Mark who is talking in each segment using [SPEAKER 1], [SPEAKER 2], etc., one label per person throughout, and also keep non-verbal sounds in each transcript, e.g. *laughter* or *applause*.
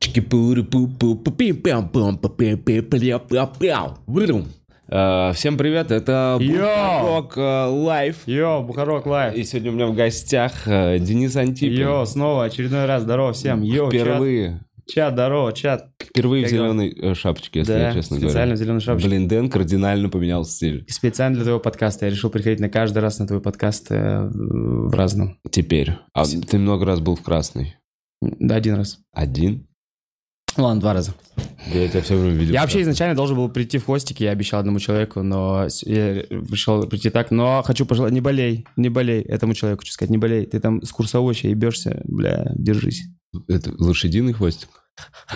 [SPEAKER 1] Девочки, пуры пу пу пу пим пям пам па пим пи пля пля пляу. Вырум. Э, Всем привет, это
[SPEAKER 2] Йоу!
[SPEAKER 1] Бухарок э, Лайф.
[SPEAKER 2] Йо, Бухарок
[SPEAKER 1] И
[SPEAKER 2] Лайв.
[SPEAKER 1] сегодня у меня в гостях э, Денис Антипин.
[SPEAKER 2] Йо, снова очередной раз. Здорово всем. Йо,
[SPEAKER 1] впервые,
[SPEAKER 2] чат. Чат, здорово, чат.
[SPEAKER 1] впервые в
[SPEAKER 2] Как
[SPEAKER 1] зеленой э, шапочке, если
[SPEAKER 2] да,
[SPEAKER 1] я честно
[SPEAKER 2] специально
[SPEAKER 1] говорю.
[SPEAKER 2] в зеленой шапочке.
[SPEAKER 1] Блин, Дэн кардинально поменял стиль.
[SPEAKER 2] И Специально для твоего подкаста. Я решил приходить на каждый раз на твой подкаст э, в разном.
[SPEAKER 1] Теперь. А ты много раз был в красной.
[SPEAKER 2] Да, один раз.
[SPEAKER 1] Один?
[SPEAKER 2] Ну Ладно, два раза.
[SPEAKER 1] Я тебя все время видел.
[SPEAKER 2] Я вообще изначально должен был прийти в хвостике, я обещал одному человеку, но с- я решил прийти так. Но хочу пожелать, не болей, не болей этому человеку, хочу сказать, не болей. Ты там с курсовой ебешься, бля, держись.
[SPEAKER 1] Это лошадиный хвостик?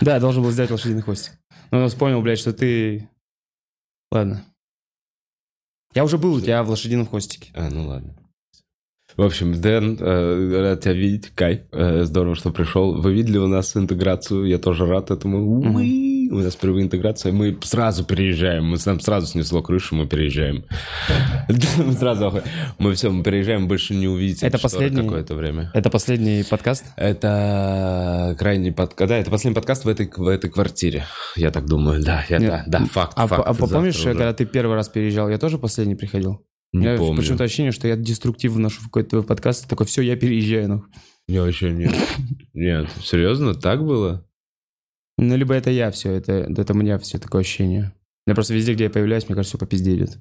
[SPEAKER 2] Да, я должен был сделать лошадиный хвостик. Но он вспомнил, блядь, что ты... Ладно. Я уже был у тебя в лошадином хвостике.
[SPEAKER 1] А, ну ладно. В общем, Дэн, э, рад тебя видеть, кайф, э, здорово, что пришел. Вы видели у нас интеграцию, я тоже рад этому. Уи! У нас впервые интеграция, мы сразу переезжаем, мы, нам сразу снесло крышу, мы переезжаем. *laughs* Да, Мы сразу, оху- мы все, мы переезжаем, больше не увидите.
[SPEAKER 2] Это
[SPEAKER 1] шторы
[SPEAKER 2] последний?
[SPEAKER 1] Какое-то время.
[SPEAKER 2] Это последний подкаст?
[SPEAKER 1] Это крайний подкаст, да, это последний подкаст в этой, в этой квартире, я так думаю, да, я,
[SPEAKER 2] Нет.
[SPEAKER 1] да, да, факт,
[SPEAKER 2] А,
[SPEAKER 1] факт.
[SPEAKER 2] по- а
[SPEAKER 1] завтра
[SPEAKER 2] помнишь,
[SPEAKER 1] уже.
[SPEAKER 2] когда ты первый раз переезжал, я тоже последний приходил? У
[SPEAKER 1] Не
[SPEAKER 2] меня
[SPEAKER 1] помню.
[SPEAKER 2] почему-то ощущение, что я деструктив вношу в какой-то твой подкаст. Такой, все, я переезжаю. Ну.
[SPEAKER 1] Не, вообще нет. Нет, серьезно, так было?
[SPEAKER 2] ну, либо это я все, это, это у меня все такое ощущение. Я просто везде, где я появляюсь, мне кажется, все по пизде идет.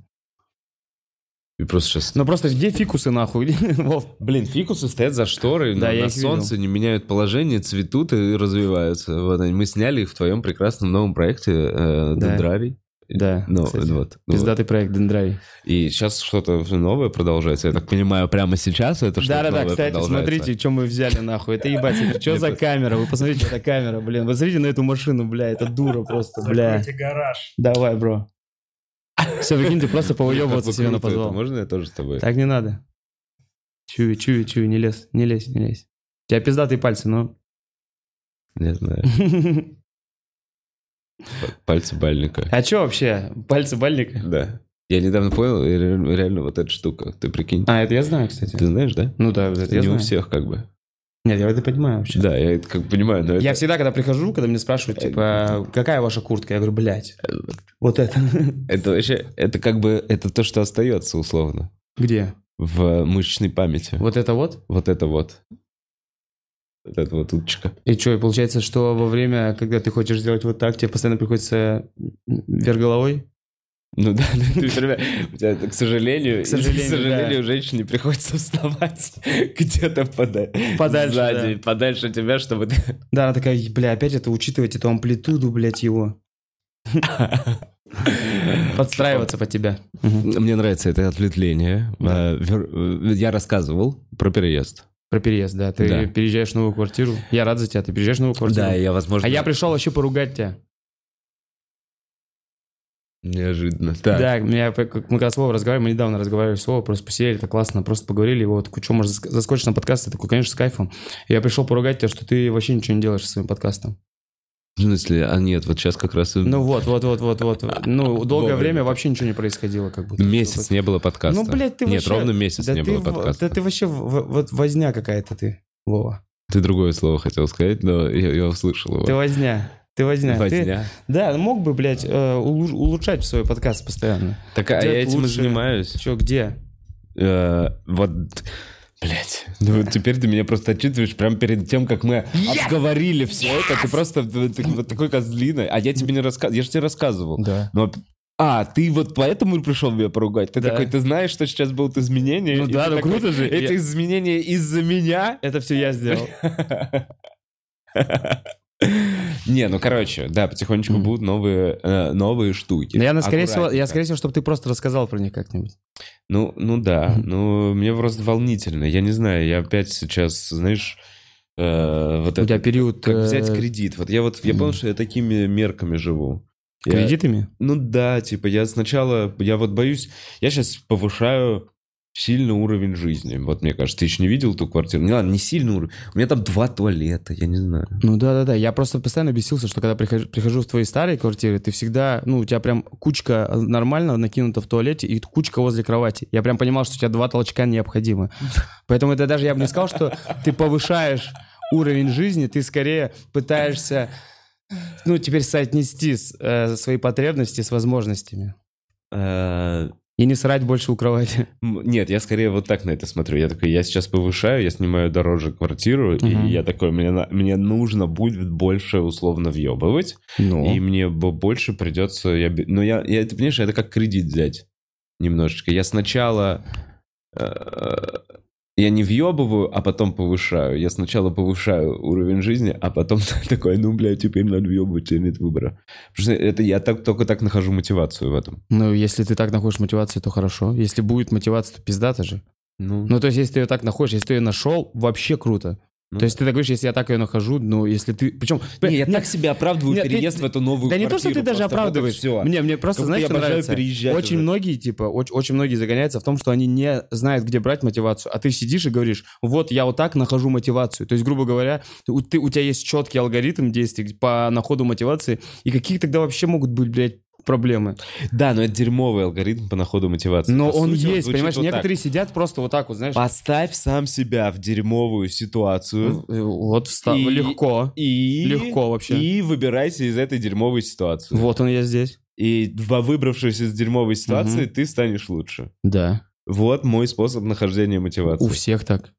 [SPEAKER 1] И просто сейчас...
[SPEAKER 2] Ну просто где фикусы нахуй? *laughs* Вов,
[SPEAKER 1] Блин, фикусы стоят за шторой,
[SPEAKER 2] Да,
[SPEAKER 1] на,
[SPEAKER 2] я
[SPEAKER 1] на
[SPEAKER 2] их видел.
[SPEAKER 1] солнце, не меняют положение, цветут и развиваются. Вот они. Мы сняли их в твоем прекрасном новом проекте э,
[SPEAKER 2] Да.
[SPEAKER 1] Дендрарий.
[SPEAKER 2] Да,
[SPEAKER 1] Ну,
[SPEAKER 2] кстати.
[SPEAKER 1] вот. ну, вот.
[SPEAKER 2] Пиздатый проект Дендрай.
[SPEAKER 1] И сейчас что-то новое продолжается. Я так понимаю, прямо сейчас это что-то
[SPEAKER 2] Да-да-да,
[SPEAKER 1] новое
[SPEAKER 2] кстати,
[SPEAKER 1] продолжается.
[SPEAKER 2] смотрите, что мы взяли нахуй. Это ебать, это что
[SPEAKER 1] Мне
[SPEAKER 2] за
[SPEAKER 1] просто-
[SPEAKER 2] камера? Вы посмотрите, это камера, блин. Вы смотрите на эту машину, бля, это дура просто, бля.
[SPEAKER 3] гараж.
[SPEAKER 2] Давай, бро. Все, прикинь, ты просто
[SPEAKER 1] Блин, как
[SPEAKER 2] поуебываться
[SPEAKER 1] бы
[SPEAKER 2] себе на
[SPEAKER 1] круто это.
[SPEAKER 2] подвал.
[SPEAKER 1] Можно я тоже с тобой?
[SPEAKER 2] Так не надо. Чуй, чуй, чуй, не лезь, не лезь, не лезь. У тебя пиздатые пальцы, ну.
[SPEAKER 1] Не знаю. Пальцы бальника.
[SPEAKER 2] *laughs* А чё вообще? Пальцы бальника?
[SPEAKER 1] Да. Я недавно понял, и ре- реально вот эта штука. Ты прикинь.
[SPEAKER 2] А, это я знаю, кстати.
[SPEAKER 1] Ты знаешь, да?
[SPEAKER 2] Ну да, это я
[SPEAKER 1] Не у
[SPEAKER 2] знаю.
[SPEAKER 1] всех как бы.
[SPEAKER 2] Нет, я это понимаю вообще.
[SPEAKER 1] Да, я это как бы понимаю, но
[SPEAKER 2] Я
[SPEAKER 1] это...
[SPEAKER 2] всегда, когда прихожу, когда мне спрашивают, типа, какая ваша куртка? Я говорю, блядь, вот это. *laughs*
[SPEAKER 1] Это вообще, это как бы, это то, что остается условно
[SPEAKER 2] Где?
[SPEAKER 1] в мышечной памяти. Вот,
[SPEAKER 2] Вот это вот?
[SPEAKER 1] это вот. Вот это вот уточка.
[SPEAKER 2] И что, и получается, что во время, когда ты хочешь сделать вот так, тебе постоянно приходится вверх головой?
[SPEAKER 1] Ну да, *laughs* да, ты всё время- у тебя, к сожалению,
[SPEAKER 2] К сожалению,
[SPEAKER 1] к сожалению,
[SPEAKER 2] да.
[SPEAKER 1] женщине приходится вставать *laughs* где-то пода-
[SPEAKER 2] Подальше,
[SPEAKER 1] сзади, подальше от тебя, чтобы ты...
[SPEAKER 2] Да, она такая, «И, бля, опять это учитывать, эту амплитуду, блядь,
[SPEAKER 1] *laughs*
[SPEAKER 2] его. Подстраиваться под тебя.
[SPEAKER 1] Мне нравится это ответвление.
[SPEAKER 2] Да.
[SPEAKER 1] Э, вер- э, Я рассказывал про переезд.
[SPEAKER 2] Про переезд, да. Ты
[SPEAKER 1] Да.
[SPEAKER 2] переезжаешь в новую квартиру. Я рад за тебя, ты переезжаешь в новую квартиру.
[SPEAKER 1] Да, я, возможно...
[SPEAKER 2] А я пришел вообще поругать тебя.
[SPEAKER 1] Неожиданно. Так.
[SPEAKER 2] Да, меня, п- как мы когда слово разговаривали, мы недавно разговаривали слово, просто посидели, так классно, просто поговорили, его такой, что, может, заск- заскочишь на подкаст? Я такой, конечно, с кайфом. Я пришел поругать тебя, что ты вообще ничего не делаешь со своим подкастом.
[SPEAKER 1] В смысле, а нет, вот сейчас как раз... и
[SPEAKER 2] Ну вот, вот, вот, вот, вот. Ну, долгое
[SPEAKER 1] Вовремя.
[SPEAKER 2] время вообще ничего не происходило, как будто.
[SPEAKER 1] Месяц не было подкаста.
[SPEAKER 2] Ну, блядь, ты
[SPEAKER 1] Нет,
[SPEAKER 2] вообще-
[SPEAKER 1] ровно месяц
[SPEAKER 2] Да
[SPEAKER 1] не
[SPEAKER 2] ты
[SPEAKER 1] было
[SPEAKER 2] в-
[SPEAKER 1] подкаста.
[SPEAKER 2] Да ты вообще в- в- вот возня какая-то ты, Вова.
[SPEAKER 1] Ты другое слово хотел сказать, но я, я услышал его.
[SPEAKER 2] Ты возня. Ты возня.
[SPEAKER 1] Два
[SPEAKER 2] Ты-
[SPEAKER 1] дня.
[SPEAKER 2] да, мог бы, блядь, э, улу- улучшать свой подкаст постоянно.
[SPEAKER 1] Так, а
[SPEAKER 2] Делать
[SPEAKER 1] я этим и
[SPEAKER 2] лучше.
[SPEAKER 1] занимаюсь.
[SPEAKER 2] Че, где?
[SPEAKER 1] Э, Вот, блядь. Ну, вот теперь ты меня просто отчитываешь прямо перед тем, как мы обговорили все это. Ты просто д- ты вот такой козлина. А я тебе не рассказывал. Я же тебе рассказывал.
[SPEAKER 2] Да.
[SPEAKER 1] Но... А, ты вот поэтому пришел меня поругать? Ты
[SPEAKER 2] Да.
[SPEAKER 1] такой, ты знаешь, что сейчас будут изменения?
[SPEAKER 2] Ну
[SPEAKER 1] И
[SPEAKER 2] да,
[SPEAKER 1] ты
[SPEAKER 2] ну
[SPEAKER 1] такой,
[SPEAKER 2] круто же.
[SPEAKER 1] Это
[SPEAKER 2] Я-
[SPEAKER 1] изменения из-за меня?
[SPEAKER 2] Это все я *laughs* сделал.
[SPEAKER 1] Не, ну короче, да, потихонечку
[SPEAKER 2] Мгм.
[SPEAKER 1] будут новые, э, новые штуки.
[SPEAKER 2] Но Ну я, на- скорее всего, я,
[SPEAKER 1] Аккуратненько.
[SPEAKER 2] скорее всего, чтобы ты просто рассказал про них как-нибудь.
[SPEAKER 1] Ну, ну да,
[SPEAKER 2] Мгм.
[SPEAKER 1] ну мне просто волнительно. Я не знаю, я опять сейчас, знаешь, э, вот
[SPEAKER 2] У тебя
[SPEAKER 1] это...
[SPEAKER 2] период...
[SPEAKER 1] Как
[SPEAKER 2] э,
[SPEAKER 1] взять кредит. Вот я вот, я понял, что я такими мерками живу. Я-
[SPEAKER 2] Кредитами?
[SPEAKER 1] Ну да, типа я сначала, я вот боюсь, я сейчас повышаю сильно уровень жизни. Вот мне кажется, ты еще не видел ту квартиру? Не, ладно, не сильно уровень. У меня там два туалета, я не знаю.
[SPEAKER 2] Ну да-да-да, я просто постоянно бесился, что когда прихожу, прихожу в твои старые квартиры, ты всегда, ну, у тебя прям кучка э, нормально накинута в туалете и кучка возле кровати. Я прям понимал, что у тебя два толчка необходимы. Поэтому это даже я бы не сказал, что ты повышаешь уровень жизни, ты скорее пытаешься Ну, теперь соотнести с, э, свои потребности с возможностями.
[SPEAKER 1] Э,
[SPEAKER 2] И не срать больше у кровати.
[SPEAKER 1] М, Нет, я скорее вот так на это смотрю. Я такой, я сейчас повышаю, я снимаю дороже квартиру,
[SPEAKER 2] Мгм.
[SPEAKER 1] и я такой, мне, на- мне нужно будет больше условно въебывать, и
[SPEAKER 2] Ну.
[SPEAKER 1] мне бо- больше придется... Я, бе- ну, я, я, ты понимаешь, это как кредит взять немножечко. Я сначала... э, Я не въебываю, а потом повышаю. Я сначала повышаю уровень жизни, а потом *laughs* такой, ну, блядь, теперь надо въебывать, теперь нет выбора. Потому что это я так, только так нахожу мотивацию в этом.
[SPEAKER 2] Ну, если ты так находишь мотивацию, то хорошо. Если будет мотивация, то пиздата же. Ну, то есть, если ты ее так находишь, если ты ее нашел, вообще круто.
[SPEAKER 1] Ну
[SPEAKER 2] то есть, ты так говоришь, если я так ее нахожу, ну, если ты... Причем...
[SPEAKER 1] Не, я
[SPEAKER 2] не-
[SPEAKER 1] так себе оправдываю
[SPEAKER 2] нет, ты-
[SPEAKER 1] переезд в эту новую
[SPEAKER 2] Да не
[SPEAKER 1] квартиру.
[SPEAKER 2] то, что ты даже оправдываешь.
[SPEAKER 1] Все.
[SPEAKER 2] Мне, мне просто,
[SPEAKER 1] Как будто
[SPEAKER 2] знаешь,
[SPEAKER 1] я
[SPEAKER 2] что
[SPEAKER 1] обожаю
[SPEAKER 2] нравится?
[SPEAKER 1] переезжать
[SPEAKER 2] Очень
[SPEAKER 1] уже.
[SPEAKER 2] многие, типа, очень, очень многие загоняются в том, что они не знают, где брать мотивацию, а ты сидишь и говоришь, вот я вот так нахожу мотивацию. То есть, грубо говоря, у, ты, у тебя есть четкий алгоритм действий по находу мотивации, и какие тогда вообще могут быть, блядь, проблемы.
[SPEAKER 1] Да, но это дерьмовый алгоритм по находу мотивации.
[SPEAKER 2] Но
[SPEAKER 1] По
[SPEAKER 2] он
[SPEAKER 1] сути,
[SPEAKER 2] есть,
[SPEAKER 1] звучит
[SPEAKER 2] понимаешь,
[SPEAKER 1] вот так.
[SPEAKER 2] некоторые сидят просто вот так вот, знаешь,
[SPEAKER 1] Поставь сам себя в дерьмовую ситуацию
[SPEAKER 2] э, вот встал,
[SPEAKER 1] И-
[SPEAKER 2] легко,
[SPEAKER 1] и...
[SPEAKER 2] легко вообще.
[SPEAKER 1] И выбирайся из этой дерьмовой ситуации.
[SPEAKER 2] Вот он я здесь.
[SPEAKER 1] И во выбравшись из дерьмовой ситуации,
[SPEAKER 2] Мгм.
[SPEAKER 1] ты станешь лучше.
[SPEAKER 2] Да,
[SPEAKER 1] Вот мой способ нахождения мотивации.
[SPEAKER 2] у всех так.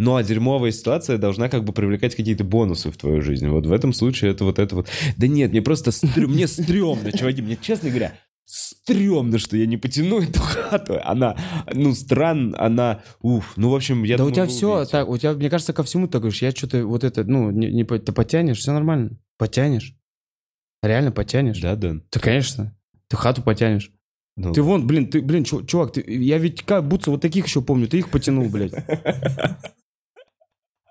[SPEAKER 1] Ну а дерьмовая ситуация должна как бы привлекать какие-то бонусы в твою жизнь. Вот в этом случае это вот это вот. Да нет, мне просто стрё- мне стрёмно, чуваки, мне честно говоря, стрёмно, что я не потяну эту хату. Она, ну, стран, она, уф. Ну, в общем, я
[SPEAKER 2] да у
[SPEAKER 1] думаю,
[SPEAKER 2] тебя
[SPEAKER 1] вы
[SPEAKER 2] все
[SPEAKER 1] увидите.
[SPEAKER 2] так, у тебя, мне кажется, ко всему ты говоришь, я что-то вот это, ну, не, не по- ты потянешь, все нормально. Потянешь. Реально потянешь.
[SPEAKER 1] Да, Дэн?
[SPEAKER 2] Да, конечно. Ты хату потянешь.
[SPEAKER 1] Ну,
[SPEAKER 2] Ты вон, блин, ты, блин, чу- чувак, ты, я ведь как будто вот таких еще помню, ты их
[SPEAKER 1] *laughs*
[SPEAKER 2] потянул, блядь.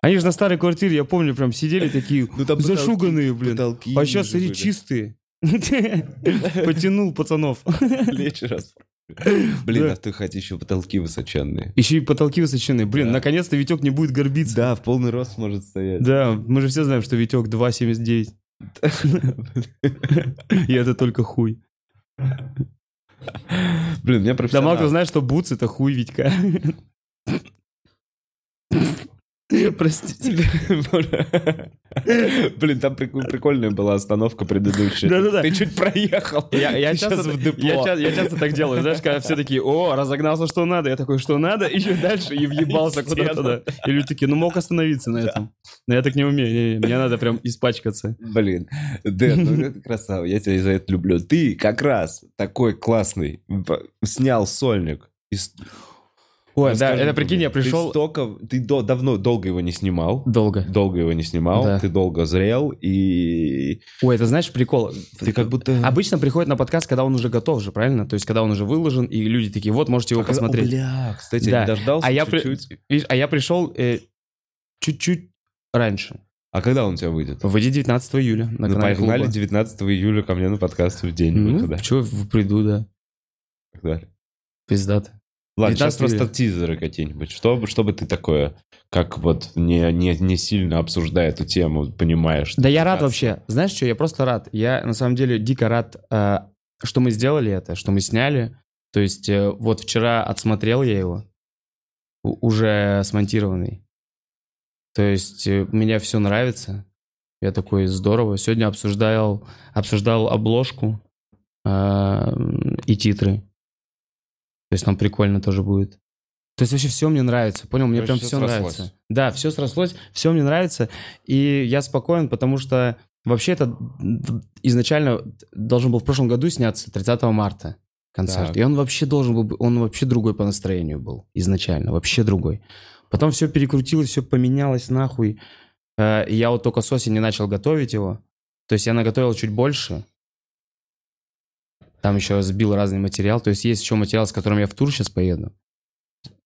[SPEAKER 2] Они же на старой квартире, я помню, прям сидели такие
[SPEAKER 1] Ну, там потолки-
[SPEAKER 2] зашуганные, блин.
[SPEAKER 1] потолки
[SPEAKER 2] А сейчас,
[SPEAKER 1] ниже
[SPEAKER 2] смотри,
[SPEAKER 1] были.
[SPEAKER 2] чистые. *laughs* Потянул пацанов.
[SPEAKER 1] Плечи раз. Блин,
[SPEAKER 2] Да.
[SPEAKER 1] а ты хоть еще потолки высоченные.
[SPEAKER 2] Еще и потолки высочены. Блин,
[SPEAKER 1] Да.
[SPEAKER 2] наконец-то Витек не будет горбиться.
[SPEAKER 1] Да, в полный рост может стоять.
[SPEAKER 2] Да, мы же все знаем, что Витек *laughs* 2,79. И это только хуй.
[SPEAKER 1] Блин, я
[SPEAKER 2] Да мало
[SPEAKER 1] профессионал.
[SPEAKER 2] кто знает, что Буц это хуй Витька.
[SPEAKER 1] *laughs*
[SPEAKER 2] Простите.
[SPEAKER 1] Блин, там прик- прикольная была остановка предыдущая.
[SPEAKER 2] *laughs* Да-да-да.
[SPEAKER 1] Ты чуть проехал.
[SPEAKER 2] Я, я
[SPEAKER 1] Ты
[SPEAKER 2] часто,
[SPEAKER 1] щас в депо.
[SPEAKER 2] я, ча- я часто так делаю, знаешь, когда все такие, о, разогнался, что надо, я такой, что надо, еще дальше и въебался
[SPEAKER 1] И в стену.
[SPEAKER 2] куда-то. да. И люди такие, ну мог остановиться на этом. Но я так не умею, не-не, мне надо прям испачкаться.
[SPEAKER 1] Блин, Дэн, ну ты красава, я тебя за это люблю. Ты как раз такой классный, б- снял сольник. И с-
[SPEAKER 2] Ой, да,
[SPEAKER 1] расскажи
[SPEAKER 2] это
[SPEAKER 1] мне,
[SPEAKER 2] прикинь, я
[SPEAKER 1] ты
[SPEAKER 2] пришел...
[SPEAKER 1] столько- Ты до- давно, долго его не снимал.
[SPEAKER 2] Долго.
[SPEAKER 1] Долго его не снимал,
[SPEAKER 2] Да.
[SPEAKER 1] ты долго зрел, и
[SPEAKER 2] Ой, это знаешь прикол?
[SPEAKER 1] ты как будто...
[SPEAKER 2] Обычно приходит на подкаст, когда он уже готов же, правильно? То есть, когда он уже выложен, и люди такие, вот, можете его
[SPEAKER 1] А когда-
[SPEAKER 2] посмотреть.
[SPEAKER 1] О, бля, кстати,
[SPEAKER 2] Да.
[SPEAKER 1] я не дождался
[SPEAKER 2] А я при-
[SPEAKER 1] чуть-чуть.
[SPEAKER 2] Видишь, а я пришел э, чуть-чуть раньше.
[SPEAKER 1] А когда он у тебя выйдет?
[SPEAKER 2] Выйдет 19 июля на
[SPEAKER 1] ну,
[SPEAKER 2] канале
[SPEAKER 1] погнали
[SPEAKER 2] клуба.
[SPEAKER 1] 19 июля ко мне на подкаст в день
[SPEAKER 2] Ну,
[SPEAKER 1] выхода.
[SPEAKER 2] чё, в- приду, да.
[SPEAKER 1] Так далее.
[SPEAKER 2] Пиздато.
[SPEAKER 1] Ладно, сейчас
[SPEAKER 2] 19
[SPEAKER 1] просто
[SPEAKER 2] июля.
[SPEAKER 1] тизеры какие-нибудь. Что, бы- что бы ты такое, как вот не, не, не сильно обсуждая эту тему, понимаешь?
[SPEAKER 2] Да я рад
[SPEAKER 1] Раз.
[SPEAKER 2] вообще. Знаешь что, я просто рад. Я на самом деле дико рад, э, что мы сделали это, что мы сняли. То есть э, вот вчера отсмотрел я его, у- уже смонтированный. То есть э, мне все нравится. Я такой, здорово. Сегодня обсуждал, обсуждал обложку э, и титры. То есть нам прикольно тоже будет. То есть вообще все мне нравится, понял? Мне
[SPEAKER 1] Короче,
[SPEAKER 2] прям
[SPEAKER 1] всё
[SPEAKER 2] все
[SPEAKER 1] срослось.
[SPEAKER 2] нравится. Да, все срослось, все мне нравится. И я спокоен, потому что вообще это д- изначально должен был в прошлом году сняться 30 марта концерт.
[SPEAKER 1] Так.
[SPEAKER 2] И он вообще должен был, бы- он вообще другой по настроению был изначально, вообще другой. Потом все перекрутилось, все поменялось нахуй. Э, и Я вот только с осени начал готовить его. То есть я наготовил чуть больше. Там еще сбил разный материал. То есть есть еще материал, с которым я в тур сейчас поеду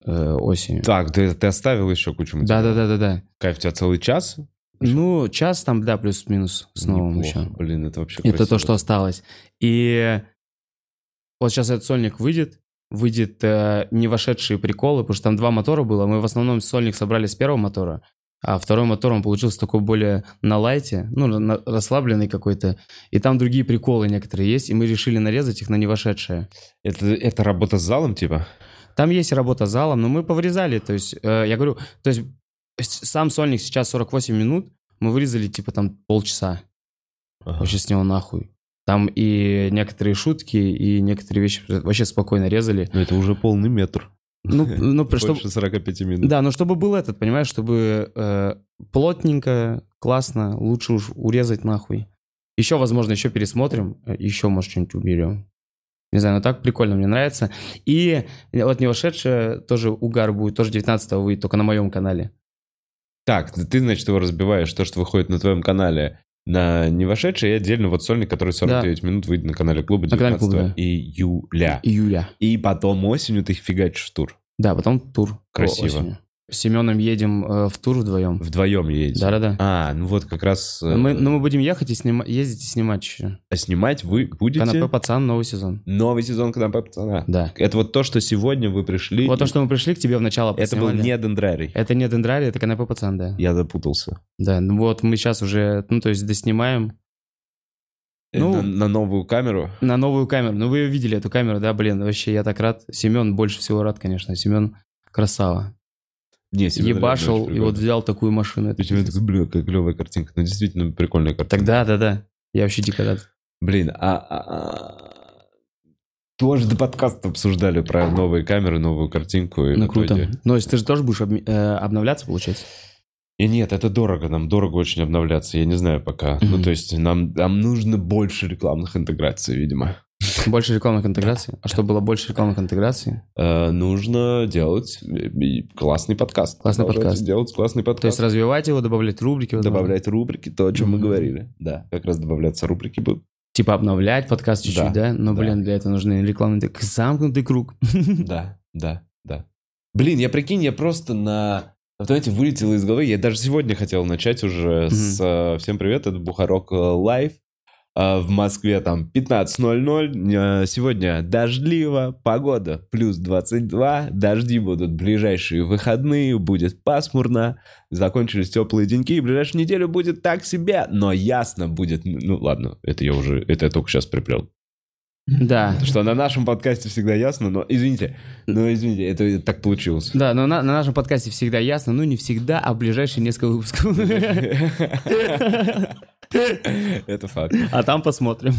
[SPEAKER 2] э, осенью.
[SPEAKER 1] Так, ты, ты оставил еще кучу материала.
[SPEAKER 2] Да-да-да-да-да.
[SPEAKER 1] Кайф, у тебя целый час?
[SPEAKER 2] Ну, час там, да, плюс-минус с новым
[SPEAKER 1] Неплохо.
[SPEAKER 2] еще.
[SPEAKER 1] Блин, это вообще
[SPEAKER 2] Это то,
[SPEAKER 1] красиво.
[SPEAKER 2] что осталось. И вот сейчас этот сольник выйдет. Выйдет э, не вошедшие приколы, потому что там два мотора было. Мы в основном сольник собрали с первого мотора, а второй мотор, он получился такой более на лайте, ну, на- расслабленный какой-то. И там другие приколы некоторые есть, и мы решили нарезать их на не вошедшие.
[SPEAKER 1] Это, это работа с залом, типа?
[SPEAKER 2] Там есть работа с залом, но мы поврезали. То есть, э, я говорю, то есть с- сам сольник сейчас 48 минут, мы вырезали типа там полчаса.
[SPEAKER 1] Ага.
[SPEAKER 2] Вообще с него нахуй. Там и некоторые шутки, и некоторые вещи вообще спокойно резали.
[SPEAKER 1] Ну, это уже полный метр. *laughs*
[SPEAKER 2] Ну, ну
[SPEAKER 1] Больше
[SPEAKER 2] чтобы...
[SPEAKER 1] 45 минут.
[SPEAKER 2] Да, но чтобы был этот, понимаешь, чтобы э, плотненько, классно, лучше уж урезать нахуй. Еще, возможно, еще пересмотрим, э, еще, может, что-нибудь уберем. Не знаю, но так прикольно, мне нравится. И вот невошедшая тоже угар будет, тоже 19-го выйдет, только на моем канале.
[SPEAKER 1] Так, ты, значит, его разбиваешь, то, что выходит на твоем канале, на не вошедший, и отдельно вот сольник, который 49 минут выйдет на канале клуба
[SPEAKER 2] На канале
[SPEAKER 1] 19
[SPEAKER 2] клуба, да.
[SPEAKER 1] июля.
[SPEAKER 2] Июля.
[SPEAKER 1] И потом осенью ты фигачишь тур.
[SPEAKER 2] Да, потом тур.
[SPEAKER 1] Красиво.
[SPEAKER 2] осенью. С Семеном едем э, в тур вдвоем.
[SPEAKER 1] Вдвоем едете.
[SPEAKER 2] Да-да-да.
[SPEAKER 1] А, ну вот как раз... э,
[SPEAKER 2] Мы, ну, мы будем ехать и снима- ездить и снимать еще.
[SPEAKER 1] а снимать вы будете
[SPEAKER 2] «Канапе пацан, новый сезон.
[SPEAKER 1] новый сезон Канапе пацана.
[SPEAKER 2] Да.
[SPEAKER 1] Это вот то, что сегодня вы пришли.
[SPEAKER 2] Вот то,
[SPEAKER 1] и
[SPEAKER 2] что мы пришли к тебе в начало
[SPEAKER 1] Это был
[SPEAKER 2] поснимали.
[SPEAKER 1] не дендрарий.
[SPEAKER 2] Это не дендрарий, это канапе пацан, да.
[SPEAKER 1] Я запутался.
[SPEAKER 2] Да, ну вот мы сейчас уже, ну то есть доснимаем Ну-
[SPEAKER 1] на, на новую камеру.
[SPEAKER 2] на новую камеру. Ну вы ее видели, эту камеру, да, блин, вообще я так рад. Семен больше всего рад, конечно. Семен красава.
[SPEAKER 1] Не, Семен реально
[SPEAKER 2] Ебашил
[SPEAKER 1] очень
[SPEAKER 2] и вот
[SPEAKER 1] прикольный.
[SPEAKER 2] взял такую машину. Это
[SPEAKER 1] И Семен
[SPEAKER 2] пиздец.
[SPEAKER 1] такой, блин, какая клевая картинка. Ну, действительно, прикольная картинка.
[SPEAKER 2] Тогда, да, да. Я вообще дико рад.
[SPEAKER 1] Блин, а... а- а- Тоже до подкаста обсуждали про новые камеры, новую картинку. и
[SPEAKER 2] Ну
[SPEAKER 1] в итоге-
[SPEAKER 2] круто. Ну, если ты же тоже будешь обме- э, обновляться, получается?
[SPEAKER 1] И нет, это дорого, нам дорого очень обновляться, я не знаю пока.
[SPEAKER 2] Мгм.
[SPEAKER 1] Ну, то есть нам, нам нужно больше рекламных интеграций, видимо.
[SPEAKER 2] Больше рекламных интеграций? А что было больше рекламных интеграций?
[SPEAKER 1] Э, нужно делать э, и классный подкаст.
[SPEAKER 2] Классный
[SPEAKER 1] Продолжать
[SPEAKER 2] подкаст.
[SPEAKER 1] Делать классный подкаст.
[SPEAKER 2] То есть развивать его, добавлять рубрики? возможно?
[SPEAKER 1] добавлять рубрики, то, о чем мы
[SPEAKER 2] Мгм.
[SPEAKER 1] говорили. Да, как раз добавляться рубрики будут.
[SPEAKER 2] Типа обновлять подкаст чуть-чуть, да?
[SPEAKER 1] Да,
[SPEAKER 2] Но,
[SPEAKER 1] да.
[SPEAKER 2] блин, для этого нужны рекламные... так, Замкнутый круг. *laughs*
[SPEAKER 1] Да, да, да. Блин, я прикинь, я просто на... Вот Знаете, вылетело из головы. Я даже сегодня хотел начать уже с... э, Всем привет, это Бухарок э, Лайв. Э, В Москве там 15.00. Э, Сегодня дождливо, погода плюс 22. Дожди будут ближайшие выходные, будет пасмурно. Закончились теплые деньки, и ближайшую неделю будет так себе. Но ясно будет... Ну ладно, это я уже... Это я только сейчас приплел.
[SPEAKER 2] Да.
[SPEAKER 1] Что на нашем подкасте всегда ясно, но извините, но извините, это так получилось.
[SPEAKER 2] Да, но на, на нашем подкасте всегда ясно, ну не всегда, а в ближайшие несколько выпусков.
[SPEAKER 1] Это факт.
[SPEAKER 2] А там посмотрим.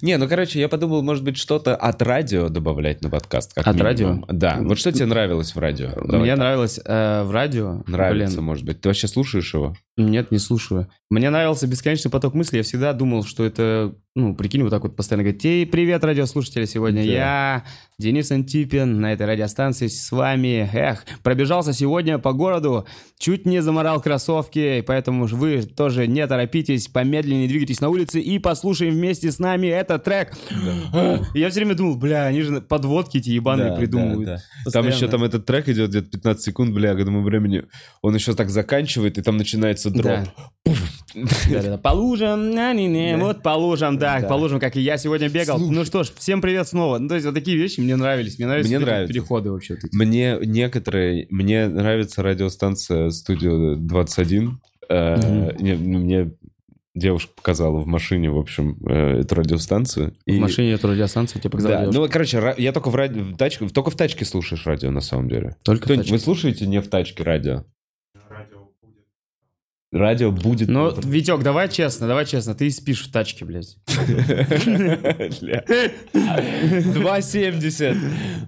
[SPEAKER 1] Не, ну короче, я подумал, может быть, что-то от радио добавлять на подкаст. Как
[SPEAKER 2] От
[SPEAKER 1] минимум.
[SPEAKER 2] радио? Ну,
[SPEAKER 1] Да. Вот что тебе нравилось в радио? Давай
[SPEAKER 2] Мне
[SPEAKER 1] так.
[SPEAKER 2] нравилось э, в радио.
[SPEAKER 1] Нравится,
[SPEAKER 2] Блин,
[SPEAKER 1] может быть. Ты вообще слушаешь его?
[SPEAKER 2] нет, не слушаю. Мне нравился бесконечный поток мыслей. Я всегда думал, что это, ну, прикинь, вот так вот постоянно говорить. Эй, привет, радиослушатели, сегодня
[SPEAKER 1] Да.
[SPEAKER 2] я, Денис Антипин, на этой радиостанции с вами. Эх, пробежался сегодня по городу, чуть не заморал кроссовки, поэтому ж вы тоже не торопитесь, помедленнее двигайтесь на улице и послушаем вместе с нами этот трек. А, Я все время думал, бля, они же подводки эти ебаные
[SPEAKER 1] Да,
[SPEAKER 2] придумывают.
[SPEAKER 1] да, да. Там
[SPEAKER 2] Постоянно.
[SPEAKER 1] еще там этот трек идет где-то 15 секунд, бля, к этому времени. Он еще так заканчивает, и там начинается дроп.
[SPEAKER 2] Да. Да, да, да. По лужам, на не не
[SPEAKER 1] Да.
[SPEAKER 2] вот по лужам, да,
[SPEAKER 1] Да.
[SPEAKER 2] по лужам, как и я сегодня бегал.
[SPEAKER 1] Слушай.
[SPEAKER 2] Ну что ж, всем привет снова. Ну, то есть вот такие вещи мне нравились. Мне нравились
[SPEAKER 1] Мне
[SPEAKER 2] вот эти
[SPEAKER 1] нравится.
[SPEAKER 2] переходы вообще. вот эти.
[SPEAKER 1] Мне некоторые... Мне нравится радиостанция «Студио 21». Э, не, ну, Мне девушка показала в машине, в общем, э, эту радиостанцию.
[SPEAKER 2] В
[SPEAKER 1] И-
[SPEAKER 2] машине эту радиостанцию тебе показали.
[SPEAKER 1] Да,
[SPEAKER 2] девушка.
[SPEAKER 1] ну, короче, ра- я только в, ради- в тачке, только в тачке слушаешь радио, на самом деле.
[SPEAKER 2] Только
[SPEAKER 1] Кто-нибудь-
[SPEAKER 2] тачки.
[SPEAKER 1] Вы слушаете не в тачке радио? Радио будет.
[SPEAKER 2] Ну,
[SPEAKER 1] *laughs* Радио
[SPEAKER 2] вот, Витек, давай честно, давай честно, ты и спишь в тачке, блядь. *laughs* А
[SPEAKER 1] будет. 2.70.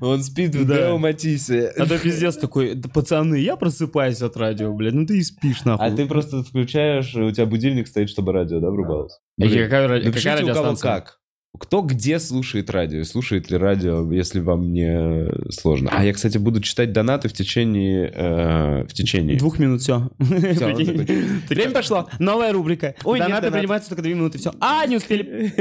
[SPEAKER 1] Он спит в
[SPEAKER 2] Да.
[SPEAKER 1] Део Матисе.
[SPEAKER 2] А то пиздец такой, «Да, пацаны, я просыпаюсь от радио, блядь, ну ты и спишь, нахуй.
[SPEAKER 1] А ты просто включаешь, у тебя будильник стоит, чтобы радио, да, врубалось?
[SPEAKER 2] И
[SPEAKER 1] Блин.
[SPEAKER 2] какая, ра- А какая
[SPEAKER 1] Напишите, у кого
[SPEAKER 2] радиостанция?
[SPEAKER 1] как. Кто где слушает радио? и Слушает ли радио, если вам не сложно? А я, кстати, буду читать донаты в течение... э, в течение...
[SPEAKER 2] Двух минут, все.
[SPEAKER 1] он закончил. Время
[SPEAKER 2] пошло. Новая рубрика.
[SPEAKER 1] Ой, нет,
[SPEAKER 2] Донаты
[SPEAKER 1] донат.
[SPEAKER 2] принимаются только две минуты, все. А, не успели.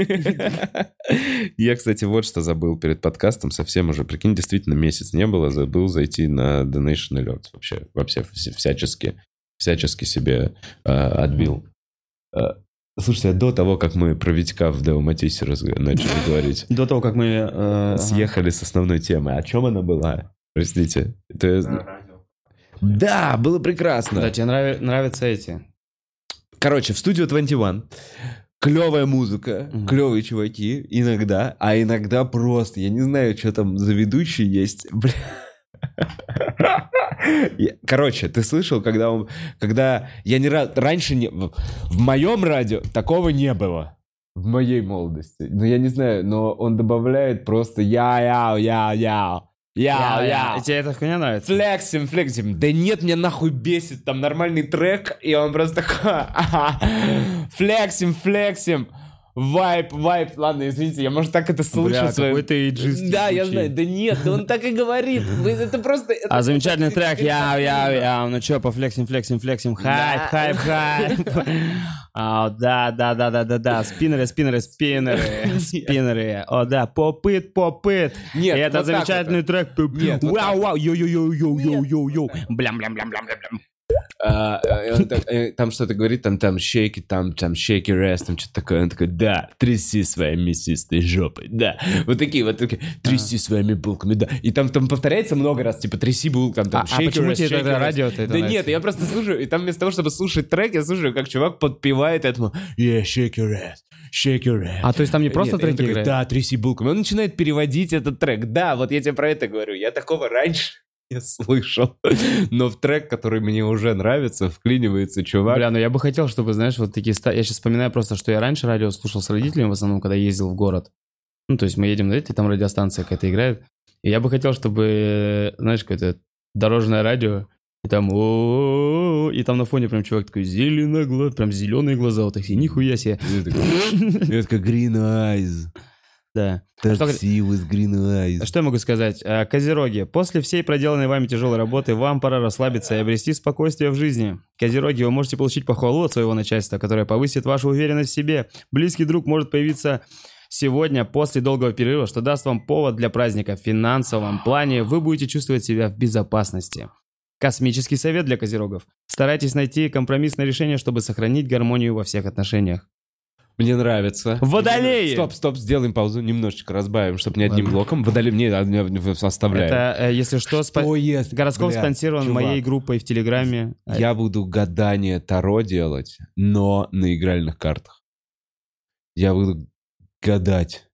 [SPEAKER 1] *laughs* Я, кстати, вот что забыл перед подкастом совсем уже. Прикинь, действительно, месяц не было. Забыл зайти на Donation Alert. Вообще, вообще вс- всячески, всячески себе э, отбил. Э, слушайте, а до того, как мы про Витька в Део Матисе разг- начали говорить,
[SPEAKER 2] До того, как мы... э,
[SPEAKER 1] съехали с основной темы. О чем она была? Простите. Это- Да, было прекрасно.
[SPEAKER 2] Да, тебе нрави- нравятся эти.
[SPEAKER 1] Короче, в студию 21. Клевая музыка,
[SPEAKER 2] Мгм.
[SPEAKER 1] клевые чуваки, иногда, а иногда просто, я не знаю, что там за ведущий есть. *laughs* Бля. Я- Короче, ты слышал, когда он, когда я не раз, раньше не, в моем радио такого не было. в моей молодости. Ну, я не знаю, но он добавляет просто я-я-я-я. Я-я.
[SPEAKER 2] И Тебе эта
[SPEAKER 1] *laughs*
[SPEAKER 2] хуйня нравится?
[SPEAKER 1] Флексим, флексим. Да нет, меня нахуй бесит. Там нормальный трек, и он просто такой... «Ха-ха. Флексим, флексим. Вайп, вайп. Ладно, извините, я, может, так это слышал.
[SPEAKER 2] Бля,
[SPEAKER 1] в своем-
[SPEAKER 2] какой ты эйджист
[SPEAKER 1] Да, я
[SPEAKER 2] ебучий.
[SPEAKER 1] знаю. Да нет, да он так и говорит. Вы- Это просто... это
[SPEAKER 2] А замечательный
[SPEAKER 1] просто-
[SPEAKER 2] трек, я, я, я, ну чё, пофлексим, флексим, флексим, хайп,
[SPEAKER 1] Да.
[SPEAKER 2] хайп, хайп.
[SPEAKER 1] *laughs*
[SPEAKER 2] А, Да, да, да, да, да, да, спиннеры,
[SPEAKER 1] *laughs*
[SPEAKER 2] спиннеры, спиннеры, спиннеры, о да, попыт, попыт.
[SPEAKER 1] Нет,
[SPEAKER 2] И это
[SPEAKER 1] вот так вот
[SPEAKER 2] замечательный трек.
[SPEAKER 1] Нет, вот
[SPEAKER 2] Вау, вау, йо, йо, йо, йо, йо,
[SPEAKER 1] Нет,
[SPEAKER 2] йо,
[SPEAKER 1] вот
[SPEAKER 2] йо,
[SPEAKER 1] так
[SPEAKER 2] блям, блям, блям, блям, блям, блям.
[SPEAKER 1] А, э, он так, э, Там что-то говорит, там, там, шейки, там, там, шейки, rest, там, что-то такое. Он такой, да, тряси своей мясистой жопой, да. Вот такие вот, такие, тряси
[SPEAKER 2] А.
[SPEAKER 1] своими булками, да. И там, там повторяется много раз, типа, тряси булками,
[SPEAKER 2] А
[SPEAKER 1] там,
[SPEAKER 2] а
[SPEAKER 1] «Shake your
[SPEAKER 2] почему
[SPEAKER 1] ass,
[SPEAKER 2] тебе
[SPEAKER 1] shake your
[SPEAKER 2] это
[SPEAKER 1] ass».
[SPEAKER 2] радио это
[SPEAKER 1] Да нет, я просто слушаю, и там вместо того, чтобы слушать трек, я слушаю, как чувак подпевает этому «Yeah, shake your ass, shake your ass».
[SPEAKER 2] А то есть там не
[SPEAKER 1] Э,
[SPEAKER 2] просто
[SPEAKER 1] Нет, и он
[SPEAKER 2] треки
[SPEAKER 1] такой,
[SPEAKER 2] играют?
[SPEAKER 1] Да, тряси булками. Он начинает переводить этот трек. Да, вот я тебе про это говорю. Я такого раньше не слышал. Но в трек, который мне уже нравится, вклинивается чувак.
[SPEAKER 2] Бля, ну я бы хотел, чтобы, знаешь, вот такие... ста- Я сейчас вспоминаю просто, что я раньше радио слушал с родителями, в основном, когда ездил в город. Ну, то есть мы едем, знаете, там радиостанция какая-то играет. И я бы хотел, чтобы, э, знаешь, какое-то дорожное радио, и там «О-о-о-о», и там на фоне прям чувак такой зеленый глаз, прям зеленые глаза, вот такие, нихуя себе.
[SPEAKER 1] Я такой, я такой, green eyes.
[SPEAKER 2] Да. что
[SPEAKER 1] Такси with green eyes.
[SPEAKER 2] Что я могу сказать? А, Козероги, после всей проделанной вами тяжелой работы вам пора расслабиться и обрести спокойствие в жизни. Козероги, вы можете получить похвалу от своего начальства, которое повысит вашу уверенность в себе. Близкий друг может появиться сегодня после долгого перерыва, что даст вам повод для праздника. В финансовом плане вы будете чувствовать себя в безопасности. Космический совет для козерогов. Старайтесь найти компромиссное решение, чтобы сохранить гармонию во всех отношениях.
[SPEAKER 1] Мне нравится.
[SPEAKER 2] Водолеи!
[SPEAKER 1] Стоп, стоп, сделаем паузу, немножечко разбавим, чтобы не одним
[SPEAKER 2] Ладно.
[SPEAKER 1] блоком. Водолеи мне а, мне в- оставляем.
[SPEAKER 2] Это, э, если что, спа-
[SPEAKER 1] Что если-
[SPEAKER 2] гороскоп
[SPEAKER 1] Бля,
[SPEAKER 2] спонсирован
[SPEAKER 1] чувак.
[SPEAKER 2] моей группой в Телеграме.
[SPEAKER 1] Я буду гадание Таро делать, но на игральных картах. Я буду гадать,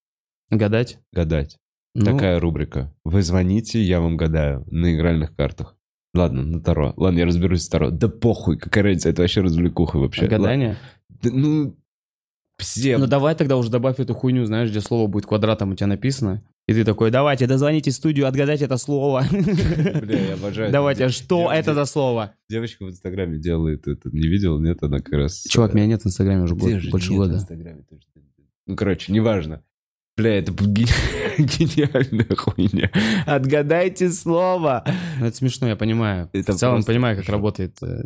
[SPEAKER 2] Гадать?
[SPEAKER 1] гадать.
[SPEAKER 2] Ну,
[SPEAKER 1] Такая рубрика. Вы звоните, я вам гадаю на игральных картах. Ладно, на Таро. Ладно, я разберусь с Таро. Да похуй, какая разница, это вообще развлекуха вообще.
[SPEAKER 2] А гадание?
[SPEAKER 1] Ла- да ну, все.
[SPEAKER 2] Ну давай тогда уже добавь эту хуйню, знаешь, где слово будет квадратом у тебя написано. И ты такой, давайте, дозвоните в студию, отгадать это слово.
[SPEAKER 1] *laughs* Бля, я
[SPEAKER 2] *laughs*
[SPEAKER 1] обожаю.
[SPEAKER 2] Давайте, а
[SPEAKER 1] Де-
[SPEAKER 2] что
[SPEAKER 1] де-
[SPEAKER 2] это
[SPEAKER 1] де-
[SPEAKER 2] за слово?
[SPEAKER 1] Девочка в Инстаграме делает это. Не видел? Нет, она как раз...
[SPEAKER 2] Чувак, меня нет в Инстаграме уже год-
[SPEAKER 1] Где же
[SPEAKER 2] больше
[SPEAKER 1] нет в
[SPEAKER 2] года.
[SPEAKER 1] Инстаграме тоже? Ну, короче, неважно. Бля, это ге- *laughs* гениальная хуйня. Отгадайте слово.
[SPEAKER 2] Ну это смешно, я понимаю.
[SPEAKER 1] Это
[SPEAKER 2] в целом
[SPEAKER 1] просто
[SPEAKER 2] понимаю, как
[SPEAKER 1] хорошо.
[SPEAKER 2] работает э,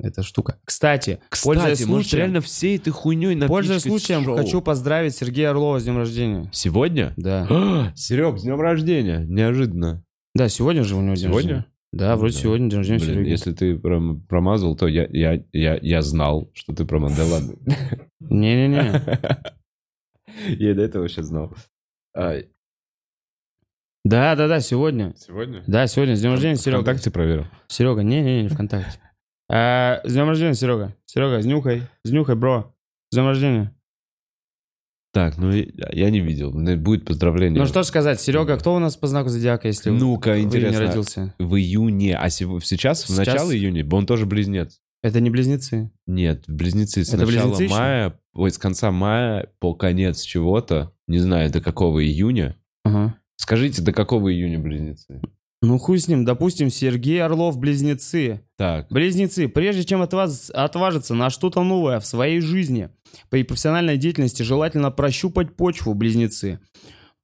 [SPEAKER 2] эта штука. Кстати, пользуясь
[SPEAKER 1] Кстати, может,
[SPEAKER 2] случаем,
[SPEAKER 1] реально всей этой хуйней напичкать
[SPEAKER 2] пользуясь случаем
[SPEAKER 1] шоу?
[SPEAKER 2] хочу поздравить Сергея Орлова с днем рождения.
[SPEAKER 1] Сегодня?
[SPEAKER 2] Да.
[SPEAKER 1] *gasps* Серег, с днем рождения. Неожиданно.
[SPEAKER 2] Да, сегодня же у него день
[SPEAKER 1] Сегодня?
[SPEAKER 2] рождения. Да, вроде
[SPEAKER 1] Да.
[SPEAKER 2] сегодня день рождения
[SPEAKER 1] Блин,
[SPEAKER 2] Сереги.
[SPEAKER 1] если ты прям промазал, то я, я, я, я знал, что ты промазал. Да ладно. *laughs*
[SPEAKER 2] Не-не-не.
[SPEAKER 1] Я и до этого вообще знал. А,
[SPEAKER 2] Да-да-да, сегодня.
[SPEAKER 1] Сегодня?
[SPEAKER 2] Да, сегодня, с днем рождения, Серега.
[SPEAKER 1] Вконтакте проверил.
[SPEAKER 2] Серега, не-не-не, ВКонтакте. А, с днем рождения, Серега. Серега, знюхай, знюхай, бро. С днем рождения.
[SPEAKER 1] Так, ну я я не видел. Наверное, Будет поздравление.
[SPEAKER 2] Ну что ж сказать, Серега, кто у нас по знаку зодиака, если
[SPEAKER 1] Ну-ка,
[SPEAKER 2] в июне
[SPEAKER 1] Ну, интересно.
[SPEAKER 2] родился?
[SPEAKER 1] в июне, а сего- сейчас, в
[SPEAKER 2] Сейчас?
[SPEAKER 1] начало июня, он тоже близнец.
[SPEAKER 2] Это не близнецы?
[SPEAKER 1] Нет, близнецы с
[SPEAKER 2] Это
[SPEAKER 1] начала
[SPEAKER 2] близнецы еще?
[SPEAKER 1] мая, ой, с конца мая по конец чего-то, не знаю, до какого июня.
[SPEAKER 2] Ага.
[SPEAKER 1] Скажите, до какого июня близнецы?
[SPEAKER 2] Ну хуй с ним, допустим, Сергей Орлов близнецы.
[SPEAKER 1] Так,
[SPEAKER 2] Близнецы, прежде чем от вас отважиться на что-то новое в своей жизни, по и профессиональной деятельности желательно прощупать почву, близнецы.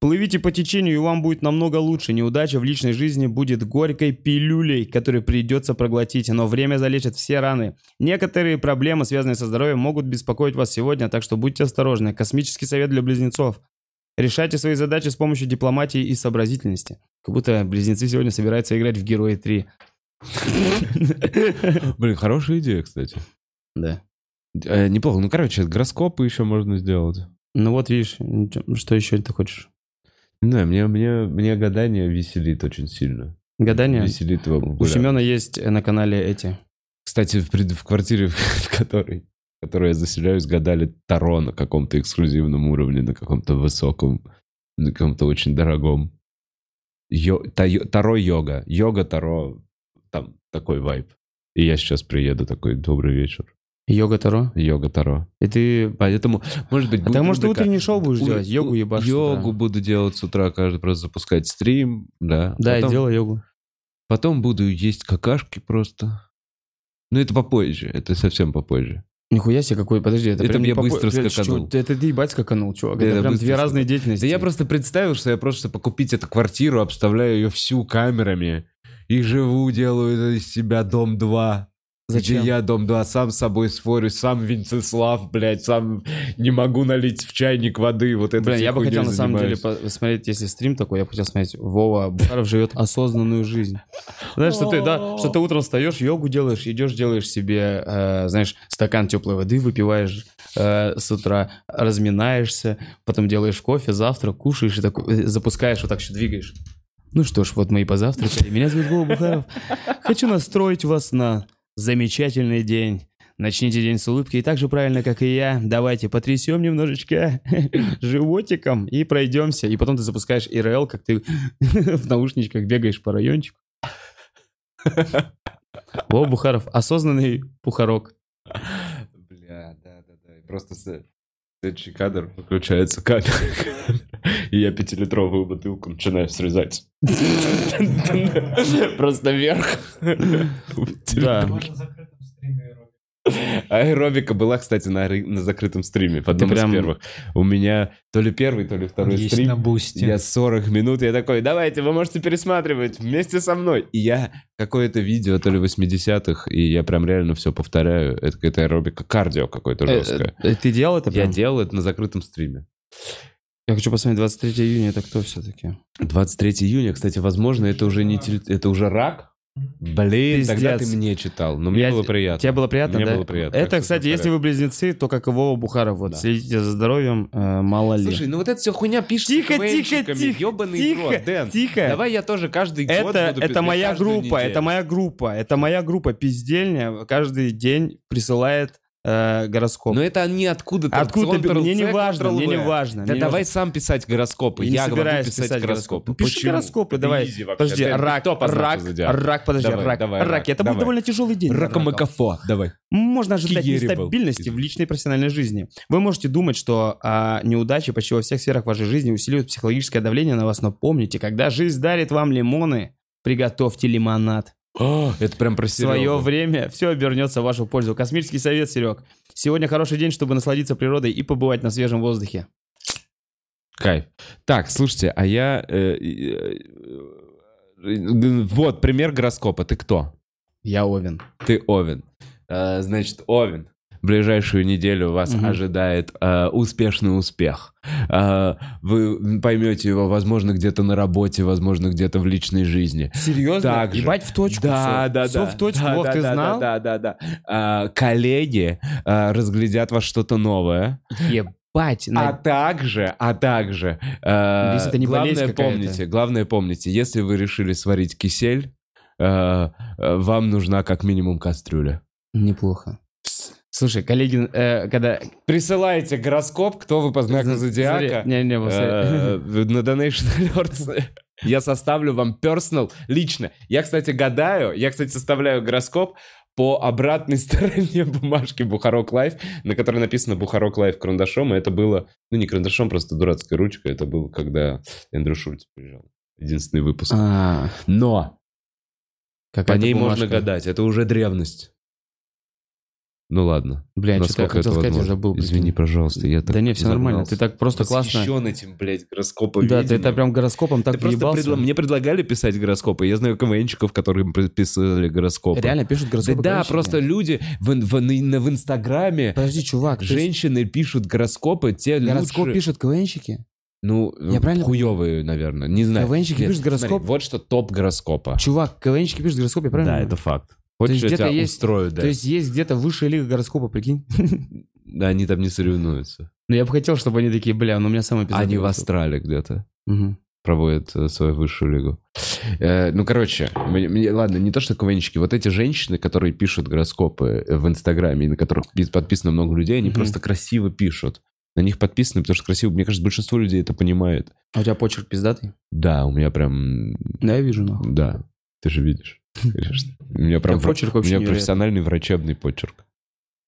[SPEAKER 2] Плывите по течению, и вам будет намного лучше. Неудача в личной жизни будет горькой пилюлей, которую придется проглотить, но время залечит все раны. Некоторые проблемы, связанные со здоровьем, могут беспокоить вас сегодня, так что будьте осторожны. Космический совет для близнецов. Решайте свои задачи с помощью дипломатии и сообразительности. Как будто близнецы сегодня собираются играть в Герои 3.
[SPEAKER 1] блин, хорошая идея, кстати.
[SPEAKER 2] Да.
[SPEAKER 1] Э, неплохо. Ну, короче, гороскопы еще можно сделать.
[SPEAKER 2] Ну вот видишь, ничего- что еще ты хочешь?
[SPEAKER 1] Не знаю, мне, мне, мне гадание веселит очень сильно.
[SPEAKER 2] Гадание?
[SPEAKER 1] Веселит его.
[SPEAKER 2] У Семена есть э, на канале эти.
[SPEAKER 1] Кстати, в, пред- в квартире, *laughs* в которой, в которой я заселяюсь, гадали Таро на каком-то эксклюзивном уровне, на каком-то высоком, на каком-то очень дорогом. Йо- та- йо- Таро-йога. Йога-таро. Там такой вайб. И я сейчас приеду такой, добрый вечер.
[SPEAKER 2] Йога Таро.
[SPEAKER 1] Йога Таро.
[SPEAKER 2] И ты...
[SPEAKER 1] Поэтому, может быть,
[SPEAKER 2] А ты,
[SPEAKER 1] будет
[SPEAKER 2] может, ты
[SPEAKER 1] рубрика-
[SPEAKER 2] утренний шоу будешь
[SPEAKER 1] У-
[SPEAKER 2] делать? Йогу
[SPEAKER 1] у-
[SPEAKER 2] ебашь с утра.
[SPEAKER 1] Йогу буду делать с утра, каждый просто запускать стрим, да.
[SPEAKER 2] Да, я
[SPEAKER 1] Потом-
[SPEAKER 2] делаю йогу.
[SPEAKER 1] Потом буду есть какашки просто. Ну, это попозже, это совсем попозже.
[SPEAKER 2] Нихуя себе какой, подожди. Это,
[SPEAKER 1] Это
[SPEAKER 2] прям не
[SPEAKER 1] я
[SPEAKER 2] попо-
[SPEAKER 1] быстро
[SPEAKER 2] Блядь,
[SPEAKER 1] скаканул.
[SPEAKER 2] чё- Это ты ебать скаканул, чувак.
[SPEAKER 1] Да,
[SPEAKER 2] Это
[SPEAKER 1] я
[SPEAKER 2] прям
[SPEAKER 1] быстро
[SPEAKER 2] две
[SPEAKER 1] скаканул.
[SPEAKER 2] разные деятельности.
[SPEAKER 1] Да я просто представил, что я просто чтобы купить эту квартиру, обставляю ее всю камерами и живу, делаю из себя Дом-2.
[SPEAKER 2] Зачем?
[SPEAKER 1] Где я, Дом-2, сам с собой спорю, сам Винцеслав, блядь, сам не могу налить в чайник воды, вот это
[SPEAKER 2] Блин,
[SPEAKER 1] всей
[SPEAKER 2] я бы хотел
[SPEAKER 1] хуйнёй
[SPEAKER 2] на самом деле
[SPEAKER 1] занимаюсь.
[SPEAKER 2] посмотреть, если стрим такой, я бы хотел смотреть, Вова Бухаров живет осознанную жизнь. Знаешь, что ты, да, что ты утром встаешь, йогу делаешь, идешь, делаешь себе, э, знаешь, стакан теплой воды выпиваешь э, с утра, разминаешься, потом делаешь кофе, завтрак, кушаешь и такой, э, запускаешь, вот так еще двигаешь. Ну что ж, вот мы и позавтракали. Меня зовут Вова Бухаров. Хочу настроить вас на замечательный день. Начните день с улыбки и так же правильно, как и я. Давайте потрясем немножечко *laughs* животиком и пройдемся. И потом ты запускаешь ИРЛ, как ты *laughs* в наушничках бегаешь по райончику. Во, Бухаров, осознанный пухарок.
[SPEAKER 1] Бля, да, да, да. И Просто с- следующий кадр выключается камера. *laughs* И я пятилитровую бутылку начинаю срезать.
[SPEAKER 2] *laughs*
[SPEAKER 1] *laughs* Просто вверх.
[SPEAKER 2] Да.
[SPEAKER 1] Аэробика была, кстати, на, ры- на закрытом стриме, в одном
[SPEAKER 2] прям-
[SPEAKER 1] из первых. У меня то ли первый, то ли второй
[SPEAKER 3] Есть
[SPEAKER 1] стрим.
[SPEAKER 3] на бусте.
[SPEAKER 1] Я 40 минут, я такой, давайте, вы можете пересматривать вместе со мной. И я какое-то видео, то ли 80-х, и я прям реально все повторяю. Это какая-то аэробика, кардио какое-то
[SPEAKER 2] Э,
[SPEAKER 1] жесткое.
[SPEAKER 2] э, Ты делал это
[SPEAKER 1] Я
[SPEAKER 2] прям?
[SPEAKER 1] делал это на закрытом стриме.
[SPEAKER 2] Я хочу посмотреть, 23 июня это кто все-таки?
[SPEAKER 1] 23 июня, кстати, возможно, это уже не теле- это уже рак. Блин, тогда ты
[SPEAKER 2] Пиздец.
[SPEAKER 1] мне читал, но мне
[SPEAKER 2] Я-
[SPEAKER 1] было приятно.
[SPEAKER 2] Тебе было приятно,
[SPEAKER 1] Мне
[SPEAKER 2] да?
[SPEAKER 1] было приятно,
[SPEAKER 2] Это,
[SPEAKER 1] как
[SPEAKER 2] кстати,
[SPEAKER 1] всегда,
[SPEAKER 2] если вы близнецы, то как и Вова Бухаров. Вот,
[SPEAKER 1] Да.
[SPEAKER 2] следите за здоровьем, э, мало ли.
[SPEAKER 1] Слушай, ну вот это все хуйня пишется
[SPEAKER 2] Тихо, тихо,
[SPEAKER 1] КВНщиками,
[SPEAKER 2] тихо,
[SPEAKER 1] ёбаный
[SPEAKER 2] тихо,
[SPEAKER 1] рот, Дэн.
[SPEAKER 2] тихо.
[SPEAKER 1] Давай я тоже каждый год
[SPEAKER 2] это,
[SPEAKER 1] буду пи-
[SPEAKER 2] это
[SPEAKER 1] я
[SPEAKER 2] моя
[SPEAKER 1] каждую
[SPEAKER 2] группа,
[SPEAKER 1] неделю.
[SPEAKER 2] это моя группа, это моя группа пиздельня каждый день присылает э, гороскоп.
[SPEAKER 1] Но Ну, это они откуда-то.
[SPEAKER 2] Откуда
[SPEAKER 1] Ctrl-C,
[SPEAKER 2] ты- мне не важно,
[SPEAKER 1] Ctrl-V.
[SPEAKER 2] мне не важно.
[SPEAKER 1] Да
[SPEAKER 2] мне не
[SPEAKER 1] давай
[SPEAKER 2] важно.
[SPEAKER 1] сам писать гороскопы.
[SPEAKER 2] Я
[SPEAKER 1] Я
[SPEAKER 2] не
[SPEAKER 1] говорю
[SPEAKER 2] собираюсь
[SPEAKER 1] писать, гороскопы.
[SPEAKER 2] Пиши
[SPEAKER 1] Почему?
[SPEAKER 2] гороскопы,
[SPEAKER 1] Это
[SPEAKER 2] давай.
[SPEAKER 1] easy вообще.
[SPEAKER 2] подожди,
[SPEAKER 1] Дэн,
[SPEAKER 2] рак,
[SPEAKER 1] кто по знаку
[SPEAKER 2] рак,
[SPEAKER 1] зодиака?
[SPEAKER 2] рак, подожди,
[SPEAKER 1] Давай,
[SPEAKER 2] рак,
[SPEAKER 1] давай,
[SPEAKER 2] рак.
[SPEAKER 1] рак,
[SPEAKER 2] Это будет
[SPEAKER 1] давай.
[SPEAKER 2] довольно тяжелый день. для раков.
[SPEAKER 1] Ракомакафо, давай.
[SPEAKER 2] Можно ожидать
[SPEAKER 1] Киерибл.
[SPEAKER 2] нестабильности в личной и профессиональной жизни. Вы можете думать, что а, неудачи почти во всех сферах вашей жизни усиливают психологическое давление на вас, но помните, когда жизнь дарит вам лимоны, приготовьте лимонад.
[SPEAKER 1] О, Это прям про
[SPEAKER 2] В свое
[SPEAKER 1] Серёгу.
[SPEAKER 2] время все обернется в вашу пользу. Космический совет, Серег. Сегодня хороший день, чтобы насладиться природой и побывать на свежем воздухе.
[SPEAKER 1] Кайф. Так, слушайте, а я... э, э, э, Вот, пример гороскопа. Ты кто?
[SPEAKER 2] Я Овен.
[SPEAKER 1] Ты Овен. Э, Значит, Овен. В ближайшую неделю вас
[SPEAKER 2] Мгм.
[SPEAKER 1] ожидает э, успешный успех. Э, вы поймете его, возможно, где-то на работе, возможно, где-то в личной жизни.
[SPEAKER 2] Серьезно?
[SPEAKER 1] Так же.
[SPEAKER 2] Ебать в точку.
[SPEAKER 1] да,
[SPEAKER 2] всё.
[SPEAKER 1] да,
[SPEAKER 2] Всё
[SPEAKER 1] да.
[SPEAKER 2] в точку,
[SPEAKER 1] Да,
[SPEAKER 2] Вов,
[SPEAKER 1] да,
[SPEAKER 2] ты
[SPEAKER 1] да,
[SPEAKER 2] знал?
[SPEAKER 1] Да, да, да. А, коллеги а, разглядят вас что-то новое.
[SPEAKER 2] Ебать. на-
[SPEAKER 1] А также, а также... а,
[SPEAKER 2] Бесит, это не
[SPEAKER 1] главное
[SPEAKER 2] болезнь какая-то.
[SPEAKER 1] помните, главное помните, если вы решили сварить кисель, а, а, вам нужна как минимум кастрюля.
[SPEAKER 2] Неплохо. Слушай, коллеги, э, когда...
[SPEAKER 1] Присылайте гороскоп, кто вы по знаку зодиака.
[SPEAKER 2] Не, не,
[SPEAKER 1] Э, на Donation Alerts. Я составлю вам personal лично. Я, кстати, гадаю, я, кстати, составляю гороскоп по обратной *laughs* стороне бумажки Бухарок Лайф, на которой написано Бухарок Лайф карандашом, и это было, ну не карандашом, просто дурацкой ручкой, это было, когда Эндрю Шульц приезжал. Единственный выпуск.
[SPEAKER 2] *laughs* А,
[SPEAKER 1] Но по
[SPEAKER 2] какая-то
[SPEAKER 1] ней
[SPEAKER 2] бумажка.
[SPEAKER 1] можно гадать, это уже древность. Ну ладно.
[SPEAKER 2] Бля, что-то я
[SPEAKER 1] Насколько это
[SPEAKER 2] хотел сказать, я
[SPEAKER 1] возможно?
[SPEAKER 2] забыл. прикинь.
[SPEAKER 1] Извини, пожалуйста, я так
[SPEAKER 2] Да не, все нормально,
[SPEAKER 1] загнался.
[SPEAKER 2] ты так просто классно...
[SPEAKER 1] Восхищен этим, блядь, гороскопом.
[SPEAKER 2] Да, ты это
[SPEAKER 1] видением.
[SPEAKER 2] прям гороскопом так
[SPEAKER 1] Да просто
[SPEAKER 2] въебался.
[SPEAKER 1] предла- мне предлагали писать гороскопы. Я знаю КВНчиков, которым писали гороскопы.
[SPEAKER 2] Реально пишут
[SPEAKER 1] Да,
[SPEAKER 2] гороскопы.
[SPEAKER 1] да,
[SPEAKER 2] короче,
[SPEAKER 1] просто
[SPEAKER 2] блин.
[SPEAKER 1] люди в, ин- в ин- на- в Инстаграме
[SPEAKER 2] Подожди, чувак, ты
[SPEAKER 1] женщины пишут гороскопы, те
[SPEAKER 2] Гороскоп
[SPEAKER 1] лучше-
[SPEAKER 2] пишут КВНщики?
[SPEAKER 1] Ну,
[SPEAKER 2] Я правильно
[SPEAKER 1] хуевые, наверное, не знаю.
[SPEAKER 2] КВНщики
[SPEAKER 1] Нет,
[SPEAKER 2] пишут гороскоп?
[SPEAKER 1] смотри, вот что топ гороскопа.
[SPEAKER 2] Чувак, КВНщики пишут гороскоп, я правильно?
[SPEAKER 1] Да,
[SPEAKER 2] понимаю?
[SPEAKER 1] это факт.
[SPEAKER 2] есть
[SPEAKER 1] Хочешь, я
[SPEAKER 2] где-то
[SPEAKER 1] тебя
[SPEAKER 2] есть-
[SPEAKER 1] устрою, да.
[SPEAKER 2] То есть есть где-то высшая лига гороскопа, прикинь? *laughs*
[SPEAKER 1] Да, они там не соревнуются.
[SPEAKER 2] Но я бы хотел, чтобы они такие, бля, ну у меня самый пиздатый
[SPEAKER 1] Они в
[SPEAKER 2] гороскоп».
[SPEAKER 1] Австралии где-то.
[SPEAKER 2] Мгм.
[SPEAKER 1] проводят э, свою высшую лигу. Э, ну, короче, мне- мне- ладно, не то, что КВНщики. Вот эти женщины, которые пишут гороскопы э, в Инстаграме, и на которых пи- подписано много людей, они
[SPEAKER 2] Мгм.
[SPEAKER 1] просто красиво пишут. На них подписаны, потому что красиво. Мне кажется, большинство людей это понимает.
[SPEAKER 2] А у тебя почерк пиздатый?
[SPEAKER 1] Да, у меня прям...
[SPEAKER 2] Да, я вижу, нахуй.
[SPEAKER 1] Да, ты же видишь, конечно. У меня
[SPEAKER 2] Я
[SPEAKER 1] прям... вра-
[SPEAKER 2] почерк
[SPEAKER 1] У
[SPEAKER 2] вообще
[SPEAKER 1] меня
[SPEAKER 2] невероятный.
[SPEAKER 1] профессиональный врачебный почерк.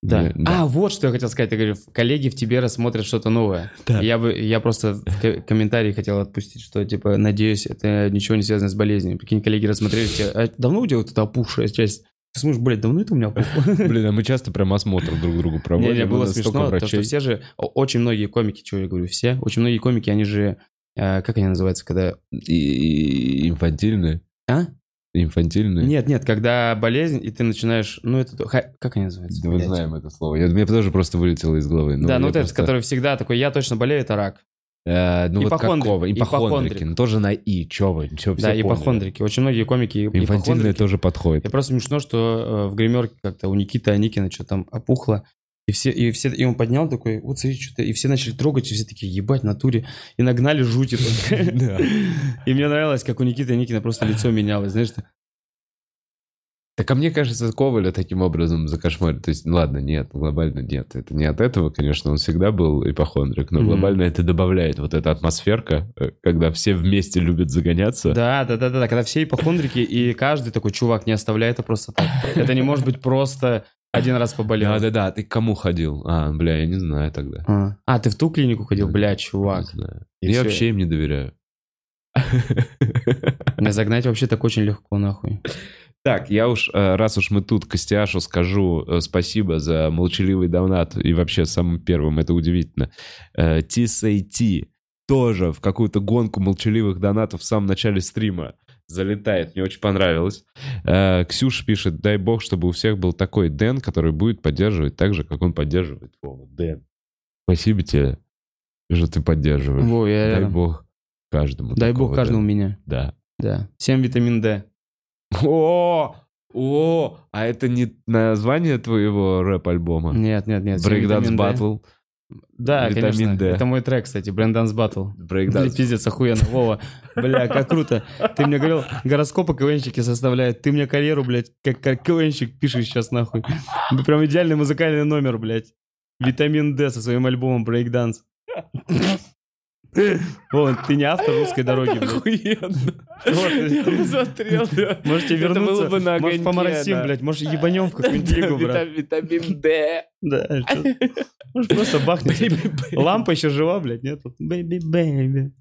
[SPEAKER 2] Да.
[SPEAKER 1] Мне- да.
[SPEAKER 2] *laughs* А, вот что я хотел сказать. Ты говоришь, коллеги в тебе рассмотрят что-то новое.
[SPEAKER 1] Да.
[SPEAKER 2] Я бы, я просто в ко- комментарии хотел отпустить, что, типа, надеюсь, это ничего не связано с болезнью. Прикинь, коллеги рассмотрели тебя. «А давно у тебя вот эта опухшая часть? Ты смотришь, блядь, давно это у меня опухло?
[SPEAKER 1] Блин, а мы часто прям осмотр друг другу проводим.
[SPEAKER 2] Не, не, было
[SPEAKER 1] у нас столько
[SPEAKER 2] смешно, то, что
[SPEAKER 1] врачей.
[SPEAKER 2] все же, о- очень многие комики, чего я говорю, все, очень многие комики, они же, э, как они называются, когда...
[SPEAKER 1] И- и- Инфантильные.
[SPEAKER 2] А?
[SPEAKER 1] Инфантильные.
[SPEAKER 2] Нет, нет, когда болезнь, и ты начинаешь, ну это... то- ха- Как они называются?
[SPEAKER 1] Да Мы
[SPEAKER 2] блядь?
[SPEAKER 1] знаем это слово. Я, мне тоже просто вылетело из головы.
[SPEAKER 2] да, ну
[SPEAKER 1] я
[SPEAKER 2] вот этот,
[SPEAKER 1] просто-
[SPEAKER 2] который всегда такой, я точно болею, это рак.
[SPEAKER 1] Э, ну вот
[SPEAKER 2] Ипохондрик.
[SPEAKER 1] какого? Ипохондрики.
[SPEAKER 2] Ипохондрик.
[SPEAKER 1] Ну тоже на «и». Чё вы? Чё, все
[SPEAKER 2] да,
[SPEAKER 1] поняли.
[SPEAKER 2] ипохондрики. Очень многие комики
[SPEAKER 1] Инфантильные
[SPEAKER 2] ипохондрики.
[SPEAKER 1] тоже подходит.
[SPEAKER 2] И просто смешно, что э, в гримерке как-то у Никиты Аникина что там опухло. И все, и все, и он поднял такой, вот смотри, что-то, и все начали трогать, и все такие, ебать, натуре, и нагнали жути.
[SPEAKER 1] *laughs*
[SPEAKER 2] только.
[SPEAKER 1] Да.
[SPEAKER 2] И мне нравилось, как у Никиты Аникина просто лицо менялось, знаешь, ты-
[SPEAKER 1] Так а мне кажется, Коваля таким образом закошмарит. То есть, ну, ладно, нет, глобально нет. Это не от этого, конечно, он всегда был ипохондрик, но
[SPEAKER 2] Мгм.
[SPEAKER 1] глобально это добавляет вот эта атмосферка, э, когда все вместе любят загоняться.
[SPEAKER 2] да, да, да, да, да, когда все ипохондрики, и каждый такой чувак не оставляет это просто так. Это не может быть просто один раз поболел.
[SPEAKER 1] Да, да, да. Ты к кому ходил? А, бля, я не знаю тогда.
[SPEAKER 2] А, А, ты в ту клинику ходил, бля, чувак.
[SPEAKER 1] Не знаю.
[SPEAKER 2] И
[SPEAKER 1] Я
[SPEAKER 2] всё.
[SPEAKER 1] вообще им не доверяю.
[SPEAKER 2] Меня загнать вообще так очень легко, нахуй.
[SPEAKER 1] Так, я уж, э, раз уж мы тут Костяшу скажу э, спасибо за молчаливый донат и вообще самым первым, это удивительно. Э, TSAT тоже в какую-то гонку молчаливых донатов в самом начале стрима залетает, мне очень понравилось. Э, Ксюш пишет, дай бог, чтобы у всех был такой Дэн, который будет поддерживать так же, как он поддерживает. Вова, Дэн, спасибо тебе, что ты поддерживаешь.
[SPEAKER 2] Во, я
[SPEAKER 1] дай
[SPEAKER 2] рядом.
[SPEAKER 1] бог каждому.
[SPEAKER 2] Дай
[SPEAKER 1] такого
[SPEAKER 2] бог каждому
[SPEAKER 1] Дэна.
[SPEAKER 2] меня.
[SPEAKER 1] Да.
[SPEAKER 2] Да. Всем витамин D.
[SPEAKER 1] О, о, а это не название твоего рэп-альбома?
[SPEAKER 2] Нет, нет, нет. всем
[SPEAKER 1] Брейкданс
[SPEAKER 2] витамин D.
[SPEAKER 1] батл.
[SPEAKER 2] Да,
[SPEAKER 1] Витамин
[SPEAKER 2] конечно.
[SPEAKER 1] D.
[SPEAKER 2] Это мой трек, кстати, Брейкданс батл. Блин,
[SPEAKER 1] Брейкданс.
[SPEAKER 2] пиздец, охуенно. Вова, бля, как круто. Ты мне говорил, гороскопы КВНщики составляют. Ты мне карьеру, блядь, как, как КВНщик пишешь сейчас, нахуй. Ну, Прям идеальный музыкальный номер, блядь. Витамин D со своим альбомом Брейкданс. Вова, ты не автор русской дороги, блядь.
[SPEAKER 1] Охуенно.
[SPEAKER 2] *laughs* Вот,
[SPEAKER 1] Я посмотрел, да.
[SPEAKER 2] Можете
[SPEAKER 1] Это
[SPEAKER 2] вернуться,
[SPEAKER 1] было бы на
[SPEAKER 2] может,
[SPEAKER 1] огоньке,
[SPEAKER 2] поморосим,
[SPEAKER 1] да.
[SPEAKER 2] блядь, может, ебанем в
[SPEAKER 1] *laughs*
[SPEAKER 2] какую-нибудь лигу, брат.
[SPEAKER 1] Вита- Витамин Д. *laughs*
[SPEAKER 2] Да, чё- может, просто бахнуть. Лампа еще жива, блядь, нет? Бэби-бэби.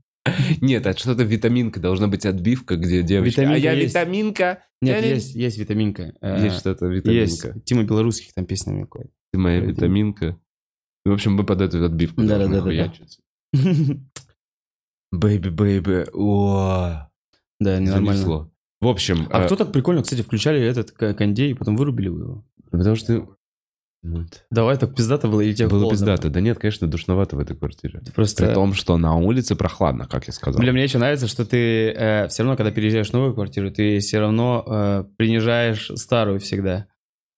[SPEAKER 1] Нет, а что-то витаминка. Должна быть отбивка, где девочка. А
[SPEAKER 2] Витаминка
[SPEAKER 1] я
[SPEAKER 2] есть.
[SPEAKER 1] витаминка.
[SPEAKER 2] Нет,
[SPEAKER 1] Я не-
[SPEAKER 2] есть, есть витаминка. Э,
[SPEAKER 1] Есть что-то
[SPEAKER 2] Есть.
[SPEAKER 1] витаминка.
[SPEAKER 2] Тима Белорусских там песнями *laughs* какой.
[SPEAKER 1] Ты моя
[SPEAKER 2] Витамин.
[SPEAKER 1] витаминка. В общем, мы под эту отбивку
[SPEAKER 2] Да-да-да-да-да.
[SPEAKER 1] должны хуячиться. Бэйби, бэйби. О,
[SPEAKER 2] Да, ненормально.
[SPEAKER 1] занесло. В общем,
[SPEAKER 2] А
[SPEAKER 1] э,
[SPEAKER 2] кто так прикольно, кстати, включали этот к- кондей, и потом вырубили его.
[SPEAKER 1] потому что... Вот.
[SPEAKER 2] Давай, так пиздато было, или тебе
[SPEAKER 1] Было
[SPEAKER 2] холодно?
[SPEAKER 1] пиздато. Да нет, конечно, душновато в этой квартире.
[SPEAKER 2] Ты Просто...
[SPEAKER 1] При том, что на улице прохладно, как я сказал.
[SPEAKER 2] Бля, мне еще нравится, что ты все равно, когда переезжаешь в новую квартиру, ты все равно э, принижаешь старую всегда.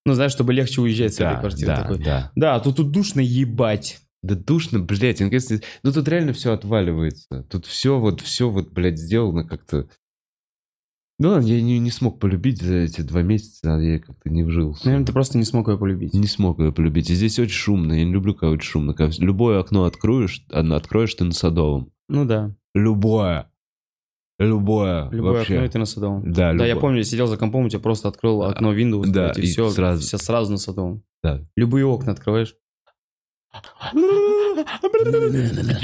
[SPEAKER 2] Ну, знаешь, чтобы легче уезжать с этой
[SPEAKER 1] да,
[SPEAKER 2] квартиры.
[SPEAKER 1] да,
[SPEAKER 2] такой.
[SPEAKER 1] да.
[SPEAKER 2] Да, тут, тут душно ебать.
[SPEAKER 1] Да душно, блядь, наконец-то- ну тут реально все отваливается. Тут все вот, все вот, блядь, сделано как-то... Ну ладно, я не, не смог полюбить за эти два месяца, а я как-то не вжился.
[SPEAKER 2] Наверное, ты просто не смог ее полюбить.
[SPEAKER 1] Не смог ее полюбить. И здесь очень шумно, я не люблю, когда очень шумно. Когда любое окно откроешь, одно откроешь, ты на Садовом.
[SPEAKER 2] Ну да.
[SPEAKER 1] Любое. Любое,
[SPEAKER 2] Любое
[SPEAKER 1] вообще.
[SPEAKER 2] окно, и ты на садовом.
[SPEAKER 1] Да,
[SPEAKER 2] Да,
[SPEAKER 1] любое. А,
[SPEAKER 2] я помню, я сидел за компом, у тебя просто открыл окно Windows,
[SPEAKER 1] Да,
[SPEAKER 2] блядь, и,
[SPEAKER 1] и
[SPEAKER 2] все,
[SPEAKER 1] сразу.
[SPEAKER 2] все сразу на садовом.
[SPEAKER 1] Да.
[SPEAKER 2] Любые окна открываешь.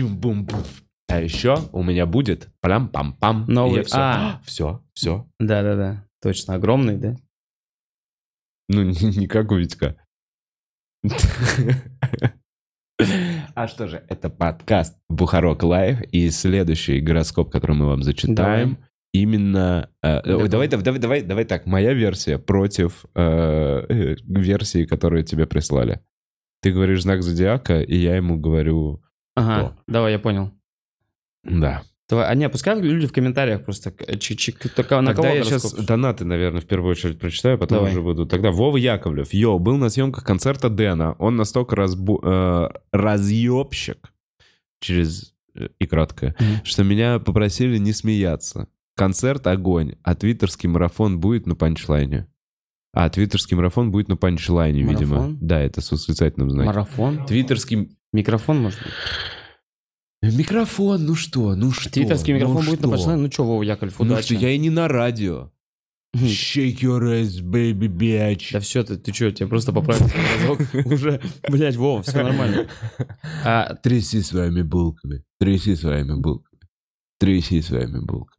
[SPEAKER 1] Бум-бум. А еще у меня будет плям-пам-пам.
[SPEAKER 2] Новый-
[SPEAKER 1] Все,
[SPEAKER 2] А.
[SPEAKER 1] *gasps* все, все.
[SPEAKER 2] Да-да-да, точно, огромный, да?
[SPEAKER 1] Ну, не, не как у Витька. *laughs* А что же, это подкаст Бухарок Лайв, и следующий гороскоп, который мы вам зачитаем, именно... э, э, ой, давай, давай, давай, давай, давай так, моя версия против э, э, версии, которую тебе прислали. Ты говоришь знак зодиака, и я ему говорю...
[SPEAKER 2] Ага, давай, я понял.
[SPEAKER 1] Да.
[SPEAKER 2] Давай, а не, пускай люди в комментариях просто, к- э, чи- чи- к- только А на
[SPEAKER 1] Тогда
[SPEAKER 2] кого
[SPEAKER 1] я сейчас
[SPEAKER 2] гороскоп?
[SPEAKER 1] донаты, наверное, в первую очередь прочитаю, потом
[SPEAKER 2] Давай.
[SPEAKER 1] уже буду. Тогда Вова Яковлев. Йо, был на съемках концерта Дэна. Он настолько разбу... э, разъебщик через э, и краткое,
[SPEAKER 2] Мгм.
[SPEAKER 1] что меня попросили не смеяться. Концерт огонь, а твиттерский марафон будет на панчлайне. А твиттерский марафон будет на панчлайне, видимо.
[SPEAKER 2] Марафон?
[SPEAKER 1] Да, это с восклицательным знаком.
[SPEAKER 2] Марафон?
[SPEAKER 1] Твиттерский
[SPEAKER 2] Микрофон, может быть?
[SPEAKER 1] микрофон, ну что, ну что?
[SPEAKER 2] Твиттерский
[SPEAKER 1] ну
[SPEAKER 2] микрофон будет
[SPEAKER 1] что?
[SPEAKER 2] на пацаны? Ну что, Вова Яковлев,
[SPEAKER 1] Ну
[SPEAKER 2] удачи.
[SPEAKER 1] что, я и не на радио. Shake your ass, baby bitch.
[SPEAKER 2] Да все, ты, ты что, тебя просто поправили *laughs* разок. Уже, блядь, Вова,
[SPEAKER 1] *laughs*
[SPEAKER 2] все нормально. А,
[SPEAKER 1] Тряси своими булками. Тряси своими булками. Тряси своими булками.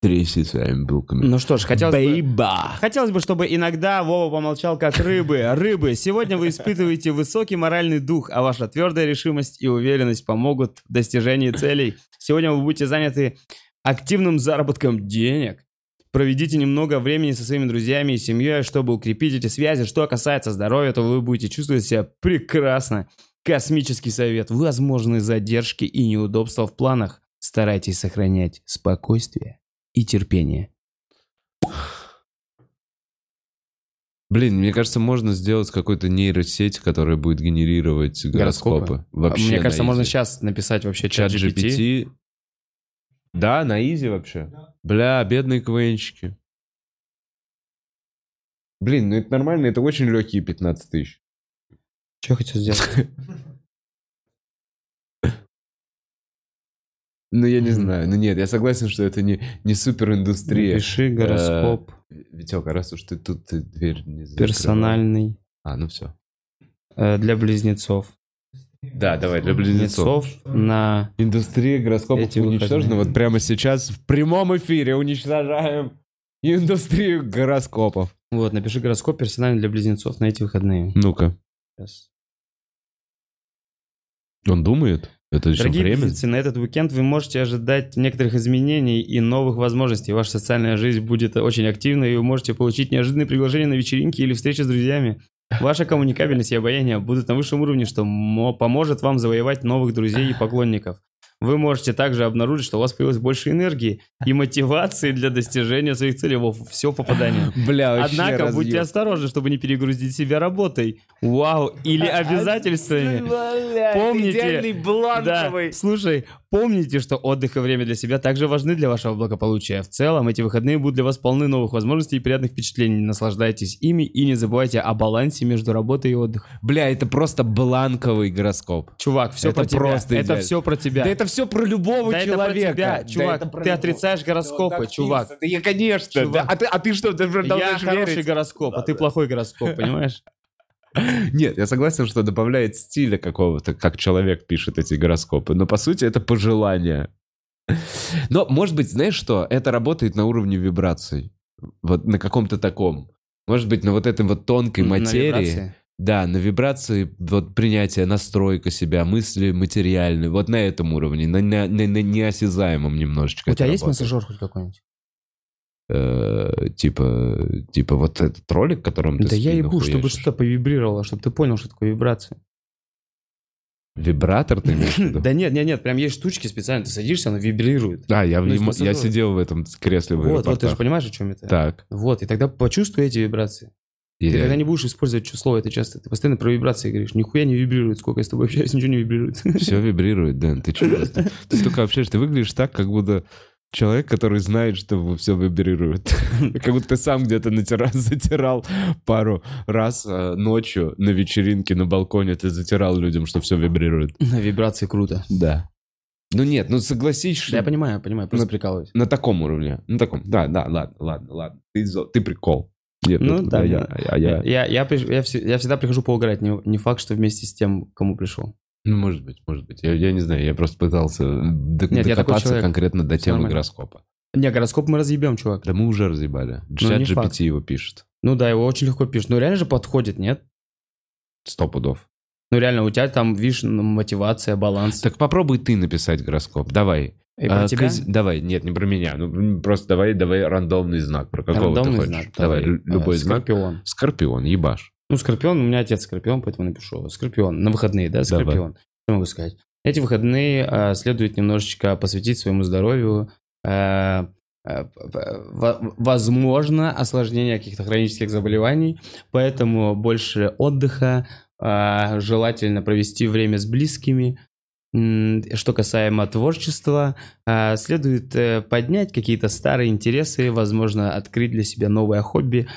[SPEAKER 1] Тряси своими булками.
[SPEAKER 2] ну что ж, хотелось бы...
[SPEAKER 1] Бейба.
[SPEAKER 2] Хотелось бы, чтобы иногда Вова помолчал как рыбы. Рыбы, сегодня вы испытываете высокий моральный дух, а ваша твердая решимость и уверенность помогут в достижении целей. Сегодня вы будете заняты активным заработком денег. Проведите немного времени со своими друзьями и семьей, чтобы укрепить эти связи. Что касается здоровья, то вы будете чувствовать себя прекрасно. Космический совет. Возможны задержки и неудобства в планах. Старайтесь сохранять спокойствие и терпение.
[SPEAKER 1] Блин, мне кажется, можно сделать какую-то нейросеть, которая будет генерировать
[SPEAKER 2] Гороскопы? А,
[SPEAKER 1] гороскопы. Вообще
[SPEAKER 2] Мне кажется,
[SPEAKER 1] на
[SPEAKER 2] можно
[SPEAKER 1] изи.
[SPEAKER 2] сейчас написать вообще чат
[SPEAKER 1] чат
[SPEAKER 2] GPT.
[SPEAKER 1] GPT. Да, на изи вообще. Бля, бедные КВНщики. Блин, ну это нормально, это очень легкие 15 тысяч.
[SPEAKER 2] Что хотел сделать?
[SPEAKER 1] *laughs* Ну я не
[SPEAKER 2] Мгм.
[SPEAKER 1] знаю, ну нет, я согласен, что это не, не супер индустрия.
[SPEAKER 2] Пиши гороскоп
[SPEAKER 1] Витек, а раз уж ты тут, ты дверь не закрывал.
[SPEAKER 2] персональный
[SPEAKER 1] А, ну все.
[SPEAKER 2] э, для близнецов.
[SPEAKER 1] Да, давай, для близнецов.
[SPEAKER 2] на...
[SPEAKER 1] Индустрия гороскопов
[SPEAKER 2] Эти
[SPEAKER 1] уничтожена.
[SPEAKER 2] выходные.
[SPEAKER 1] Вот прямо сейчас в прямом эфире уничтожаем индустрию гороскопов.
[SPEAKER 2] Вот, напиши гороскоп персональный для близнецов на эти выходные.
[SPEAKER 1] Ну-ка.
[SPEAKER 2] Сейчас.
[SPEAKER 1] Он думает? Это еще
[SPEAKER 2] Дорогие
[SPEAKER 1] время?
[SPEAKER 2] близнецы, на этот уикенд вы можете ожидать некоторых изменений и новых возможностей. Ваша социальная жизнь будет очень активной, и вы можете получить неожиданные приглашения на вечеринки или встречи с друзьями. Ваша коммуникабельность и обаяние будут на высшем уровне, что мо- поможет вам завоевать новых друзей и поклонников. Вы можете также обнаружить, что у вас появилось больше энергии и мотивации для достижения своих целей. Все попадание.
[SPEAKER 1] Бля, *laughs* вообще
[SPEAKER 2] Однако
[SPEAKER 1] разъеб.
[SPEAKER 2] будьте осторожны, чтобы не перегрузить себя работой. Вау, или
[SPEAKER 1] А,
[SPEAKER 2] обязательствами. Помните- идеальный Да, слушай, помните, что отдых и время для себя также важны для вашего благополучия. В целом, эти выходные будут для вас полны новых возможностей и приятных впечатлений. Наслаждайтесь ими и не забывайте о балансе между работой и отдыхом.
[SPEAKER 1] Бля, это просто бланковый гороскоп.
[SPEAKER 2] Чувак, все
[SPEAKER 1] Это
[SPEAKER 2] про тебя.
[SPEAKER 1] просто
[SPEAKER 2] это
[SPEAKER 1] идеально.
[SPEAKER 2] все про тебя.
[SPEAKER 1] Да, это все про любого
[SPEAKER 2] Да это про
[SPEAKER 1] человека.
[SPEAKER 2] тебя,
[SPEAKER 1] Да
[SPEAKER 2] чувак.
[SPEAKER 1] это про
[SPEAKER 2] ты
[SPEAKER 1] любого.
[SPEAKER 2] отрицаешь гороскопы,
[SPEAKER 1] Да,
[SPEAKER 2] чувак.
[SPEAKER 1] Да я, конечно.
[SPEAKER 2] Чувак.
[SPEAKER 1] Да, А, ты, а ты что, ты
[SPEAKER 2] Я
[SPEAKER 1] продолжаешь
[SPEAKER 2] хороший
[SPEAKER 1] верить?
[SPEAKER 2] гороскоп, а ты плохой
[SPEAKER 1] *laughs*
[SPEAKER 2] гороскоп, понимаешь?
[SPEAKER 1] Нет, я согласен, что добавляет стиля какого-то, как человек пишет эти гороскопы. Но по сути это пожелание. Но, может быть, знаешь что? Это работает на уровне вибраций. Вот на каком-то таком. Может быть, на вот этом вот тонкой
[SPEAKER 2] На
[SPEAKER 1] материи.
[SPEAKER 2] вибрации.
[SPEAKER 1] Да, на вибрации, вот принятие, настройка себя, мысли материальные, вот на этом уровне, на, на- на- на неосязаемом немножечко.
[SPEAKER 2] У
[SPEAKER 1] это
[SPEAKER 2] тебя есть
[SPEAKER 1] работает.
[SPEAKER 2] массажер хоть какой-нибудь?
[SPEAKER 1] Э, типа, типа вот этот ролик, которым ты
[SPEAKER 2] Да я
[SPEAKER 1] спину
[SPEAKER 2] ебу, чтобы
[SPEAKER 1] хуяшишь.
[SPEAKER 2] что-то повибрировало, чтобы ты понял, что такое вибрация.
[SPEAKER 1] Вибратор ты имеешь в виду?
[SPEAKER 2] Да нет, нет, нет, прям есть штучки специально, ты садишься, она вибрирует.
[SPEAKER 1] Да, я, в
[SPEAKER 2] Ну,
[SPEAKER 1] ем-
[SPEAKER 2] из
[SPEAKER 1] я
[SPEAKER 2] массажера.
[SPEAKER 1] сидел в этом кресле в
[SPEAKER 2] Вот, вот ты же
[SPEAKER 1] аэропортах.
[SPEAKER 2] понимаешь, о чем это.
[SPEAKER 1] Так.
[SPEAKER 2] Вот, и тогда почувствуй эти вибрации.
[SPEAKER 1] И
[SPEAKER 2] Ты
[SPEAKER 1] я-
[SPEAKER 2] тогда не будешь использовать чё- слово это часто. Ты постоянно про вибрации говоришь. Нихуя не вибрирует, сколько я с тобой общаюсь, *laughs* ничего не
[SPEAKER 1] *laughs*
[SPEAKER 2] вибрирует.
[SPEAKER 1] Все вибрирует, Дэн, ты чё? Ты ты столько общаешься, ты выглядишь так, как будто человек, который знает, что все вибрирует. *laughs* Как будто ты сам где-то натира- затирал пару раз э, ночью на вечеринке, на балконе, ты затирал людям, что все вибрирует.
[SPEAKER 2] На вибрации круто.
[SPEAKER 1] Да. Ну нет, ну согласись,
[SPEAKER 2] Да,
[SPEAKER 1] что
[SPEAKER 2] я понимаю, я понимаю, просто
[SPEAKER 1] Ну,
[SPEAKER 2] прикалываюсь.
[SPEAKER 1] на таком уровне. На таком. Да, да, ладно, ладно, ладно. Ты, зо- ты прикол. Я
[SPEAKER 2] Ну
[SPEAKER 1] тут,
[SPEAKER 2] да,
[SPEAKER 1] а я-
[SPEAKER 2] да.
[SPEAKER 1] а
[SPEAKER 2] Я,
[SPEAKER 1] я-
[SPEAKER 2] я, приш- я вс- я всегда прихожу поугарать, не, не факт, что вместе с тем, кому пришел.
[SPEAKER 1] Ну, может быть, может быть. Я, я не знаю, я просто пытался д-
[SPEAKER 2] Нет, я такой
[SPEAKER 1] докопаться
[SPEAKER 2] человек.
[SPEAKER 1] конкретно до
[SPEAKER 2] Всё
[SPEAKER 1] темы
[SPEAKER 2] нормально.
[SPEAKER 1] гороскопа.
[SPEAKER 2] Не, гороскоп мы разъебем, чувак.
[SPEAKER 1] Да мы уже разъебали.
[SPEAKER 2] Ну,
[SPEAKER 1] Чат
[SPEAKER 2] не
[SPEAKER 1] GPT
[SPEAKER 2] факт.
[SPEAKER 1] его пишет.
[SPEAKER 2] Ну да, его очень легко пишешь. Ну реально же подходит, нет?
[SPEAKER 1] Сто пудов.
[SPEAKER 2] Ну реально, у тебя там, видишь, ну, мотивация, баланс.
[SPEAKER 1] Так попробуй ты написать гороскоп. Давай.
[SPEAKER 2] И про
[SPEAKER 1] А,
[SPEAKER 2] тебя?
[SPEAKER 1] каз- Давай, нет, не про меня. Ну, м, просто давай, давай рандомный знак. Про какого
[SPEAKER 2] Рандомный
[SPEAKER 1] ты хочешь?
[SPEAKER 2] знак.
[SPEAKER 1] Давай, лю- любой
[SPEAKER 2] А,
[SPEAKER 1] знак.
[SPEAKER 2] Скорпион.
[SPEAKER 1] Скорпион, ебаш.
[SPEAKER 2] Ну, Скорпион, у меня отец Скорпион, поэтому напишу. Скорпион, на выходные, да,
[SPEAKER 1] Давай.
[SPEAKER 2] Скорпион. Что могу сказать? Эти выходные а, следует немножечко посвятить своему здоровью. э, э, в- в- возможно, осложнение каких-то хронических заболеваний, поэтому больше отдыха, а, желательно провести время с близкими. М, Что касаемо творчества, а, следует э, поднять какие-то старые интересы, возможно, открыть для себя новое хобби,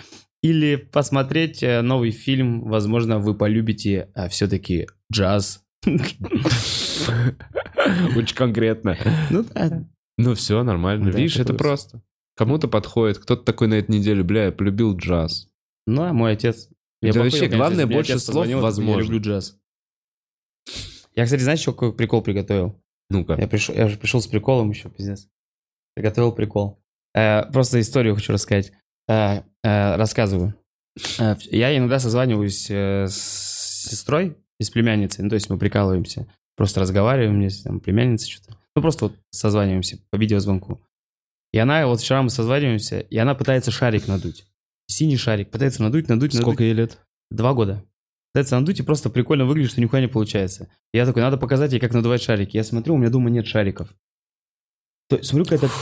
[SPEAKER 2] или посмотреть э, новый фильм, возможно, вы полюбите все-таки джаз.
[SPEAKER 1] Очень конкретно.
[SPEAKER 2] Ну да.
[SPEAKER 1] Ну все, нормально.
[SPEAKER 2] Да,
[SPEAKER 1] Видишь, это
[SPEAKER 2] такое всё.
[SPEAKER 1] просто.
[SPEAKER 3] Кому-то подходит, кто-то такой на этой неделе, бля, я полюбил джаз.
[SPEAKER 2] Ну, а мой отец...
[SPEAKER 3] Да
[SPEAKER 2] похуел,
[SPEAKER 3] вообще,
[SPEAKER 2] конечно,
[SPEAKER 3] главное,
[SPEAKER 2] если бы мне
[SPEAKER 3] больше
[SPEAKER 2] отец
[SPEAKER 3] слов
[SPEAKER 2] позвонил, такой,
[SPEAKER 3] возможно.
[SPEAKER 2] Я люблю джаз. Я, кстати, знаешь, еще какой прикол приготовил?
[SPEAKER 1] Ну-ка.
[SPEAKER 2] Я, пришел, я же пришел с приколом еще, пиздец. Приготовил прикол. Э, просто историю хочу рассказать. Э, э, рассказываю. Э, в- я иногда созваниваюсь э, с сестрой и с племянницей. Ну, то есть мы прикалываемся. Просто разговариваем, мне там племянница что-то. Ну, просто вот созваниваемся по видеозвонку. И она, вот вчера мы созваниваемся, и она пытается шарик надуть. Синий шарик. Пытается надуть, надуть, надуть.
[SPEAKER 3] ей лет?
[SPEAKER 2] Два года. Пытается надуть и просто прикольно выглядит, что нихуя не получается. Я такой, надо показать ей, как надувать шарики. Я смотрю, у меня дома нет шариков. То есть смотрю, какая-то...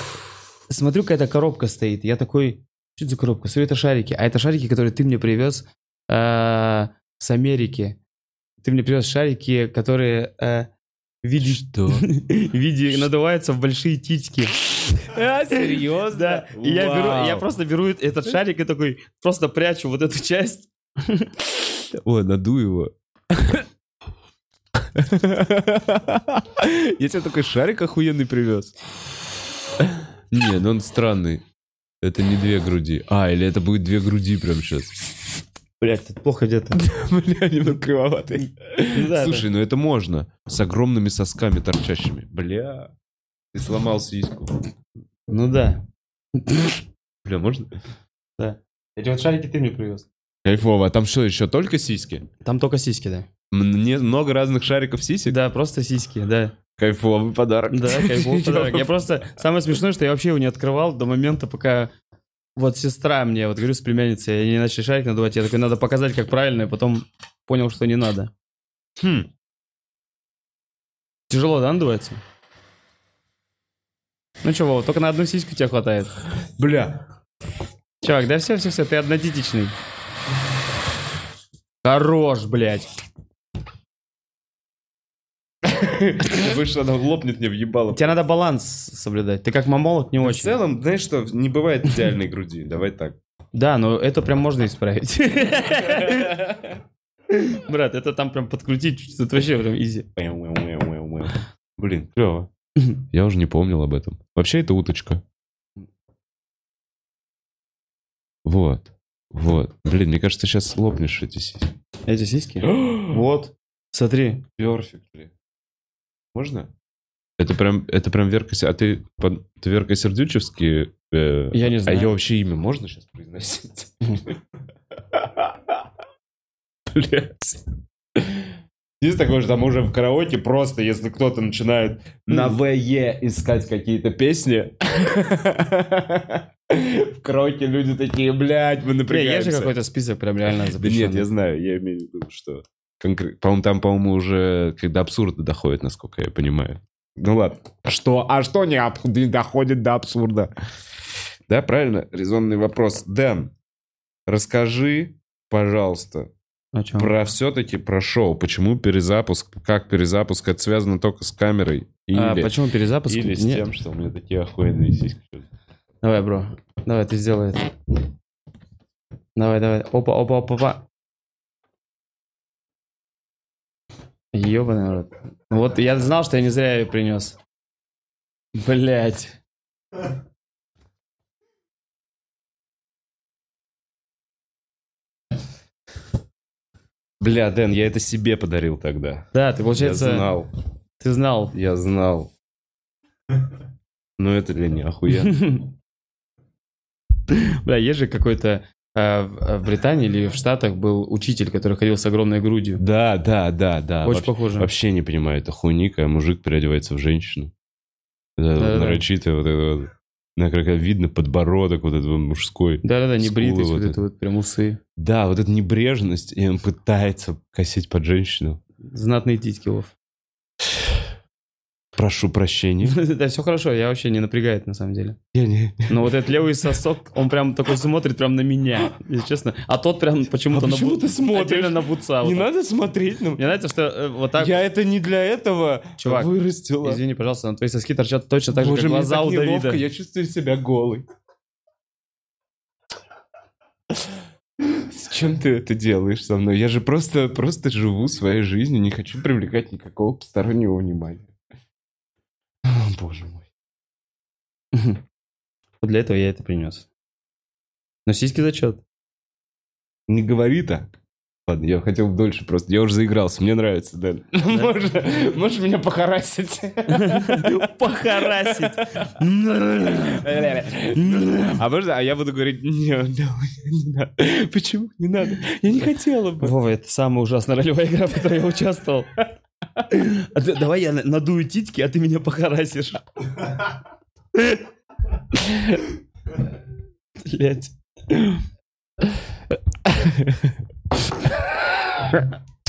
[SPEAKER 2] Смотрю, какая-то коробка стоит. Я такой, что это за коробка? Смотрю, это шарики. А это шарики, которые ты мне привез э, с Америки. Ты мне привез шарики, которые э, в виде... *laughs* В виде надуваются в большие титьки. А, серьезно? Да. И я, беру, я
[SPEAKER 1] Вау.
[SPEAKER 2] просто беру этот шарик и такой, просто прячу вот эту часть
[SPEAKER 1] О, наду его. Я тебе такой шарик охуенный привез. Не, ну он странный. Это не две груди. А, или это будет две груди прям сейчас.
[SPEAKER 2] Блять, тут плохо где-то.
[SPEAKER 1] Бля, немного кривоватый.
[SPEAKER 2] Ну *laughs* да,
[SPEAKER 1] Слушай, ну это можно. С огромными сосками торчащими. Бля. Ты сломал сиську.
[SPEAKER 2] Ну да.
[SPEAKER 1] Бля, можно?
[SPEAKER 2] Эти вот шарики ты мне привез.
[SPEAKER 1] Кайфово. А там что, еще только сиськи?
[SPEAKER 2] Там только сиськи, да.
[SPEAKER 1] Мне много разных шариков сисек.
[SPEAKER 2] Да, просто сиськи, да.
[SPEAKER 1] Кайфовый подарок.
[SPEAKER 2] Да, *laughs* кайфовый подарок. Я просто... Самое смешное, что я вообще его не открывал до момента, пока... Вот сестра мне, вот говорю с племянницей, они начали шарик надувать, я такой, надо показать, как правильно, и потом понял, что не надо.
[SPEAKER 1] Хм.
[SPEAKER 2] Тяжело, да, надувается? Ну чего, Вова, только на одну сиську тебя хватает.
[SPEAKER 1] Бля.
[SPEAKER 2] Чувак, да все, все, все, ты однотитичный. Хорош, блядь.
[SPEAKER 1] Выше она лопнет мне в ебало.
[SPEAKER 2] Тебе надо баланс соблюдать. Ты как мамолог не
[SPEAKER 1] В
[SPEAKER 2] очень.
[SPEAKER 1] целом, знаешь что, не бывает идеальной груди. Давай так.
[SPEAKER 2] Да, но это прям можно исправить. Брат, это там прям подкрутить, это вообще прям изи.
[SPEAKER 1] Блин, клево. Я уже не помнил об этом. Вообще это уточка. Вот. Вот. Блин, мне кажется, сейчас лопнешь эти сиськи.
[SPEAKER 2] Эти сиськи? Вот. Смотри.
[SPEAKER 1] Perfectly. Можно? Это прям, это прям Верка... Се- А ты, под- ты Верка Сердючевский? э,
[SPEAKER 2] Я не знаю.
[SPEAKER 1] А ее вообще имя можно сейчас произносить? Блять. Есть такое, что там уже в караоке просто, если кто-то начинает на ВЕ искать какие-то песни, *laughs* в караоке люди такие, блядь, мы
[SPEAKER 2] Бля, есть
[SPEAKER 1] напрягаемся.
[SPEAKER 2] же какой-то список прям
[SPEAKER 1] Да
[SPEAKER 2] реально
[SPEAKER 1] нет, я
[SPEAKER 2] запрещенный.
[SPEAKER 1] знаю, я имею в виду, что... конкре- По-моему, там, по-моему, уже когда абсурда доходит, насколько я понимаю. Ну ладно. Что? А что не, аб- не доходит до абсурда? Да, правильно? Резонный вопрос. Дэн, расскажи, пожалуйста,
[SPEAKER 2] О чём?
[SPEAKER 1] про все-таки про шоу. Почему перезапуск? Как перезапуск? Это связано только с камерой? Или,
[SPEAKER 2] А, почему перезапуск?
[SPEAKER 1] или с
[SPEAKER 2] Нет.
[SPEAKER 1] тем, что у меня такие охуенные сиськи.
[SPEAKER 2] Давай, бро. Давай, ты сделай это. Давай, давай. Опа, опа, опа, опа. Ёбаный рот. Вот я знал, что я не зря ее принес. Блять.
[SPEAKER 1] Бля, Дэн, я это себе подарил тогда.
[SPEAKER 2] Да, ты, получается,
[SPEAKER 1] Я знал.
[SPEAKER 2] ты знал.
[SPEAKER 1] Я знал. Но это для не *laughs* охуенно.
[SPEAKER 2] Бля, есть же какой-то э, в э, в Британии или в Штатах был учитель, который ходил с огромной грудью.
[SPEAKER 1] Да, да, да, да.
[SPEAKER 2] Очень
[SPEAKER 1] Вообще-
[SPEAKER 2] похоже.
[SPEAKER 1] Вообще не понимаю, это хуйника, а мужик переодевается в женщину. Да,
[SPEAKER 2] Да-да-да.
[SPEAKER 1] нарочитое вот это вот. На как видно подбородок вот этот вот мужской.
[SPEAKER 2] Да-да-да, не
[SPEAKER 1] Скулы
[SPEAKER 2] бритость,
[SPEAKER 1] вот
[SPEAKER 2] вот это
[SPEAKER 1] это.
[SPEAKER 2] вот прям усы.
[SPEAKER 1] Да, вот эта небрежность, и он пытается косить под женщину.
[SPEAKER 2] Знатные титьки, Вов.
[SPEAKER 1] Прошу прощения.
[SPEAKER 2] *laughs* Да, все хорошо, я вообще не напрягает на самом деле.
[SPEAKER 1] *laughs* Я *laughs* не...
[SPEAKER 2] Но вот этот левый сосок, он прям такой смотрит прям на меня, если честно. А тот прям почему-то
[SPEAKER 1] А
[SPEAKER 2] на
[SPEAKER 1] почему
[SPEAKER 2] бу-
[SPEAKER 1] ты смотришь?
[SPEAKER 2] отдельно на бутса. А вот так.
[SPEAKER 1] надо смотреть на
[SPEAKER 2] Мне нравится, что э, вот так...
[SPEAKER 1] Я это не для этого
[SPEAKER 2] Чувак,
[SPEAKER 1] вырастила.
[SPEAKER 2] Извини, пожалуйста, но твои соски торчат точно так же,
[SPEAKER 1] Боже,
[SPEAKER 2] как
[SPEAKER 1] мне
[SPEAKER 2] глаза
[SPEAKER 1] так
[SPEAKER 2] у
[SPEAKER 1] неловко,
[SPEAKER 2] Давида.
[SPEAKER 1] Я чувствую себя голый. С чем ты это делаешь со мной? Я же просто, просто живу своей жизнью, не хочу привлекать никакого постороннего внимания. О, боже мой.
[SPEAKER 2] Вот Для этого я это принес. Но
[SPEAKER 1] *laughs*
[SPEAKER 2] сиськи зачет.
[SPEAKER 1] Не говори так. Ладно, я хотел дольше просто. Я уже заигрался, мне нравится, Дэн. Можешь, можешь меня похарасить?
[SPEAKER 2] Похарасить.
[SPEAKER 1] А можно, а я буду говорить, не, не надо. Почему не надо? Я не хотела бы.
[SPEAKER 2] Вова, это самая ужасная ролевая игра, в которой я участвовал. А ты- давай я на- надую титьки, а ты меня похарасишь. Блять.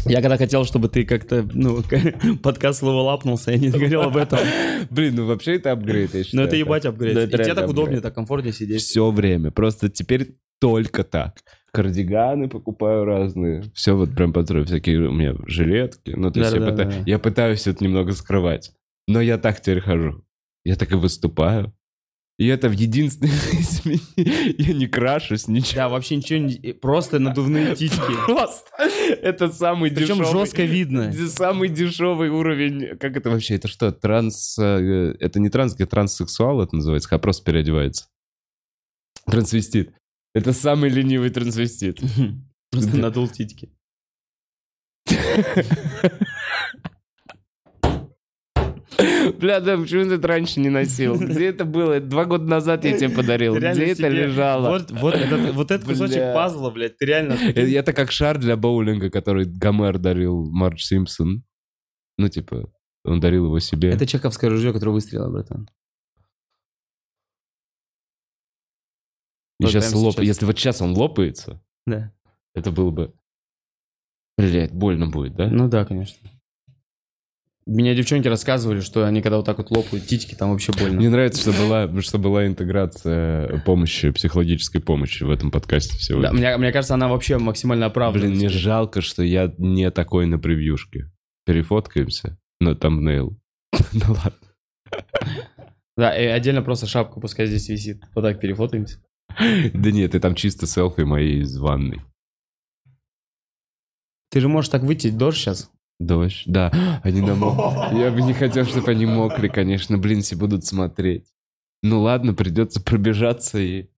[SPEAKER 2] Я когда хотел, чтобы ты как-то, ну, *laughs* подкаст слово лапнулся, я не говорил об этом.
[SPEAKER 1] Блин, ну вообще это апгрейд, я
[SPEAKER 2] Но
[SPEAKER 1] считаю.
[SPEAKER 2] Ну, это ебать апгрейд.
[SPEAKER 1] Да,
[SPEAKER 2] И
[SPEAKER 1] это
[SPEAKER 2] тебе
[SPEAKER 1] реально
[SPEAKER 2] так удобнее,
[SPEAKER 1] апгрейд.
[SPEAKER 2] так комфортнее сидеть.
[SPEAKER 1] Все время. Просто теперь только так. Кардиганы покупаю разные. Все вот прям под роль. Всякие у меня жилетки. Ну, то есть я,
[SPEAKER 2] Да-да-да,
[SPEAKER 1] пыта-
[SPEAKER 2] да.
[SPEAKER 1] я пытаюсь это немного скрывать. Но я так теперь хожу. Я так и выступаю. И это в *laughs* единственной измене- Я не крашусь, ничего.
[SPEAKER 2] Да, вообще ничего не... и Просто надувные титьки.
[SPEAKER 1] Просто. Это самый
[SPEAKER 2] Причем
[SPEAKER 1] дешевый.
[SPEAKER 2] жестко видно.
[SPEAKER 1] Д- Самый дешевый уровень. Как это вообще? Это что? Транс... э, Это не транс, это транссексуал это называется, а просто переодевается. Трансвестит. Это самый ленивый трансвестит.
[SPEAKER 2] Просто
[SPEAKER 1] Да.
[SPEAKER 2] надул титьки.
[SPEAKER 1] *laughs* Бля, да почему ты это раньше не носил? Где это было? Это Два года назад я тебе подарил.
[SPEAKER 2] Ты реально
[SPEAKER 1] Где это
[SPEAKER 2] себе-
[SPEAKER 1] лежало?
[SPEAKER 2] Вот, вот этот, вот этот кусочек
[SPEAKER 1] Бля.
[SPEAKER 2] пазла, блядь, ты реально...
[SPEAKER 1] Э, Это как шар для боулинга, который Гомер дарил Мардж Симпсон. Ну, типа, он дарил его себе.
[SPEAKER 2] Это чеховское ружье, которое выстрелило, братан.
[SPEAKER 1] И сейчас
[SPEAKER 2] прямо
[SPEAKER 1] лоп...
[SPEAKER 2] сейчас.
[SPEAKER 1] Если вот сейчас он лопается,
[SPEAKER 2] Да.
[SPEAKER 1] это было бы... Блять, больно будет, да?
[SPEAKER 2] Ну да, конечно. Меня девчонки рассказывали, что они когда вот так вот лопают титьки, там вообще больно.
[SPEAKER 1] Мне нравится, что была, что была интеграция помощи, психологической помощи в этом подкасте сегодня.
[SPEAKER 2] Да, мне, мне кажется, она вообще максимально оправдана.
[SPEAKER 1] Блин, мне жалко, что я не такой на превьюшке. Перефоткаемся на
[SPEAKER 2] *laughs*
[SPEAKER 1] тамнейл. Ну ладно.
[SPEAKER 2] Да, и отдельно просто шапку пускай здесь висит. Вот так перефотаемся.
[SPEAKER 1] Да нет, ты там чисто селфи мои из ванной.
[SPEAKER 2] Ты же можешь так выйти, дождь сейчас.
[SPEAKER 1] Дождь, да, они намок. Я бы не хотел, чтобы они мокли, конечно. Блин, все будут смотреть. Ну ладно, придется пробежаться и...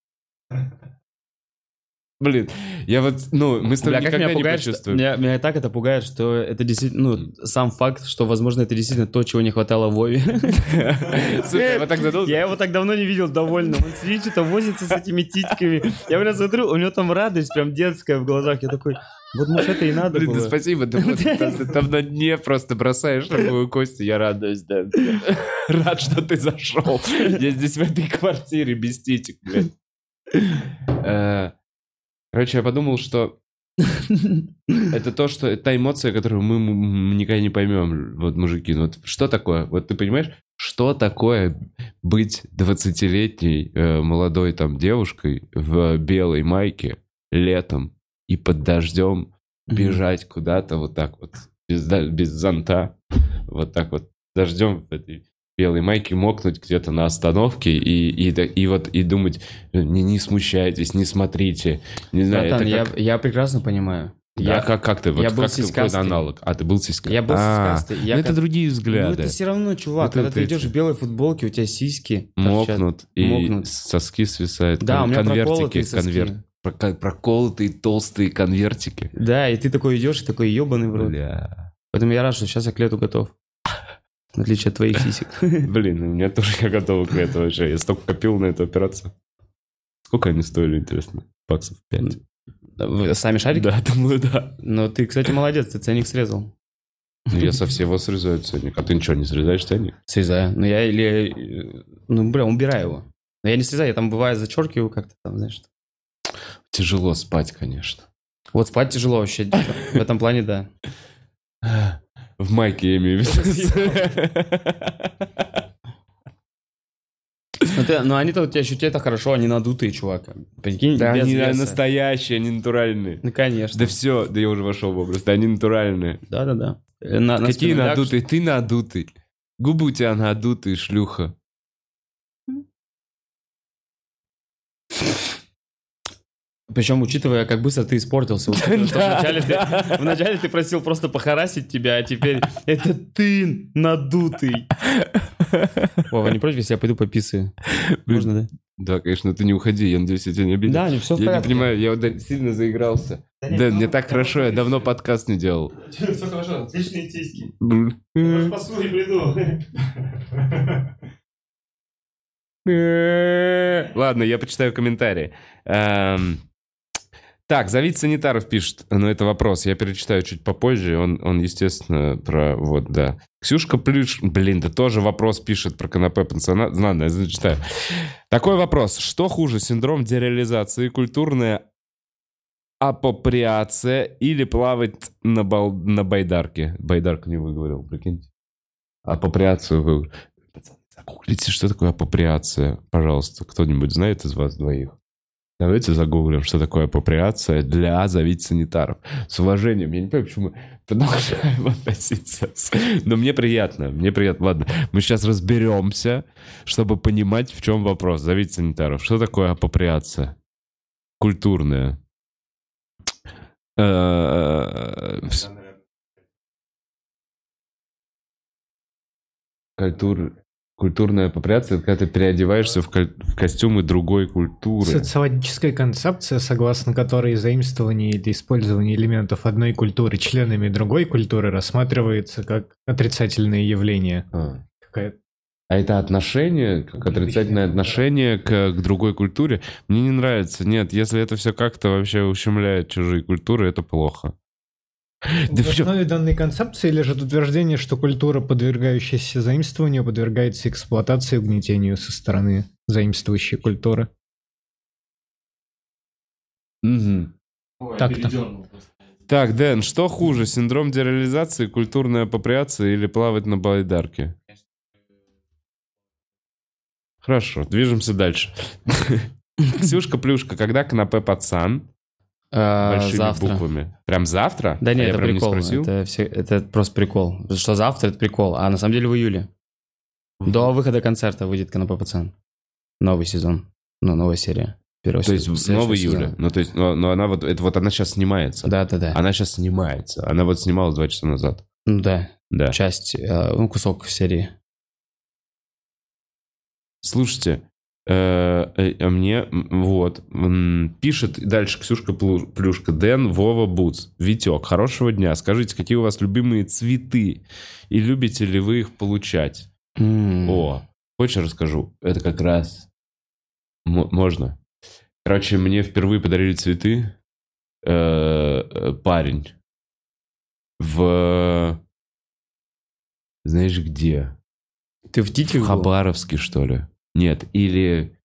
[SPEAKER 1] Блин, я вот, ну, мы с тобой
[SPEAKER 2] Бля, как
[SPEAKER 1] никогда
[SPEAKER 2] меня
[SPEAKER 1] не
[SPEAKER 2] пугает, что, *laughs*
[SPEAKER 1] почувствуем.
[SPEAKER 2] меня, меня и так это пугает, что это действительно, ну, сам факт, что, возможно, это действительно то, чего не хватало Вове.
[SPEAKER 1] Слушай, я вот так задумался.
[SPEAKER 2] *laughs* Я его так давно не видел довольным. Он сидит, что-то возится с этими титьками. Я прям смотрю, у него там радость прям детская в глазах. Я такой, вот может это и надо
[SPEAKER 1] Блин, да
[SPEAKER 2] было.
[SPEAKER 1] спасибо, ты
[SPEAKER 2] *laughs*
[SPEAKER 1] просто просто там на дне просто бросаешь такую кость, и я радуюсь, да. *laughs* Рад, что ты зашел. Я здесь в этой квартире без титик, блядь. Э, Короче, я подумал,
[SPEAKER 2] *laughs*
[SPEAKER 1] что это то, что это та эмоция, которую мы м- м- никогда не поймем, вот, мужики. Ну, Вот что такое? Вот ты понимаешь, что такое быть 20-летней э, молодой там девушкой в белой майке летом и под дождем бежать куда-то вот так вот, без, да- без зонта, вот так вот, дождем в этой белой майке, мокнуть где-то на остановке и, и, да- и вот и думать, э, не, не смущайтесь, не смотрите, не знаю,
[SPEAKER 2] Братан,
[SPEAKER 1] это
[SPEAKER 2] я,
[SPEAKER 1] как...
[SPEAKER 2] я прекрасно понимаю.
[SPEAKER 1] Да,
[SPEAKER 2] я,
[SPEAKER 1] как, как ты?
[SPEAKER 2] я
[SPEAKER 1] вот
[SPEAKER 2] был
[SPEAKER 1] как ты- какой
[SPEAKER 2] сиськастый.
[SPEAKER 1] аналог? А, ты был сиська?
[SPEAKER 2] я был
[SPEAKER 1] А,
[SPEAKER 2] сиськастый,
[SPEAKER 1] ну
[SPEAKER 2] я
[SPEAKER 1] это
[SPEAKER 2] как-
[SPEAKER 1] другие
[SPEAKER 2] Ну
[SPEAKER 1] взгляды.
[SPEAKER 2] это все равно, чувак,
[SPEAKER 1] Это
[SPEAKER 2] когда
[SPEAKER 1] вот
[SPEAKER 2] ты
[SPEAKER 1] эти.
[SPEAKER 2] идешь в белой футболке, у тебя сиськи торчат.
[SPEAKER 1] Мокнут, и
[SPEAKER 2] Мокнут.
[SPEAKER 1] соски свисают.
[SPEAKER 2] Да,
[SPEAKER 1] кон-
[SPEAKER 2] у меня
[SPEAKER 1] конвертики,
[SPEAKER 2] проколотые соски.
[SPEAKER 1] конвер- проко- Проколотые толстые конвертики.
[SPEAKER 2] Да, и ты такой идешь, и такой ебаный в рот.
[SPEAKER 1] Бля.
[SPEAKER 2] Поэтому я рад, что сейчас я к лету готов. В отличие от твоих сисек.
[SPEAKER 1] Блин, у меня тоже я готова к этому вообще. Я столько копил на эту операцию. Сколько они стоили, интересно? Баксов 5.
[SPEAKER 2] Вы Сами шарики?
[SPEAKER 1] Да, думаю, да.
[SPEAKER 2] Но ты, кстати, молодец, ты ценник срезал.
[SPEAKER 1] Ну, я со всего срезаю ценник. А ты ничего не срезаешь ценник?
[SPEAKER 2] Срезаю. Ну я или... э, Ну, бля, убираю его. Но я не срезаю, я там бывает зачеркиваю как-то там, знаешь. что.
[SPEAKER 1] Тяжело спать, конечно.
[SPEAKER 2] Вот спать тяжело вообще. В этом плане, да. Ну,
[SPEAKER 1] В майке я имею в виду.
[SPEAKER 2] Но, ты- но они-то у тебя ощутят это хорошо, они надутые, чувак. Прикинь,
[SPEAKER 1] Да,
[SPEAKER 2] без
[SPEAKER 1] они
[SPEAKER 2] веса.
[SPEAKER 1] настоящие, они натуральные.
[SPEAKER 2] Ну, конечно.
[SPEAKER 1] Да все, да я уже вошел в образ. Да они натуральные.
[SPEAKER 2] Да, да, да. Э, на- на
[SPEAKER 1] Какие
[SPEAKER 2] спину ляг,
[SPEAKER 1] надутые? Ты надутый. Губы у тебя надутые, шлюха.
[SPEAKER 2] Причем, учитывая, как быстро ты испортился. Вот это, что вначале ты- Вначале ты просил просто похарасить тебя, а теперь это а ты надутый. Вова, не против, если я пойду пописаю? Можно, да?
[SPEAKER 1] Да, конечно, ты не уходи, я надеюсь, я тебя не обидел.
[SPEAKER 2] Да, ну не все в
[SPEAKER 1] я не
[SPEAKER 2] порядке.
[SPEAKER 1] понимаю, я вот, да, сильно заигрался.
[SPEAKER 2] ну
[SPEAKER 1] Дэн, мне так хорошо, я давно подкаст не делал.
[SPEAKER 4] Все хорошо, отличные тиски.
[SPEAKER 1] Блин.
[SPEAKER 4] Может, посуду не приду.
[SPEAKER 1] *laughs* Ладно, я почитаю комментарии. Эм, Так, Завид Санитаров пишет, но это вопрос, я перечитаю чуть попозже, он, он естественно, про... Вот, да. Ксюшка Плюш, блин, да тоже вопрос пишет про канапе пацана. Ладно, я зачитаю. Такой вопрос. Что хуже, синдром дереализации, культурная апоприация или плавать на, бал- на байдарке? Байдарку не выговорил, прикиньте. Апоприацию вы... Пацаны, Загуглите, что такое апоприация, пожалуйста. Кто-нибудь знает из вас двоих? Давайте загуглим, что такое апоприация для завид санитаров. С уважением. Я не понимаю, почему мы продолжаем *laughs* относиться. с- Но мне приятно, мне приятно. Ладно, мы сейчас разберемся, чтобы понимать, в чем вопрос. Завид санитаров. Что такое апоприация? Культурная. Э, вс- Культур... Культурная апоприация, это когда ты переодеваешься в, коль- в костюмы другой культуры.
[SPEAKER 5] Социологическая концепция, согласно которой заимствование или использование элементов одной культуры членами другой культуры рассматривается как отрицательное явление.
[SPEAKER 1] А.
[SPEAKER 5] Какая-
[SPEAKER 1] А это отношение, как отрицательное отношение к, к другой культуре, мне не нравится. Нет, если это все как-то вообще ущемляет чужие культуры, это плохо. Да
[SPEAKER 5] В
[SPEAKER 1] всё.
[SPEAKER 5] основе данной концепции лежит утверждение, что культура, подвергающаяся заимствованию, подвергается эксплуатации и угнетению со стороны заимствующей культуры.
[SPEAKER 1] Мгм.
[SPEAKER 4] Ой,
[SPEAKER 5] Так-то.
[SPEAKER 4] передёрнул просто.
[SPEAKER 1] Так, Дэн, что хуже, синдром дереализации, культурная апоприация или плавать на байдарке? Хорошо, движемся дальше. *laughs* Ксюшка Плюшка, когда канапе пацан?
[SPEAKER 2] А,
[SPEAKER 1] Большими
[SPEAKER 2] завтра.
[SPEAKER 1] буквами. Прям завтра?
[SPEAKER 2] Да
[SPEAKER 1] А
[SPEAKER 2] нет,
[SPEAKER 1] я
[SPEAKER 2] это
[SPEAKER 1] прям не
[SPEAKER 2] прикол.
[SPEAKER 1] спросил?
[SPEAKER 2] это, все, это просто прикол. Что завтра это прикол, а на самом деле в июле. До выхода концерта выйдет «Канапе пацан». Новый сезон. Ну, новая серия. Первого
[SPEAKER 1] То есть в новый июля.
[SPEAKER 2] июля.
[SPEAKER 1] Ну, то есть, но, но она вот, это вот она сейчас снимается.
[SPEAKER 2] Да-да-да.
[SPEAKER 1] Она сейчас снимается. Она вот снималась два часа назад.
[SPEAKER 2] Ну да,
[SPEAKER 1] Да.
[SPEAKER 2] часть, э, ну кусок серии.
[SPEAKER 1] Слушайте, э, э, а мне м, вот м, пишет дальше Ксюшка Плу- Плюшка, Дэн, Вова, Буц, Витек, хорошего дня. Скажите, какие у вас любимые цветы и любите ли вы их получать?
[SPEAKER 2] М.
[SPEAKER 1] О, хочешь расскажу? Это как раз М- можно. Короче, мне впервые подарили цветы э, э, парень в знаешь где?
[SPEAKER 2] Ты в Тите
[SPEAKER 1] В Хабаровске, что ли? Нет, или...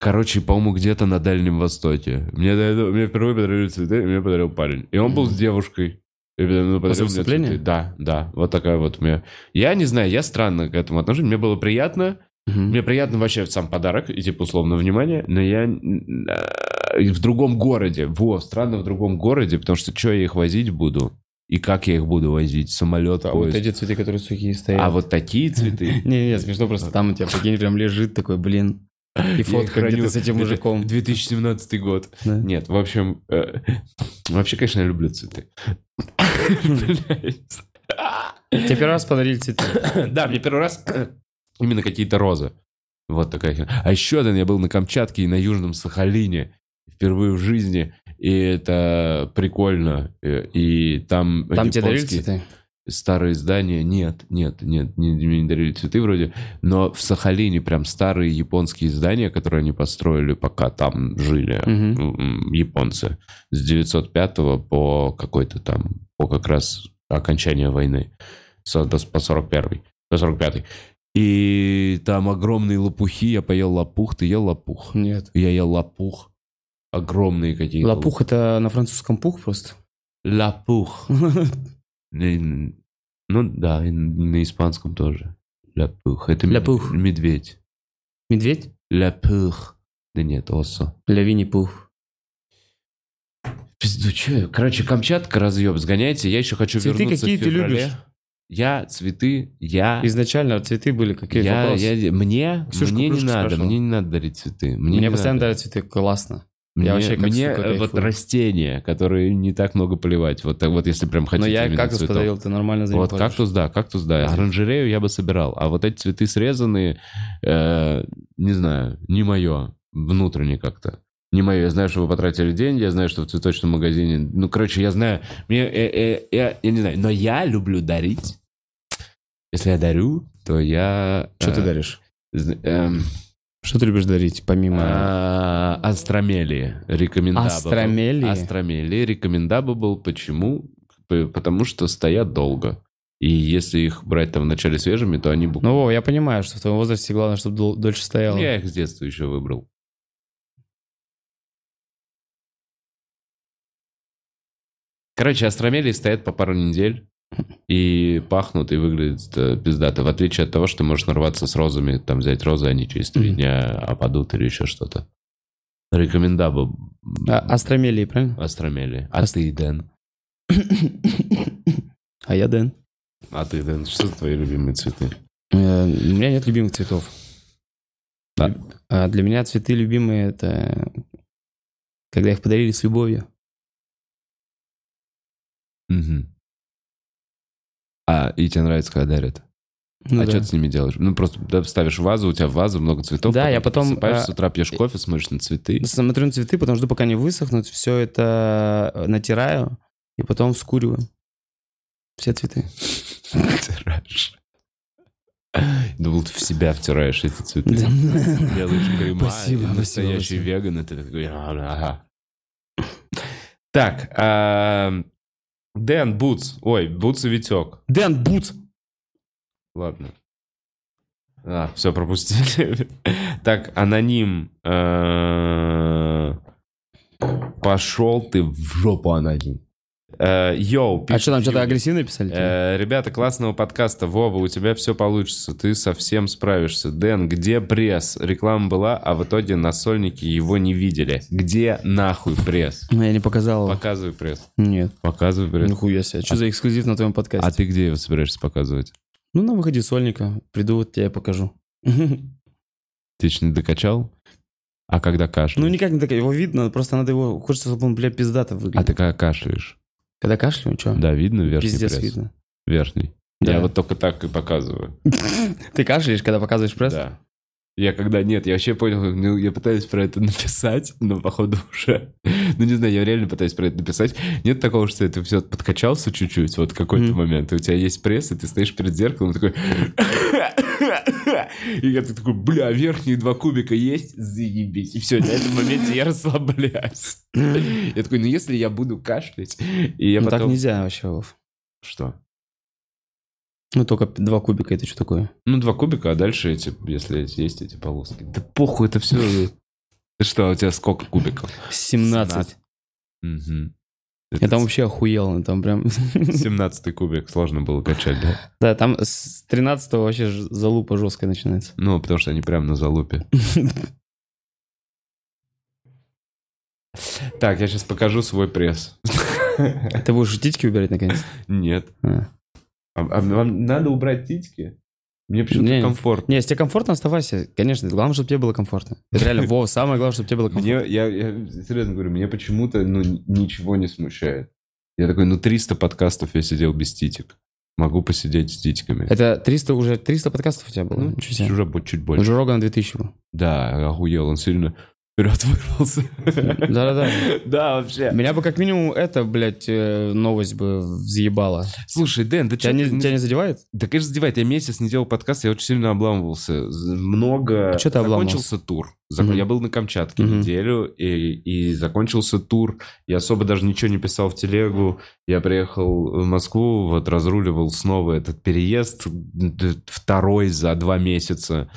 [SPEAKER 1] Короче, по-моему, где-то на Дальнем Востоке. Мне, до этого- мне впервые подарили цветы, и мне подарил парень. И он был с девушкой. И подарил- ну, подарил
[SPEAKER 2] После
[SPEAKER 1] мне
[SPEAKER 2] выступления?
[SPEAKER 1] цветы. Да, да. Вот такая вот у меня... Я не знаю, я странно к этому отношусь. Мне было приятно. Мне приятно вообще сам подарок, и типа условно внимание. Но я м, э, в другом городе. Во, странно в другом городе, потому что что я их возить буду? И как я их буду возить? Самолет,
[SPEAKER 2] А вот
[SPEAKER 1] поезд.
[SPEAKER 2] эти цветы, которые сухие стоят.
[SPEAKER 1] а вот такие цветы...
[SPEAKER 2] Не-не, смешно, просто там у тебя, прикинь, прям лежит такой, блин, и
[SPEAKER 1] Я их
[SPEAKER 2] фотка где
[SPEAKER 1] храню.
[SPEAKER 2] ты с этим
[SPEAKER 1] Это
[SPEAKER 2] мужиком.
[SPEAKER 1] 2017 год.
[SPEAKER 2] Да.
[SPEAKER 1] Нет, в общем... э, *laughs* Вообще, конечно, я люблю цветы. Блядь.
[SPEAKER 2] Тебе первый раз подарили цветы.
[SPEAKER 1] *laughs* Да, мне первый раз э, именно какие-то розы. Вот такая херня. А еще один я был на Камчатке и на Южном Сахалине. Впервые в жизни. И это прикольно. Э, И там...
[SPEAKER 2] Там тебе дарили
[SPEAKER 1] японские-
[SPEAKER 2] цветы?
[SPEAKER 1] старые здания. Нет, нет, нет, не, мне не дарили цветы вроде. Но в Сахалине прям старые японские здания, которые они построили, пока там жили
[SPEAKER 2] Мгм.
[SPEAKER 1] м, японцы. С 905 по какой-то там, по как раз окончанию войны. Со- до- По 41 по 45 И там огромные лопухи. Я поел лопух. Ты ел лопух?
[SPEAKER 2] Нет.
[SPEAKER 1] Я ел лопух. Огромные какие-то.
[SPEAKER 2] Лопух это на французском пух просто.
[SPEAKER 1] Лопух. Не- н- Ну да, и на испанском тоже. Ляпух. Это мед-
[SPEAKER 2] Ляпух.
[SPEAKER 1] медведь.
[SPEAKER 2] Медведь?
[SPEAKER 1] Ляпух. Да нет, осо.
[SPEAKER 2] Лавини пух.
[SPEAKER 1] Пизду, чё? Короче, Камчатка разъеб, сгоняйте. Я еще хочу
[SPEAKER 2] Цветы
[SPEAKER 1] вернуться в
[SPEAKER 2] какие ты
[SPEAKER 1] феврале.
[SPEAKER 2] любишь?
[SPEAKER 1] Я цветы, я...
[SPEAKER 2] Изначально цветы были какие
[SPEAKER 1] я,
[SPEAKER 2] вопросы?
[SPEAKER 1] я- мне
[SPEAKER 2] Ксюшка
[SPEAKER 1] мне не
[SPEAKER 2] Плюшка
[SPEAKER 1] надо,
[SPEAKER 2] спрашивала.
[SPEAKER 1] мне не надо дарить цветы. Мне,
[SPEAKER 2] Мне
[SPEAKER 1] не
[SPEAKER 2] постоянно
[SPEAKER 1] надо.
[SPEAKER 2] дарят цветы, классно. Я
[SPEAKER 1] Мне,
[SPEAKER 2] вообще как
[SPEAKER 1] мне,
[SPEAKER 2] сука
[SPEAKER 1] э, вот
[SPEAKER 2] кайфую.
[SPEAKER 1] растения, которые не так много поливать. Вот, так вот если прям хотите
[SPEAKER 2] Но я
[SPEAKER 1] именно
[SPEAKER 2] как
[SPEAKER 1] цветов.
[SPEAKER 2] подарил, ты нормально за ним
[SPEAKER 1] Вот
[SPEAKER 2] платишь.
[SPEAKER 1] кактус, да, кактус, да. Оранжерею я бы собирал. А вот эти цветы срезанные, э, не знаю, не мое. Внутренне как-то. Не мое. Я знаю, что вы потратили деньги, я знаю, что в цветочном магазине... Ну, короче, я знаю... Мне, э, э, я, я не знаю, но я люблю дарить. Если я дарю, то я...
[SPEAKER 2] Что
[SPEAKER 1] э,
[SPEAKER 2] ты даришь?
[SPEAKER 1] зн- эм,
[SPEAKER 2] Что ты любишь дарить, помимо...
[SPEAKER 1] а, Астромели. Рекомендабл.
[SPEAKER 2] Астромелии?
[SPEAKER 1] Астромели. Рекомендабл. Почему? П- Потому что стоят долго. И если их брать там вначале свежими, то они буквально...
[SPEAKER 2] Ну, Вова, я понимаю, что в твоем возрасте главное, чтобы дольше стояло.
[SPEAKER 1] Ну, Я их с детства еще выбрал. Короче, астромели стоят по пару недель и пахнут, и выглядят э, пиздато. В отличие от того, что ты можешь нарваться с розами, там взять розы, они через три
[SPEAKER 2] Мгм.
[SPEAKER 1] дня опадут или еще что-то. Рекомендабл
[SPEAKER 2] А, астромелии, правильно?
[SPEAKER 1] астромели. А
[SPEAKER 2] Аст-
[SPEAKER 1] ты, Дэн?
[SPEAKER 2] *coughs* А я Дэн.
[SPEAKER 1] А ты, Дэн, что твои любимые цветы?
[SPEAKER 2] Э, У меня нет любимых цветов.
[SPEAKER 1] Да.
[SPEAKER 2] А для меня цветы любимые это когда их подарили с любовью.
[SPEAKER 1] А, и тебе нравится, когда дарят?
[SPEAKER 2] Ну
[SPEAKER 1] а
[SPEAKER 2] да.
[SPEAKER 1] что ты с ними делаешь? Ну, просто да, ставишь вазу, у тебя ваза, много цветов.
[SPEAKER 2] Да, я потом,
[SPEAKER 1] Засыпаешь
[SPEAKER 2] э,
[SPEAKER 1] с утра, пьешь кофе, смотришь на цветы.
[SPEAKER 2] Смотрю на цветы, потом жду, пока они высохнут, все это э, натираю и потом вскуриваю. Все цветы.
[SPEAKER 1] Втираешь. *laughs* Думал, ты в себя втираешь эти цветы.
[SPEAKER 2] Да.
[SPEAKER 1] Делаешь крема,
[SPEAKER 2] Спасибо,
[SPEAKER 1] и
[SPEAKER 2] спасибо,
[SPEAKER 1] настоящий
[SPEAKER 2] спасибо.
[SPEAKER 1] веган, и ты такой... «Ага». Так, эм, Дэн, Буц. Ой, Буц и Витек.
[SPEAKER 2] Дэн Бут!
[SPEAKER 1] Ладно. А, все пропустили. *laughs* Так, аноним. Пошел ты в жопу, аноним. Э, Йоу,
[SPEAKER 2] А
[SPEAKER 1] пишет
[SPEAKER 2] что там, что-то
[SPEAKER 1] Юрий.
[SPEAKER 2] агрессивно писали?
[SPEAKER 1] Э, Ребята, классного подкаста. Вова, у тебя все получится. Ты совсем справишься. Дэн, где пресс? Реклама была, а в итоге на сольнике его не видели. Где нахуй пресс?
[SPEAKER 2] Ну, я не показал. его.
[SPEAKER 1] Показывай пресс.
[SPEAKER 2] Нет.
[SPEAKER 1] Показывай пресс.
[SPEAKER 2] Нихуя себе. Что за эксклюзив на твоем подкасте?
[SPEAKER 1] А ты где его собираешься показывать?
[SPEAKER 2] Ну, на выходе сольника. Приду, вот тебе покажу. *laughs*
[SPEAKER 1] Ты
[SPEAKER 2] Ну,
[SPEAKER 1] еще не докачал? А когда кашляешь?
[SPEAKER 2] никак Ну, не такая. Его видно, просто надо его... Хочется, чтобы он, бля, пиздато
[SPEAKER 1] А
[SPEAKER 2] выглядел.
[SPEAKER 1] ты когда кашляешь?
[SPEAKER 2] Когда кашляю, что?
[SPEAKER 1] Да, видно верхний
[SPEAKER 2] Пиздец
[SPEAKER 1] пресс?
[SPEAKER 2] видно.
[SPEAKER 1] Верхний.
[SPEAKER 2] Да.
[SPEAKER 1] Я вот только так и показываю.
[SPEAKER 2] Ты кашляешь, когда показываешь пресс?
[SPEAKER 1] Да. Я когда нет, я вообще понял, как- ну, я пытаюсь про это *laughs* написать, но походу уже, ну не знаю, я реально пытаюсь про это написать. Нет такого, что ты все подкачался чуть-чуть, вот в какой-то
[SPEAKER 2] Мгм.
[SPEAKER 1] момент, и у тебя есть пресс, и ты стоишь перед зеркалом и такой... *coughs* И я так такой, бля, верхние два кубика есть, заебись. И все, на этом моменте я
[SPEAKER 2] *coughs*
[SPEAKER 1] расслабляюсь. Я такой, ну если я буду кашлять, и я
[SPEAKER 2] Ну, так
[SPEAKER 1] потом...
[SPEAKER 2] нельзя вообще, Вов.
[SPEAKER 1] Что?
[SPEAKER 2] Ну, только два кубика, это что такое?
[SPEAKER 1] Ну, два кубика, а дальше эти, если есть эти полоски. Да похуй, это *laughs* все... Что, у тебя сколько кубиков?
[SPEAKER 2] 17.
[SPEAKER 1] Мгм.
[SPEAKER 2] Я там вообще охуел, ну, там прям... *laughs*
[SPEAKER 1] 17 кубик сложно было качать, да?
[SPEAKER 2] Да, там с 13 вообще ж- залупа жесткая начинается.
[SPEAKER 1] Ну, потому что они прям на
[SPEAKER 2] *laughs*
[SPEAKER 1] залупе. Так, я сейчас покажу свой пресс.
[SPEAKER 2] Ты будешь титьки
[SPEAKER 1] *laughs*
[SPEAKER 2] выбирать наконец?
[SPEAKER 1] Нет.
[SPEAKER 2] А.
[SPEAKER 1] А- а вам надо убрать титьки? Мне почему-то
[SPEAKER 2] Не.
[SPEAKER 1] комфортно.
[SPEAKER 2] Не, если тебе комфортно, оставайся. Конечно, главное, чтобы тебе было комфортно.
[SPEAKER 1] *laughs*
[SPEAKER 2] Это реально, Вова, самое главное, чтобы тебе было комфортно.
[SPEAKER 1] Мне, я, я серьезно говорю, мне почему-то ну, н- ничего не смущает. Я такой, ну 300 подкастов я сидел без титик. Могу посидеть с титиками.
[SPEAKER 2] Это 300, уже 300 подкастов у тебя было?
[SPEAKER 1] ну,
[SPEAKER 2] Чё
[SPEAKER 1] чуть,
[SPEAKER 2] себе.
[SPEAKER 1] уже будет чуть
[SPEAKER 2] У
[SPEAKER 1] больше.
[SPEAKER 2] Жирога на
[SPEAKER 1] *laughs*
[SPEAKER 2] 2000 был.
[SPEAKER 1] Да, охуел, он сильно вперед вырвался.
[SPEAKER 2] *laughs* Да-да-да.
[SPEAKER 1] Да, вообще.
[SPEAKER 2] Меня бы как минимум эта, блядь, э, новость бы взъебала.
[SPEAKER 1] Слушай, Дэн, да
[SPEAKER 2] Тебя
[SPEAKER 1] чё
[SPEAKER 2] не,
[SPEAKER 1] ты не-
[SPEAKER 2] тебя не задевает?
[SPEAKER 1] Да, конечно, задевает. Я месяц не делал подкаст, я очень сильно обламывался. З- Много...
[SPEAKER 2] А чё ты обламывался?
[SPEAKER 1] Закончился тур. Зак-
[SPEAKER 2] Мгм.
[SPEAKER 1] Я был на Камчатке
[SPEAKER 2] Мгм.
[SPEAKER 1] неделю, и, и закончился тур. Я особо даже ничего не писал в телегу. Я приехал в Москву, вот разруливал снова этот переезд. д- Второй за два месяца.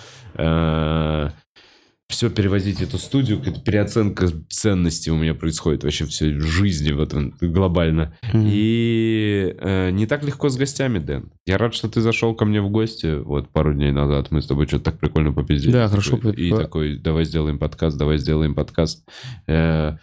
[SPEAKER 1] Все перевозить в эту студию, какая-то переоценка ценностей у меня происходит вообще все в жизни в этом глобально. И э, не так легко с гостями, Дэн. Я рад, что ты зашел ко мне в гости вот пару дней назад. Мы с тобой что-то так прикольно попиздили.
[SPEAKER 2] Да, хорошо.
[SPEAKER 1] И такой, давай сделаем подкаст, давай сделаем подкаст. Э,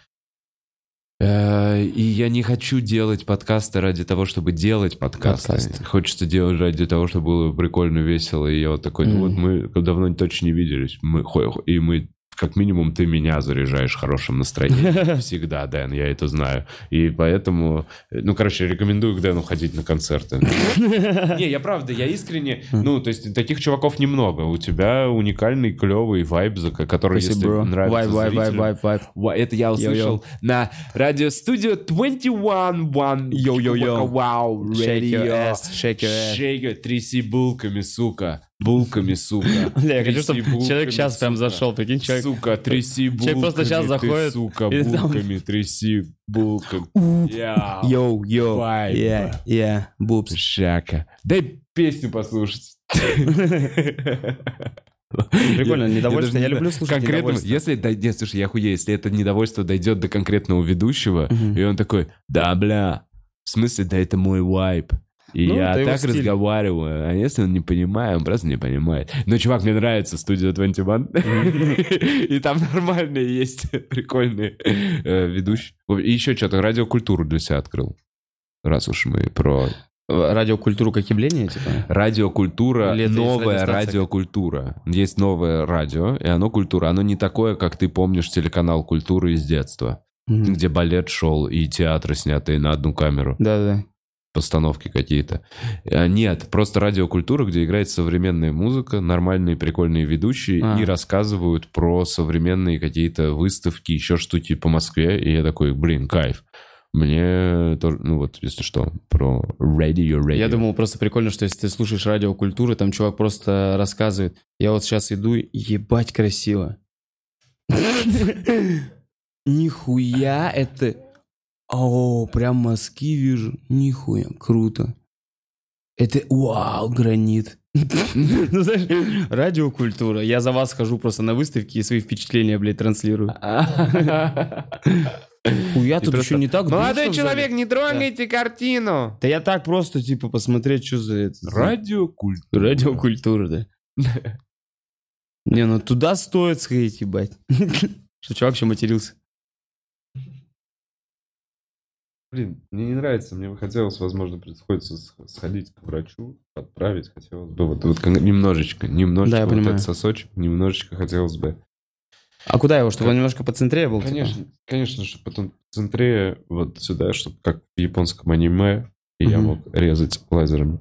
[SPEAKER 1] э, И я не хочу делать подкасты ради того, чтобы делать подкасты.
[SPEAKER 2] Подкасты.
[SPEAKER 1] Хочется делать ради того, чтобы было прикольно, весело. И я вот такой, ну
[SPEAKER 2] Мгм.
[SPEAKER 1] вот мы давно точно не виделись. Мы, хо- и мы как минимум ты меня заряжаешь хорошим
[SPEAKER 2] *laughs*
[SPEAKER 1] настроением. Всегда, Дэн, я это знаю. И поэтому, э, ну, короче, рекомендую к Дэну ходить на
[SPEAKER 2] *laughs*
[SPEAKER 1] концерты. Не, я правда, я искренне... Ну, то есть таких чуваков немного. У тебя уникальный, клевый вайб, за ко- который, если
[SPEAKER 2] бро.
[SPEAKER 1] нравится
[SPEAKER 2] Вайб, вайб, вайб,
[SPEAKER 1] зрителям-
[SPEAKER 2] вайб, вайб.
[SPEAKER 1] Ва- Это я услышал на радиостудию 21 One.
[SPEAKER 2] Йо-йо-йо.
[SPEAKER 1] Вау,
[SPEAKER 2] Shake your
[SPEAKER 1] радио.
[SPEAKER 2] ass, shake your ass.
[SPEAKER 1] Shake your- тряси булками, сука. Булками, сука.
[SPEAKER 2] Бля, я
[SPEAKER 1] Тряси
[SPEAKER 2] хочу, чтобы
[SPEAKER 1] булками,
[SPEAKER 2] человек сейчас прям
[SPEAKER 1] сука.
[SPEAKER 2] зашел, прикинь, *laughs* человек.
[SPEAKER 1] Сука, тряси булками.
[SPEAKER 2] человек просто щас
[SPEAKER 1] ты,
[SPEAKER 2] заходит,
[SPEAKER 1] сука,
[SPEAKER 2] и там-
[SPEAKER 1] булками, тряси булками. Я.
[SPEAKER 2] Йоу, йоу,
[SPEAKER 1] Вайб.
[SPEAKER 2] я, я, бупс.
[SPEAKER 1] Шака. Дай песню послушать.
[SPEAKER 2] Прикольно, недовольство.
[SPEAKER 1] даже не
[SPEAKER 2] Я
[SPEAKER 1] знаю.
[SPEAKER 2] люблю слушать
[SPEAKER 1] Конкретно,
[SPEAKER 2] недовольство.
[SPEAKER 1] если дойдет, слушай, я хуею, если это недовольство дойдет до конкретного ведущего,
[SPEAKER 2] Мгм.
[SPEAKER 1] и он такой, да, бля, в смысле, да это мой вайп. И
[SPEAKER 2] Ну,
[SPEAKER 1] я
[SPEAKER 2] это его
[SPEAKER 1] так
[SPEAKER 2] стиль.
[SPEAKER 1] разговариваю. А если он не понимает, он просто не понимает. Но, чувак, мне нравится студия 21. *laughs* И там нормальные есть прикольные э, ведущие. Ой, И еще что-то, радиокультуру для себя открыл. Раз уж мы про
[SPEAKER 2] Радиокультуру как явление, типа?
[SPEAKER 1] Радиокультура,
[SPEAKER 2] Или это из
[SPEAKER 1] новая
[SPEAKER 2] радиостанции?
[SPEAKER 1] радиокультура. Есть новое радио, и оно культура. Оно не такое, как ты помнишь телеканал культуры из детства,
[SPEAKER 2] Мгм.
[SPEAKER 1] где балет шел и театры, снятые на одну камеру,
[SPEAKER 2] Да-да.
[SPEAKER 1] постановки какие-то. Э, Нет, просто радиокультура, где играет современная музыка, нормальные прикольные ведущие
[SPEAKER 2] А.
[SPEAKER 1] и рассказывают про современные какие-то выставки, еще штуки по Москве. И я такой, блин, кайф. Мне тоже, ну вот, если что, про радио, радио.
[SPEAKER 2] Я думал, просто прикольно, что если ты слушаешь радиокультуру, там чувак просто рассказывает. Я вот сейчас иду, ебать красиво. Нихуя это... О, прям мазки вижу. Нихуя, круто. Это вау, гранит. Ну, знаешь, радиокультура. Я за вас хожу просто на выставки и свои впечатления, блядь, транслирую. Хуя тут еще не так душно в зале.
[SPEAKER 3] не трогайте картину.
[SPEAKER 2] Да я так просто, типа, посмотреть, что за это.
[SPEAKER 1] Радиокультура.
[SPEAKER 2] Радиокультура, да. Не, ну туда стоит
[SPEAKER 1] *laughs*
[SPEAKER 2] сходить, ебать. Что чувак еще матерился.
[SPEAKER 1] Блин, мне не нравится, мне бы хотелось, возможно, приходится с- сходить к врачу, отправить, хотелось бы вот, вот кон- немножечко, немножечко
[SPEAKER 2] Да, я
[SPEAKER 1] вот
[SPEAKER 2] понимаю.
[SPEAKER 1] этот сосочек, немножечко хотелось бы.
[SPEAKER 2] А куда его, чтобы он немножко поцентрее был? типа?
[SPEAKER 1] Конечно, конечно, чтобы потом центре вот сюда, чтобы как в японском аниме, и я
[SPEAKER 2] Мгм.
[SPEAKER 1] мог резать лазерами.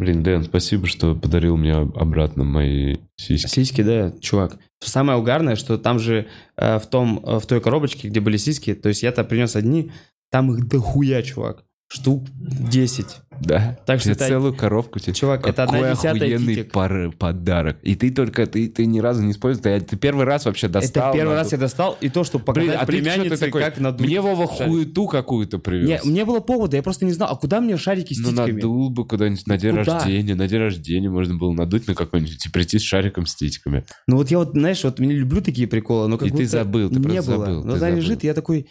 [SPEAKER 1] Блин, Дэн, спасибо, что подарил мне об- обратно мои сиськи.
[SPEAKER 2] Сиськи, да, чувак. Самое угарное, что там же э, в, том, э, в той коробочке, где были сиськи, то есть я-то принес одни, там их дохуя, чувак. Штук 10.
[SPEAKER 1] Да.
[SPEAKER 2] Так что
[SPEAKER 1] Я
[SPEAKER 2] это-
[SPEAKER 1] целую коробку тебе.
[SPEAKER 2] Чувак, это одна
[SPEAKER 1] Какой
[SPEAKER 2] десятая
[SPEAKER 1] охуенный
[SPEAKER 2] титик.
[SPEAKER 1] пар- подарок. И ты только, ты, ты ни разу не использовал. Ты, ты первый раз вообще достал.
[SPEAKER 2] это первый
[SPEAKER 1] надо-
[SPEAKER 2] раз я достал, и то, чтобы показать
[SPEAKER 1] Блин, а ты
[SPEAKER 2] племяннице,
[SPEAKER 1] чё ты такой?
[SPEAKER 2] как надуть.
[SPEAKER 1] Мне Вова
[SPEAKER 2] шарик.
[SPEAKER 1] хуету какую-то
[SPEAKER 2] Не,
[SPEAKER 1] привез.
[SPEAKER 2] мне было повода, я просто не знал, а куда мне шарики с Ну
[SPEAKER 1] ну,
[SPEAKER 2] титьками?
[SPEAKER 1] надул бы куда-нибудь на день
[SPEAKER 2] Куда?
[SPEAKER 1] рождения. На день рождения можно было надуть на какой-нибудь и прийти с шариком с титьками.
[SPEAKER 2] Ну вот я вот, знаешь, вот не люблю такие приколы, но как
[SPEAKER 1] И ты
[SPEAKER 2] будто
[SPEAKER 1] забыл, ты
[SPEAKER 2] не
[SPEAKER 1] просто
[SPEAKER 2] было.
[SPEAKER 1] забыл,
[SPEAKER 2] Но
[SPEAKER 1] ты
[SPEAKER 2] она
[SPEAKER 1] забыл.
[SPEAKER 2] лежит, и я такой...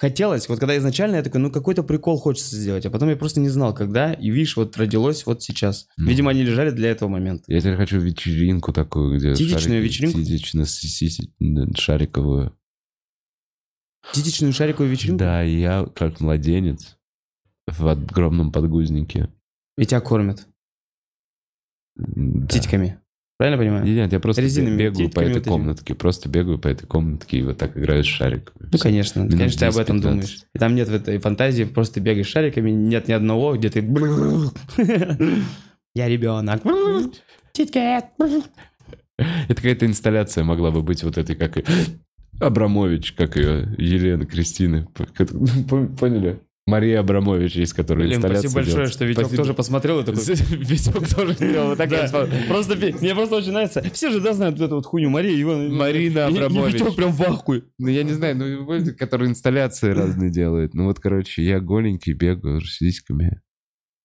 [SPEAKER 2] Хотелось, вот когда изначально я такой, ну какой-то прикол хочется сделать, а потом я просто не знал, когда, и видишь, вот родилось вот сейчас.
[SPEAKER 1] Ну.
[SPEAKER 2] Видимо, они лежали для этого момента.
[SPEAKER 1] Я теперь хочу вечеринку такую, где
[SPEAKER 2] Титичную
[SPEAKER 1] шарики-
[SPEAKER 2] вечеринку?
[SPEAKER 1] титично- с- сиси- н- шариковую.
[SPEAKER 2] Титичную шариковую вечеринку,
[SPEAKER 1] Да, и я как младенец в огромном подгузнике.
[SPEAKER 2] и тебя кормят
[SPEAKER 1] Да.
[SPEAKER 2] титьками. Правильно понимаю?
[SPEAKER 1] Нет, я просто
[SPEAKER 2] Резиновыми
[SPEAKER 1] бегаю по
[SPEAKER 2] титьками
[SPEAKER 1] этой
[SPEAKER 2] вот этими.
[SPEAKER 1] комнатке. Просто бегаю по этой комнатке и вот так играю с шариками.
[SPEAKER 2] Ну, конечно,
[SPEAKER 1] Минут
[SPEAKER 2] конечно, ты об этом
[SPEAKER 1] 10-15.
[SPEAKER 2] думаешь. И там нет в этой фантазии, просто ты бегаешь шариками, нет ни одного,
[SPEAKER 1] *laughs*
[SPEAKER 2] где ты... *laughs* Я ребенок. Титьки.
[SPEAKER 1] Это какая-то инсталляция могла бы быть вот этой, как и Абрамович, как ее Елена, Кристина. П- как- *laughs* пом- Поняли? Мария Абрамович есть, которая
[SPEAKER 2] Блин,
[SPEAKER 1] инсталляция
[SPEAKER 2] спасибо большое,
[SPEAKER 1] делает.
[SPEAKER 2] что Витек
[SPEAKER 1] Спасибо.
[SPEAKER 2] тоже посмотрел и такой...
[SPEAKER 1] *laughs* Витек тоже сделал. вот так я
[SPEAKER 2] Да.
[SPEAKER 1] смотрю.
[SPEAKER 2] Просто пе- мне просто очень нравится. Все же да знают вот эту вот хуйню Марии Ивановны.
[SPEAKER 1] Марина
[SPEAKER 2] И- и
[SPEAKER 1] Абрамович.
[SPEAKER 2] Витек прям в ахуе.
[SPEAKER 1] Ну, я не знаю, ну, вы- которые инсталляции разные делают. Ну, вот, короче, я голенький бегаю с сиськами.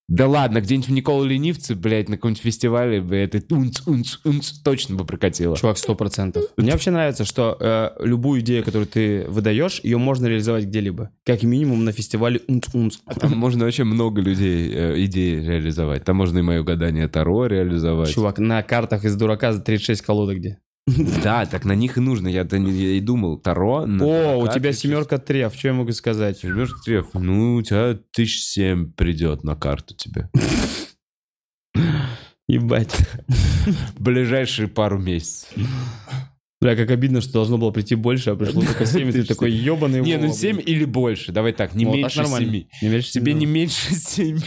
[SPEAKER 1] Да ладно, где-нибудь в Никола Ленивце, блядь, на каком-нибудь фестивале бы это унц, унц, унц точно бы прокатило.
[SPEAKER 2] Чувак, сто процентов. Мне вообще нравится, что э, любую идею, которую ты выдаешь, ее можно реализовать где-либо. Как минимум на фестивале Унц-Унц.
[SPEAKER 1] *laughs* Там можно очень много людей, э, идей реализовать. Там можно и мое гадание Таро реализовать.
[SPEAKER 2] Чувак, на картах из дурака за 36 колодок где?
[SPEAKER 1] Да, так на них и нужно. Я-то не- я и думал, Таро... на
[SPEAKER 2] О, у
[SPEAKER 1] карте
[SPEAKER 2] тебя
[SPEAKER 1] чисто.
[SPEAKER 2] семерка три, а в чем я могу сказать?
[SPEAKER 1] Семерка треф. Ну, у тебя тысяч семь придет на карту тебе.
[SPEAKER 2] Ебать.
[SPEAKER 1] В ближайшие пару месяцев.
[SPEAKER 2] Бля, как обидно, что должно было прийти больше, а пришло только 7, ты такой ебаный.
[SPEAKER 1] Не, ну
[SPEAKER 2] Вова,
[SPEAKER 1] 7
[SPEAKER 2] блин.
[SPEAKER 1] или больше. Давай так, *laughs* не
[SPEAKER 2] Вот, так
[SPEAKER 1] меньше
[SPEAKER 2] нормально.
[SPEAKER 1] 7.
[SPEAKER 2] Не меньше
[SPEAKER 1] Тебе
[SPEAKER 2] семи,
[SPEAKER 1] не
[SPEAKER 2] да.
[SPEAKER 1] меньше *laughs* 7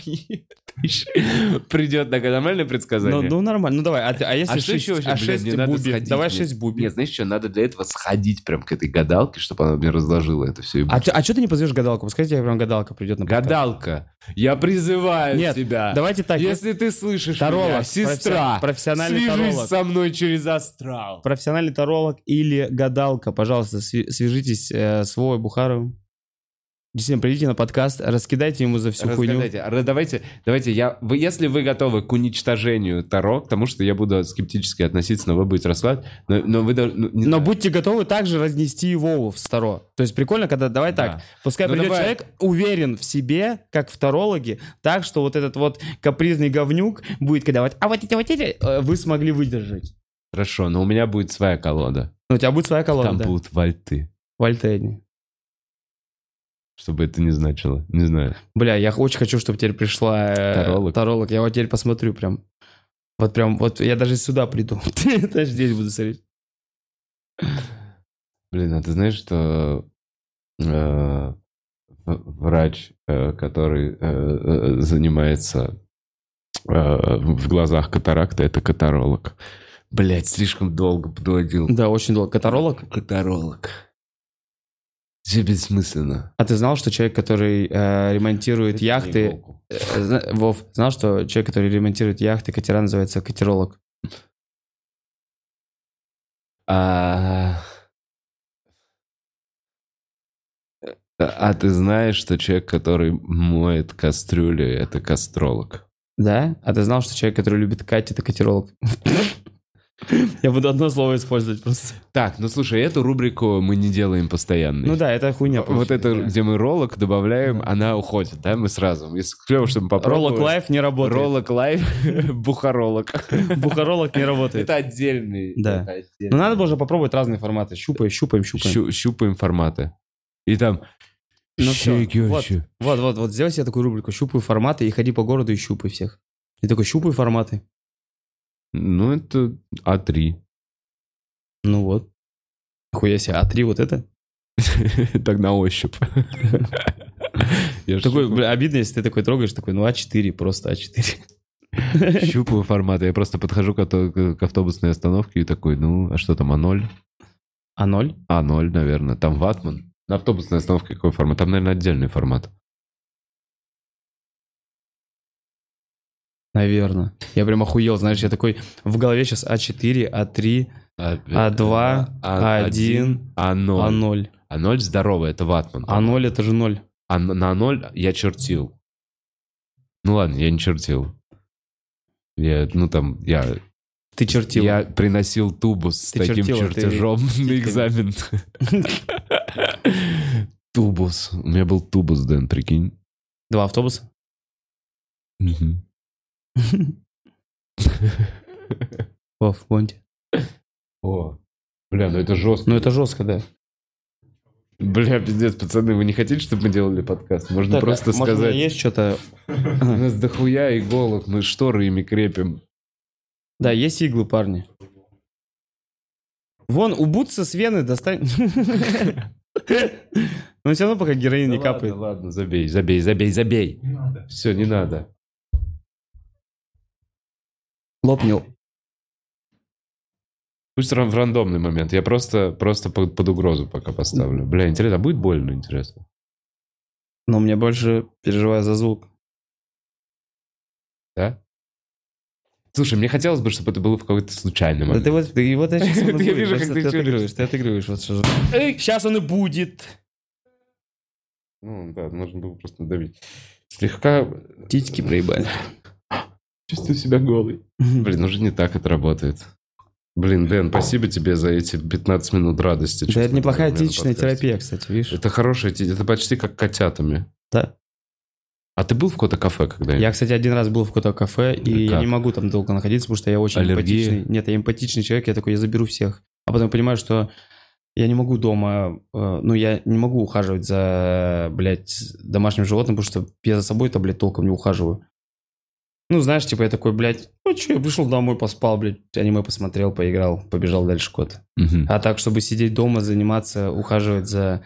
[SPEAKER 1] придет такое нормальное
[SPEAKER 2] ну,
[SPEAKER 1] предсказание.
[SPEAKER 2] ну нормально, ну давай, а, ты- а если
[SPEAKER 1] А что
[SPEAKER 2] 6,
[SPEAKER 1] еще вообще,
[SPEAKER 2] а
[SPEAKER 1] блядь,
[SPEAKER 2] 6
[SPEAKER 1] не надо
[SPEAKER 2] буби,
[SPEAKER 1] сходить,
[SPEAKER 2] давай
[SPEAKER 1] блядь.
[SPEAKER 2] 6 буби.
[SPEAKER 1] Нет, знаешь что, надо для этого сходить прям к этой гадалке, чтобы она мне разложила это все.
[SPEAKER 2] А, ты- а что ты не позовешь гадалку? Пускай тебе прям гадалка придет на подкаст.
[SPEAKER 1] Гадалка, я призываю
[SPEAKER 2] Нет,
[SPEAKER 1] тебя.
[SPEAKER 2] Давайте так,
[SPEAKER 1] Если ты слышишь
[SPEAKER 2] Таролог,
[SPEAKER 1] меня, сестра, а-
[SPEAKER 2] профессион- профессиональный
[SPEAKER 1] свяжись
[SPEAKER 2] таролог.
[SPEAKER 1] со мной через астрал.
[SPEAKER 2] профессиональный таролог или гадалка, пожалуйста, сви- свяжитесь э, с Вовой Бухаровым. Действительно, придите на подкаст, раскидайте ему за всю хуйню.
[SPEAKER 1] Разгадайте. Ра- Давайте, давайте, я, вы, если вы готовы к уничтожению Таро, к тому, что я буду скептически относиться, но вы будете раскладывать, но, но вы должны... ну, не
[SPEAKER 2] Но
[SPEAKER 1] знаю.
[SPEAKER 2] будьте готовы также разнести его в старо. То есть прикольно, когда давай так.
[SPEAKER 1] Да.
[SPEAKER 2] Пускай
[SPEAKER 1] Ну,
[SPEAKER 2] придет
[SPEAKER 1] давай.
[SPEAKER 2] человек уверен в себе, как в тарологе, так что вот этот вот капризный говнюк будет когда вот, а вот эти вот эти э, вы смогли выдержать.
[SPEAKER 1] Хорошо, но у меня будет своя колода.
[SPEAKER 2] Ну, у тебя будет своя колонна,
[SPEAKER 1] Там
[SPEAKER 2] да?
[SPEAKER 1] будут вальты,
[SPEAKER 2] Вольтейни.
[SPEAKER 1] чтобы это не значило. Не знаю.
[SPEAKER 2] Бля, я очень хочу, чтобы теперь пришла э,
[SPEAKER 1] Таролог.
[SPEAKER 2] таролог. Я вот теперь посмотрю прям. Вот прям, вот я даже сюда приду. *laughs* Я даже здесь буду смотреть.
[SPEAKER 1] Блин, а ты знаешь, что э, в- врач, э, который э, э, занимается э, в глазах катаракта, это катаролог. Блять, слишком долго подводил.
[SPEAKER 2] Да, очень долго. Катаролог?
[SPEAKER 1] Катаролог. Все бессмысленно.
[SPEAKER 2] А ты знал, что человек, который э, ремонтирует яхты... э, зна- Вов, знал, что человек, который ремонтирует яхты, катера называется катеролог?
[SPEAKER 1] А... а ты знаешь, что человек, который моет кастрюли, это кастролог?
[SPEAKER 2] Да? А ты знал, что человек, который любит Кать, это катеролог? Я буду одно слово использовать просто.
[SPEAKER 1] Так, ну слушай, эту рубрику мы не делаем постоянно.
[SPEAKER 2] Ну да, это хуйня.
[SPEAKER 1] Вот это,
[SPEAKER 3] *laughs*
[SPEAKER 1] где мы роллок добавляем,
[SPEAKER 2] Да.
[SPEAKER 1] она уходит, да, мы сразу. Если клево, что мы *laughs* попробовали.
[SPEAKER 2] Роллок лайф не работает. *laughs*
[SPEAKER 1] Роллок лайф, бухаролок.
[SPEAKER 2] Бухаролог не работает.
[SPEAKER 1] Это отдельный.
[SPEAKER 2] Да.
[SPEAKER 1] это отдельный.
[SPEAKER 2] Ну, надо было уже попробовать разные форматы. Щупаем, щупаем, щупаем.
[SPEAKER 1] Щу- щупаем форматы. И там...
[SPEAKER 2] Ну всё,
[SPEAKER 1] «Щеки,
[SPEAKER 2] вот.
[SPEAKER 1] щу».
[SPEAKER 2] Вот, вот, вот, сделай себе такую рубрику. Щупай форматы и ходи по городу и щупай всех. И такой, щупай форматы.
[SPEAKER 1] Ну, это *laughs* А3.
[SPEAKER 2] Ну вот. Хуя себе, А3 вот это?
[SPEAKER 1] *laughs* Так на ощупь. Я ж
[SPEAKER 2] Такой,
[SPEAKER 1] щупаю-
[SPEAKER 2] бля, обидно, если ты такой трогаешь, такой, ну А4, просто А4.
[SPEAKER 1] щупаю форматы. Я просто подхожу к авто- к автобусной остановке и такой, ну, а что там, А0?
[SPEAKER 2] А0?
[SPEAKER 1] А0, наверное. Там ватман. На автобусной остановке какой формат? Там, наверное, отдельный формат.
[SPEAKER 2] Наверное. Я прям охуел, знаешь, я такой, в голове А сейчас А4, А3,
[SPEAKER 1] Э,
[SPEAKER 2] А А2,
[SPEAKER 1] А,
[SPEAKER 2] А1,
[SPEAKER 1] А0.
[SPEAKER 2] А0.
[SPEAKER 1] А0 А здоровый, это ватман.
[SPEAKER 2] А0 А это же 0.
[SPEAKER 1] А н- на 0 я чертил. Ну ладно, я не чертил. Я, ну там, я,
[SPEAKER 2] Ты чертил.
[SPEAKER 1] я приносил тубус с
[SPEAKER 2] Ты
[SPEAKER 1] таким
[SPEAKER 2] чертила, ты-
[SPEAKER 1] чертежом *laughs* на
[SPEAKER 2] *laughs*
[SPEAKER 1] экзамен. Тубус. У меня был тубус, Дэн, прикинь.
[SPEAKER 2] Два автобуса.
[SPEAKER 1] Мгм.
[SPEAKER 2] *laughs* Вов, Бонди.
[SPEAKER 1] О, бля, ну это жестко.
[SPEAKER 2] Ну это жестко, да.
[SPEAKER 1] Бля, пиздец, пацаны, вы не хотите, чтобы мы делали подкаст? Можно
[SPEAKER 2] Так,
[SPEAKER 1] Ну, просто
[SPEAKER 2] может, у меня
[SPEAKER 1] сказать,
[SPEAKER 2] есть что-то
[SPEAKER 1] у нас дохуя иголок, мы шторы ими крепим.
[SPEAKER 2] Да, есть иглы, парни. Вон, у Бутса с вены достань. *laughs* Но все равно пока героин не
[SPEAKER 1] Да
[SPEAKER 2] капает.
[SPEAKER 1] Ладно, ладно, забей, забей, забей, забей.
[SPEAKER 4] Не надо.
[SPEAKER 1] Все, не надо.
[SPEAKER 2] Лопнил.
[SPEAKER 1] Пусть ран- в рандомный момент, я просто, просто под, под угрозу пока поставлю. Бля, интересно, а будет больно, интересно?
[SPEAKER 2] Но мне больше переживаю за звук.
[SPEAKER 1] Да? Слушай, мне хотелось бы, чтобы это было в какой-то случайный
[SPEAKER 2] Да
[SPEAKER 1] момент.
[SPEAKER 2] ты вот, ты- и
[SPEAKER 1] *laughs*
[SPEAKER 2] вот сейчас он и
[SPEAKER 1] Я
[SPEAKER 2] будет,
[SPEAKER 1] вижу,
[SPEAKER 2] потому
[SPEAKER 1] как ты
[SPEAKER 2] что ты
[SPEAKER 1] чувствуешь.
[SPEAKER 2] отыгрываешь, ты отыгрываешь. Вот сейчас. сейчас он и будет.
[SPEAKER 1] Ну да, нужно было просто надавить. Слегка
[SPEAKER 2] Титьки проебали.
[SPEAKER 1] чувствую себя голый. Блин, уже не так это работает. Блин, Дэн, спасибо тебе за эти 15 минут радости.
[SPEAKER 2] Да
[SPEAKER 1] честно
[SPEAKER 2] это неплохая
[SPEAKER 1] говоря, у меня на
[SPEAKER 2] титичная
[SPEAKER 1] подкасте.
[SPEAKER 2] терапия, кстати, видишь?
[SPEAKER 1] Это хорошая ти- это почти как котятами.
[SPEAKER 2] Да.
[SPEAKER 1] А ты был в кота-кафе когда-нибудь?
[SPEAKER 2] Я, кстати, один раз был в какое-то кафе, и я
[SPEAKER 1] Как?
[SPEAKER 2] не могу там долго находиться, потому что я очень
[SPEAKER 1] Аллергия?
[SPEAKER 2] эмпатичный. Нет, я эмпатичный человек, я такой, я заберу всех. А потом понимаю, что я не могу дома, э, ну, я не могу ухаживать за, блядь, домашним животным, потому что я за собой-то, блядь, толком не ухаживаю. Ну, знаешь, типа я такой, блядь, ну чё, я пришел домой, поспал, блядь, аниме посмотрел, поиграл, побежал дальше кот.
[SPEAKER 1] Мгм.
[SPEAKER 2] А так, чтобы сидеть дома, заниматься, ухаживать за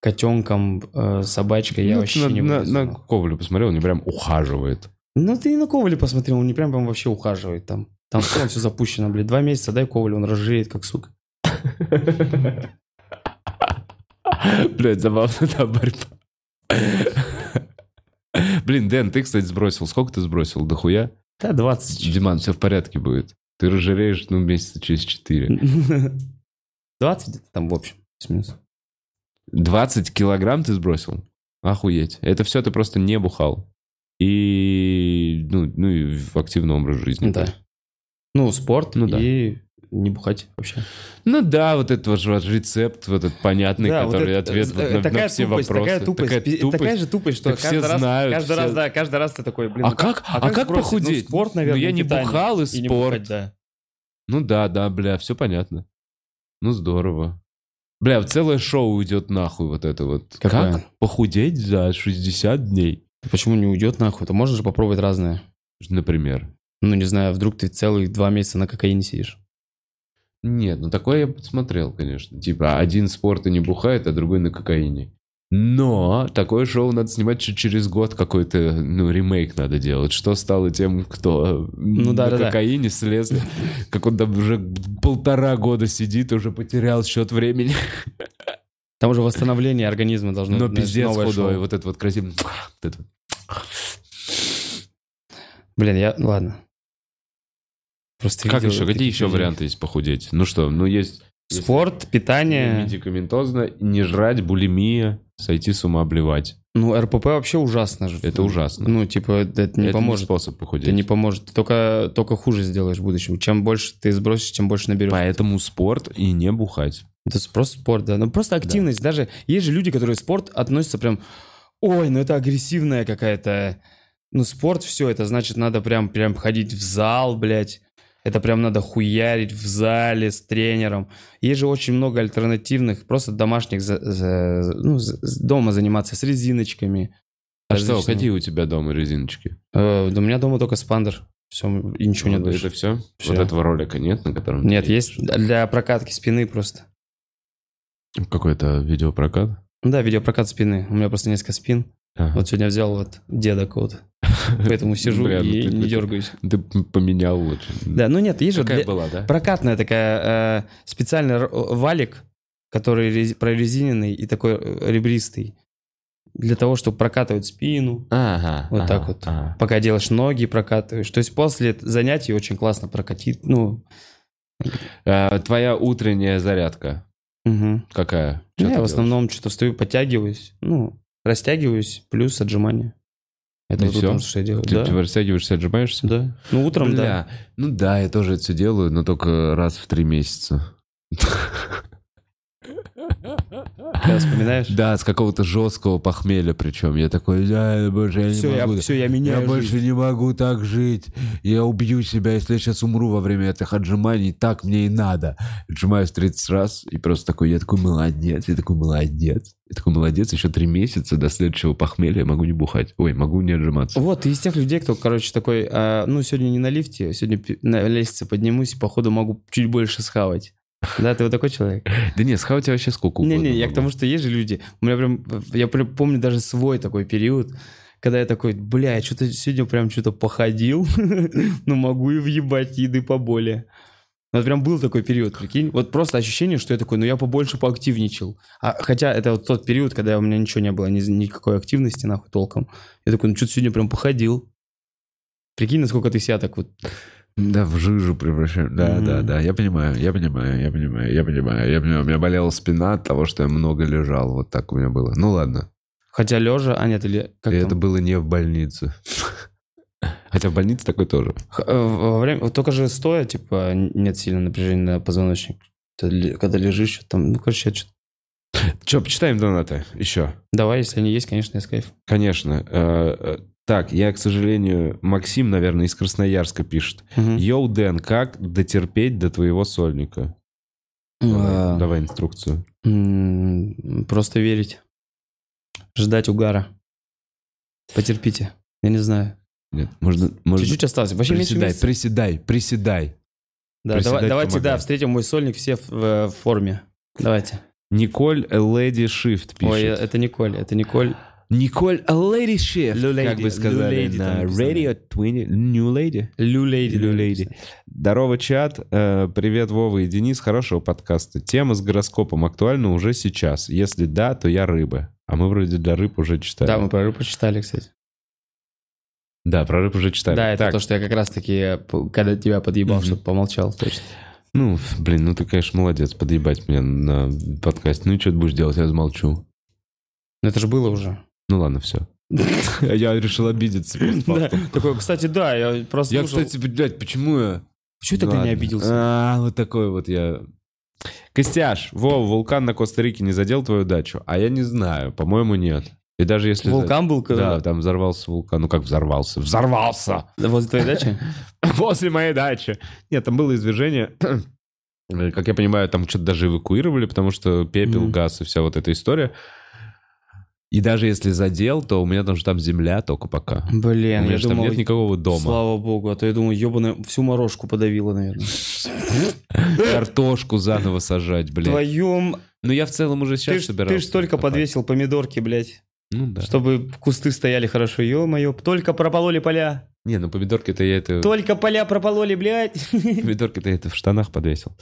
[SPEAKER 2] котенком, э, собачкой, я
[SPEAKER 3] Ну,
[SPEAKER 2] вообще
[SPEAKER 3] на,
[SPEAKER 2] не
[SPEAKER 3] на-
[SPEAKER 2] вылезу,
[SPEAKER 3] на
[SPEAKER 2] нахуй.
[SPEAKER 3] Ковлю посмотрел, он прям ухаживает.
[SPEAKER 2] Ну, ты и на Ковале посмотрел, он не прям прям вообще ухаживает там. Там в целом все запущено, блядь. Два месяца дай Ковалю, он разжиреет, как сука.
[SPEAKER 3] Блять, забавно, да, борьба.
[SPEAKER 1] *laughs*
[SPEAKER 3] Блин, Дэн, ты, кстати, сбросил. Сколько ты сбросил? Дохуя?
[SPEAKER 2] Да, *laughs* 20.
[SPEAKER 3] Диман, все в порядке будет. Ты разжиреешь, ну, месяца через 4.
[SPEAKER 2] 20 где-то там, в общем, плюс-минус.
[SPEAKER 3] 20 килограмм ты сбросил? Охуеть. Это все ты просто не бухал. И, ну, ну и в активный образ жизни.
[SPEAKER 2] Да. Ну, спорт
[SPEAKER 3] Ну да.
[SPEAKER 2] и не бухать вообще.
[SPEAKER 3] Ну да, вот этот ваш рецепт, вот этот понятный,
[SPEAKER 2] Да, вот
[SPEAKER 3] который
[SPEAKER 2] это-
[SPEAKER 3] ответ вот
[SPEAKER 2] э,
[SPEAKER 3] на- на,
[SPEAKER 2] такая
[SPEAKER 3] все
[SPEAKER 2] тупость,
[SPEAKER 3] вопросы.
[SPEAKER 2] Такая тупость, пи- такая же тупость, что
[SPEAKER 3] Так все
[SPEAKER 2] каждый раз,
[SPEAKER 3] знают,
[SPEAKER 2] каждый
[SPEAKER 3] все-
[SPEAKER 2] раз, да, каждый раз ты такой, блин,
[SPEAKER 3] а,
[SPEAKER 2] ну
[SPEAKER 3] как, а,
[SPEAKER 2] а
[SPEAKER 3] как
[SPEAKER 2] сбросить? Ну,
[SPEAKER 3] похудеть?
[SPEAKER 2] спорт, наверное,
[SPEAKER 3] Ну, я не
[SPEAKER 2] питание.
[SPEAKER 3] бухал, и,
[SPEAKER 2] И не
[SPEAKER 3] спорт.
[SPEAKER 2] бухать, да.
[SPEAKER 3] Ну да, да, бля, все понятно. Ну здорово. Бля, вот целое шоу уйдет нахуй вот это вот.
[SPEAKER 2] Какое?
[SPEAKER 3] Как похудеть за 60 дней,
[SPEAKER 2] Почему не уйдет нахуй? Ты можешь же попробовать разное.
[SPEAKER 3] например.
[SPEAKER 2] Ну, не знаю, вдруг ты целых два месяца на кокаине сидишь.
[SPEAKER 3] Нет, ну такое я подсмотрел, конечно. Типа, один спорта не бухает, а другой на кокаине. Но такое шоу надо снимать чуть через год какой-то, ну, ремейк надо делать. Что стало тем, кто
[SPEAKER 2] Ну да,
[SPEAKER 3] на
[SPEAKER 2] да, да.
[SPEAKER 3] кокаине слез, как он там уже полтора года сидит, уже потерял счет времени.
[SPEAKER 2] Там уже восстановление организма должно
[SPEAKER 3] Но
[SPEAKER 2] знаешь,
[SPEAKER 3] Ну, пиздец
[SPEAKER 2] Ну, новое
[SPEAKER 3] худой,
[SPEAKER 2] шоу.
[SPEAKER 3] вот это вот красиво. Вот это вот.
[SPEAKER 2] Блин, я... Ладно. Просто
[SPEAKER 3] Как
[SPEAKER 2] видел
[SPEAKER 3] еще?
[SPEAKER 2] таких
[SPEAKER 3] Какие еще
[SPEAKER 2] людей.
[SPEAKER 3] варианты есть похудеть? Ну что, ну есть
[SPEAKER 2] Спорт,
[SPEAKER 3] Ну,
[SPEAKER 2] питание.
[SPEAKER 3] медикаментозно, не жрать, булимия, сойти с ума, блевать.
[SPEAKER 2] Ну, РПП вообще ужасно же.
[SPEAKER 3] Это ужасно.
[SPEAKER 2] Ну, типа, это не
[SPEAKER 3] Это
[SPEAKER 2] поможет.
[SPEAKER 3] способ похудеть.
[SPEAKER 2] Это не поможет. Ты только, только хуже сделаешь в будущем. Чем больше ты сбросишь, тем больше наберешь.
[SPEAKER 3] Поэтому А спорт и не бухать.
[SPEAKER 2] Это с- просто спорт, да. Ну, просто активность. Даже есть же люди, которые спорт относятся прям... Ой, ну это агрессивная какая-то... Ну, спорт, все, это значит, надо прям, прям ходить в зал, блядь. Это прям надо хуярить в зале с тренером. Есть же очень много альтернативных, просто домашних, за- за- ну, за- с дома заниматься с резиночками.
[SPEAKER 3] А что,
[SPEAKER 2] Различные.
[SPEAKER 3] какие у тебя дома резиночки?
[SPEAKER 2] Э, да у меня дома только спандер. Все, и ничего нет
[SPEAKER 3] Ну, Вот
[SPEAKER 2] больше.
[SPEAKER 3] Это все?
[SPEAKER 2] Всё.
[SPEAKER 3] Вот этого ролика нет, на котором... ты
[SPEAKER 2] Нет,
[SPEAKER 3] едешь?
[SPEAKER 2] есть для прокатки спины просто.
[SPEAKER 3] Какой-то видеопрокат?
[SPEAKER 2] Ну да, видеопрокат спины. У меня просто несколько спин.
[SPEAKER 3] Ага.
[SPEAKER 2] Вот сегодня взял вот деда кого-то.
[SPEAKER 3] *laughs*
[SPEAKER 2] Поэтому сижу
[SPEAKER 3] Бля, ну
[SPEAKER 2] и
[SPEAKER 3] ты-
[SPEAKER 2] не
[SPEAKER 3] ты-
[SPEAKER 2] дергаюсь.
[SPEAKER 3] Ты п- поменял вот.
[SPEAKER 2] Да, ну нет, есть же
[SPEAKER 3] Какая
[SPEAKER 2] для-
[SPEAKER 3] была, да?
[SPEAKER 2] прокатная такая э, специальный р- валик, который рез- прорезиненный и такой э, ребристый. Для того, чтобы прокатывать спину.
[SPEAKER 3] Ага.
[SPEAKER 2] Вот
[SPEAKER 3] ага,
[SPEAKER 2] так вот.
[SPEAKER 3] ага.
[SPEAKER 2] Пока делаешь ноги, прокатываешь. То есть после занятий очень классно прокатит. Ну,
[SPEAKER 3] А, Твоя утренняя зарядка
[SPEAKER 2] мгм.
[SPEAKER 3] какая? Чё
[SPEAKER 2] Ну,
[SPEAKER 3] ты
[SPEAKER 2] я в
[SPEAKER 3] делаешь?
[SPEAKER 2] основном что-то встаю, подтягиваюсь, ну, растягиваюсь, плюс отжимания. Это
[SPEAKER 3] И
[SPEAKER 2] вот
[SPEAKER 3] всё?
[SPEAKER 2] утром, что я делаю.
[SPEAKER 3] Ты,
[SPEAKER 2] да.
[SPEAKER 3] ты растягиваешься, отжимаешься?
[SPEAKER 2] Да. Ну, утром, да.
[SPEAKER 3] Бля, Ну да, я тоже это все делаю, но только раз в три месяца.
[SPEAKER 2] Когда вспоминаешь.
[SPEAKER 3] Да, с какого-то жесткого похмелья причем. Я такой, да, боже, я не
[SPEAKER 2] Все,
[SPEAKER 3] могу.
[SPEAKER 2] я, все, я меняю
[SPEAKER 3] Я больше
[SPEAKER 2] жизнь.
[SPEAKER 3] не могу так жить. Я убью себя, если я сейчас умру во время этих отжиманий. Так мне и надо. Отжимаюсь 30 раз, и просто такой, я такой молодец, я такой молодец. Я такой молодец, еще три месяца до следующего похмелья я могу не бухать. Ой, могу не отжиматься.
[SPEAKER 2] Вот, ты из тех людей, кто, короче, такой, а, ну, сегодня не на лифте, сегодня пи- на лестнице поднимусь, и, походу, могу чуть больше схавать. Да, ты вот такой человек?
[SPEAKER 3] Да нет, схавать я вообще сколько угодно
[SPEAKER 2] Не-не, я
[SPEAKER 3] могу.
[SPEAKER 2] к тому, что есть же люди. У меня прям, я прям помню даже свой такой период, когда я такой, бля, что-то сегодня прям что-то походил, *laughs* ну могу и въебать еды поболее. Вот прям был такой период, прикинь. Вот просто ощущение, что я такой, ну я побольше поактивничал. А, хотя это вот тот период, когда у меня ничего не было, ни- никакой активности нахуй толком. Я такой, ну что-то сегодня прям походил. Прикинь, насколько ты себя так вот...
[SPEAKER 3] Да, в жижу превращаю. Да,
[SPEAKER 2] Мгм.
[SPEAKER 3] да, да. Я понимаю, я понимаю, я понимаю, я понимаю, я понимаю. У меня болела спина от того, что я много лежал. Вот так у меня было. Ну ладно.
[SPEAKER 2] Хотя лежа, а нет, или как
[SPEAKER 3] И
[SPEAKER 2] там?
[SPEAKER 3] это было не в больнице. *laughs* Хотя в больнице такой тоже.
[SPEAKER 2] Х- э, Во время, вот только же стоя, типа, н- нет сильного напряжения на позвоночник. Ты ле- Когда лежишь, что там, ну, короче, я чё-
[SPEAKER 3] Че, почитаем донаты еще?
[SPEAKER 2] Давай, если они есть, конечно, я с кайф.
[SPEAKER 3] Конечно. Э, э, Так, я, к сожалению, Максим, наверное, из Красноярска пишет. Йоу, Дэн, как дотерпеть до твоего сольника? Ну,
[SPEAKER 2] А,
[SPEAKER 3] Давай инструкцию.
[SPEAKER 2] м, Просто верить. Ждать угара. Потерпите. Я не знаю.
[SPEAKER 3] Нет, можно... можно...
[SPEAKER 2] Чуть-чуть осталось. Вообще меньше
[SPEAKER 3] приседай,
[SPEAKER 2] месяца.
[SPEAKER 3] приседай, приседай.
[SPEAKER 2] Да,
[SPEAKER 3] приседать
[SPEAKER 2] давай- давайте, да,
[SPEAKER 3] помогает.
[SPEAKER 2] встретим мой сольник все в, э, в форме. Давайте.
[SPEAKER 1] Николь
[SPEAKER 3] э,
[SPEAKER 1] Леди Шифт пишет.
[SPEAKER 2] Ой, это Николь, это Николь.
[SPEAKER 3] Николь э, Lady Shift,
[SPEAKER 2] Lou
[SPEAKER 3] как
[SPEAKER 2] Lady,
[SPEAKER 3] вы
[SPEAKER 2] Lou
[SPEAKER 3] сказали
[SPEAKER 2] Lady
[SPEAKER 3] на
[SPEAKER 2] там написано.
[SPEAKER 3] Radio 20... New Lady?
[SPEAKER 2] Лю Лейди.
[SPEAKER 1] Лю Лейди. Здорово, чат. Э, Привет, Вова и Денис. Хорошего подкаста. Тема с гороскопом актуальна уже сейчас. Если да, то я рыба. А мы вроде для рыб уже читали.
[SPEAKER 2] Да, мы про рыбу читали, кстати.
[SPEAKER 1] Да, про рыб уже читали.
[SPEAKER 2] Да, это
[SPEAKER 1] так,
[SPEAKER 2] то, что я как раз-таки, э, п- когда тебя подъебал,
[SPEAKER 3] Мгм.
[SPEAKER 2] чтобы помолчал. Точно.
[SPEAKER 1] ну, блин, ну ты, конечно, молодец, подъебать меня на подкасте. Ну и что ты будешь делать? Я замолчу.
[SPEAKER 2] Но это же было уже.
[SPEAKER 1] Ну ладно, все. *laughs* Я решил обидеться.
[SPEAKER 2] Да, такой, кстати, да, я просто
[SPEAKER 3] Я,
[SPEAKER 2] слушал.
[SPEAKER 3] кстати, блядь, почему я...
[SPEAKER 2] Чего я тогда не
[SPEAKER 1] Ладно.
[SPEAKER 2] обиделся?
[SPEAKER 1] А, вот такой вот я. Костяш, Вова, вулкан на Коста-Рике не задел твою дачу? А я не знаю, по-моему, нет. И даже если...
[SPEAKER 2] Вулкан был
[SPEAKER 1] Да,
[SPEAKER 2] когда-
[SPEAKER 1] там взорвался вулкан. Ну как взорвался? Взорвался!
[SPEAKER 2] возле твоей дачи?
[SPEAKER 1] *laughs* Возле моей дачи. Нет, там было извержение. Э, Как я понимаю, там что-то даже эвакуировали, потому что пепел,
[SPEAKER 2] Мгм.
[SPEAKER 1] газ и вся вот эта история. И даже если задел, то у меня там же там земля только пока. у
[SPEAKER 2] Блин,
[SPEAKER 1] меня
[SPEAKER 2] я
[SPEAKER 1] же там
[SPEAKER 2] думал,
[SPEAKER 1] нет никакого дома.
[SPEAKER 2] слава богу, а то я думал, ебаная, всю морожку подавила, наверное.
[SPEAKER 1] Картошку заново сажать, блин.
[SPEAKER 2] Твоем...
[SPEAKER 1] Ну я в целом уже сейчас
[SPEAKER 2] Ты ж,
[SPEAKER 1] собирался.
[SPEAKER 2] ты ж только
[SPEAKER 1] копать.
[SPEAKER 2] подвесил помидорки, блядь,
[SPEAKER 1] Ну да.
[SPEAKER 2] чтобы кусты стояли хорошо. Ё-моё, только пропололи поля.
[SPEAKER 1] Не, ну помидорки-то я это...
[SPEAKER 2] Только поля пропололи, блядь. *laughs*
[SPEAKER 1] Помидорки-то я это в штанах подвесил.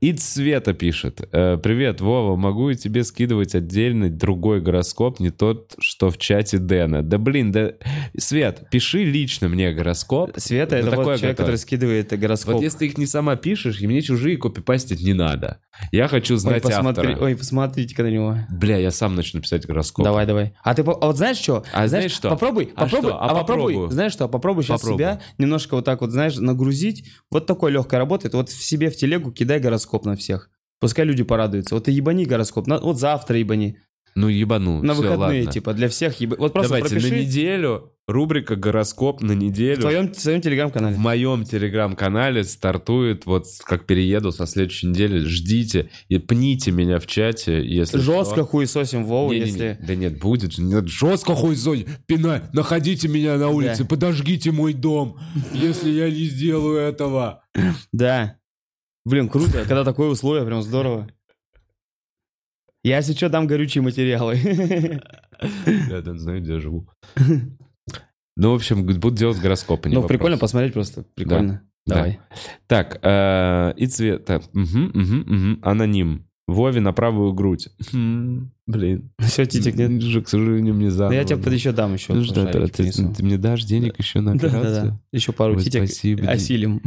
[SPEAKER 1] И Света пишет. «Э, Привет, Вова, могу я тебе скидывать отдельный другой гороскоп, не тот, что в чате Дэна. Да блин, да... Свет, пиши лично мне гороскоп.
[SPEAKER 2] Света,
[SPEAKER 1] Ну,
[SPEAKER 2] это
[SPEAKER 1] такое
[SPEAKER 2] вот
[SPEAKER 1] готовь.
[SPEAKER 2] человек, который скидывает гороскоп.
[SPEAKER 1] Вот если ты их не сама пишешь, и мне чужие копипастить не надо. Я хочу
[SPEAKER 2] Ой,
[SPEAKER 1] знать
[SPEAKER 2] посмотри,
[SPEAKER 1] автора.
[SPEAKER 2] ой, посмотрите-ка на него.
[SPEAKER 1] Бля, я сам начну писать гороскоп.
[SPEAKER 2] Давай, давай. А ты по- а вот знаешь что?
[SPEAKER 1] А знаешь что?
[SPEAKER 2] Попробуй,
[SPEAKER 1] А
[SPEAKER 2] попробуй,
[SPEAKER 1] что? А
[SPEAKER 2] а, попробуй,
[SPEAKER 1] попробую.
[SPEAKER 2] знаешь что? Попробуй сейчас
[SPEAKER 1] Попробую.
[SPEAKER 2] себя немножко вот так вот, знаешь, нагрузить. Вот такой легкой работает. Вот в себе в телегу кидай гороскоп на всех. Пускай люди порадуются. Вот ты ебани гороскоп. на- вот завтра ебани.
[SPEAKER 1] Ну ебану.
[SPEAKER 2] на
[SPEAKER 1] всё,
[SPEAKER 2] выходные,
[SPEAKER 1] ладно.
[SPEAKER 2] типа, для всех еба- Вот просто
[SPEAKER 1] Давайте
[SPEAKER 2] пропиши
[SPEAKER 1] на неделю рубрика гороскоп на неделю.
[SPEAKER 2] в твоем, в своем телеграм-канале.
[SPEAKER 1] В моем телеграм-канале стартует, вот как перееду со следующей недели, ждите и пните меня в чате, если
[SPEAKER 2] Жестко
[SPEAKER 1] что.
[SPEAKER 2] хуесосим Вову,
[SPEAKER 1] Не-не-не.
[SPEAKER 2] если...
[SPEAKER 1] Да нет, будет же. Нет, ж-
[SPEAKER 3] Жестко хуй зонь, пинай, находите меня на улице,
[SPEAKER 2] Да.
[SPEAKER 3] подожгите мой дом, если я не сделаю этого.
[SPEAKER 2] Да. Блин, круто, когда такое условие, прям здорово. Я, если что, дам горючие материалы. *laughs*
[SPEAKER 1] Я да, знаю, где я живу. Ну, в общем, г- буду делать гороскопы. не
[SPEAKER 2] Ну,
[SPEAKER 1] вопрос.
[SPEAKER 2] прикольно посмотреть просто. Прикольно.
[SPEAKER 1] Да.
[SPEAKER 2] Давай. *laughs*
[SPEAKER 1] Так, э, и цвет. так, мгм, мгм, мгм. Аноним. Вове на правую грудь. Хм, Блин.
[SPEAKER 2] Все, титик нет.
[SPEAKER 1] М, же, к сожалению, мне
[SPEAKER 2] Да
[SPEAKER 1] заново.
[SPEAKER 2] я тебе под- еще дам еще.
[SPEAKER 1] Ну что, брат, ты,
[SPEAKER 2] *laughs*
[SPEAKER 1] ты мне дашь денег еще на
[SPEAKER 2] Да,
[SPEAKER 1] операцию?
[SPEAKER 2] да, да. Еще пару
[SPEAKER 1] Ой, а
[SPEAKER 2] титик
[SPEAKER 1] спасибо, Ден-
[SPEAKER 2] осилим.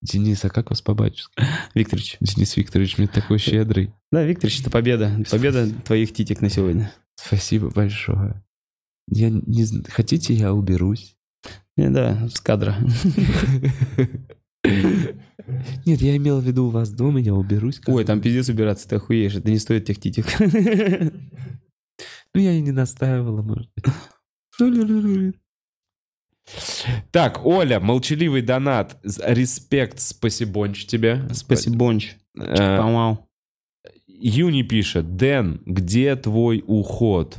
[SPEAKER 1] Денис, а как вас по-батюшке?
[SPEAKER 2] *laughs* Викторович.
[SPEAKER 1] Денис Викторович, мне такой щедрый.
[SPEAKER 2] Да, Викторович, это *laughs* победа. Победа твоих титик на сегодня.
[SPEAKER 1] Спасибо большое. Я не зн- Хотите, я уберусь?
[SPEAKER 2] Не, Да, с кадра.
[SPEAKER 1] Нет, я имел в виду у вас дома, я уберусь. как
[SPEAKER 2] *laughs* Ой,
[SPEAKER 1] бы.
[SPEAKER 2] там пиздец убираться, ты охуеешь. Это не стоит тех титик. *laughs*
[SPEAKER 1] Ну, я и не настаивала, может быть. Так, Оля, молчаливый донат. З- Респект, спасибонч тебе.
[SPEAKER 2] Спасибонч.
[SPEAKER 1] Э,
[SPEAKER 2] Помал.
[SPEAKER 1] Юни пишет. Дэн, где твой уход?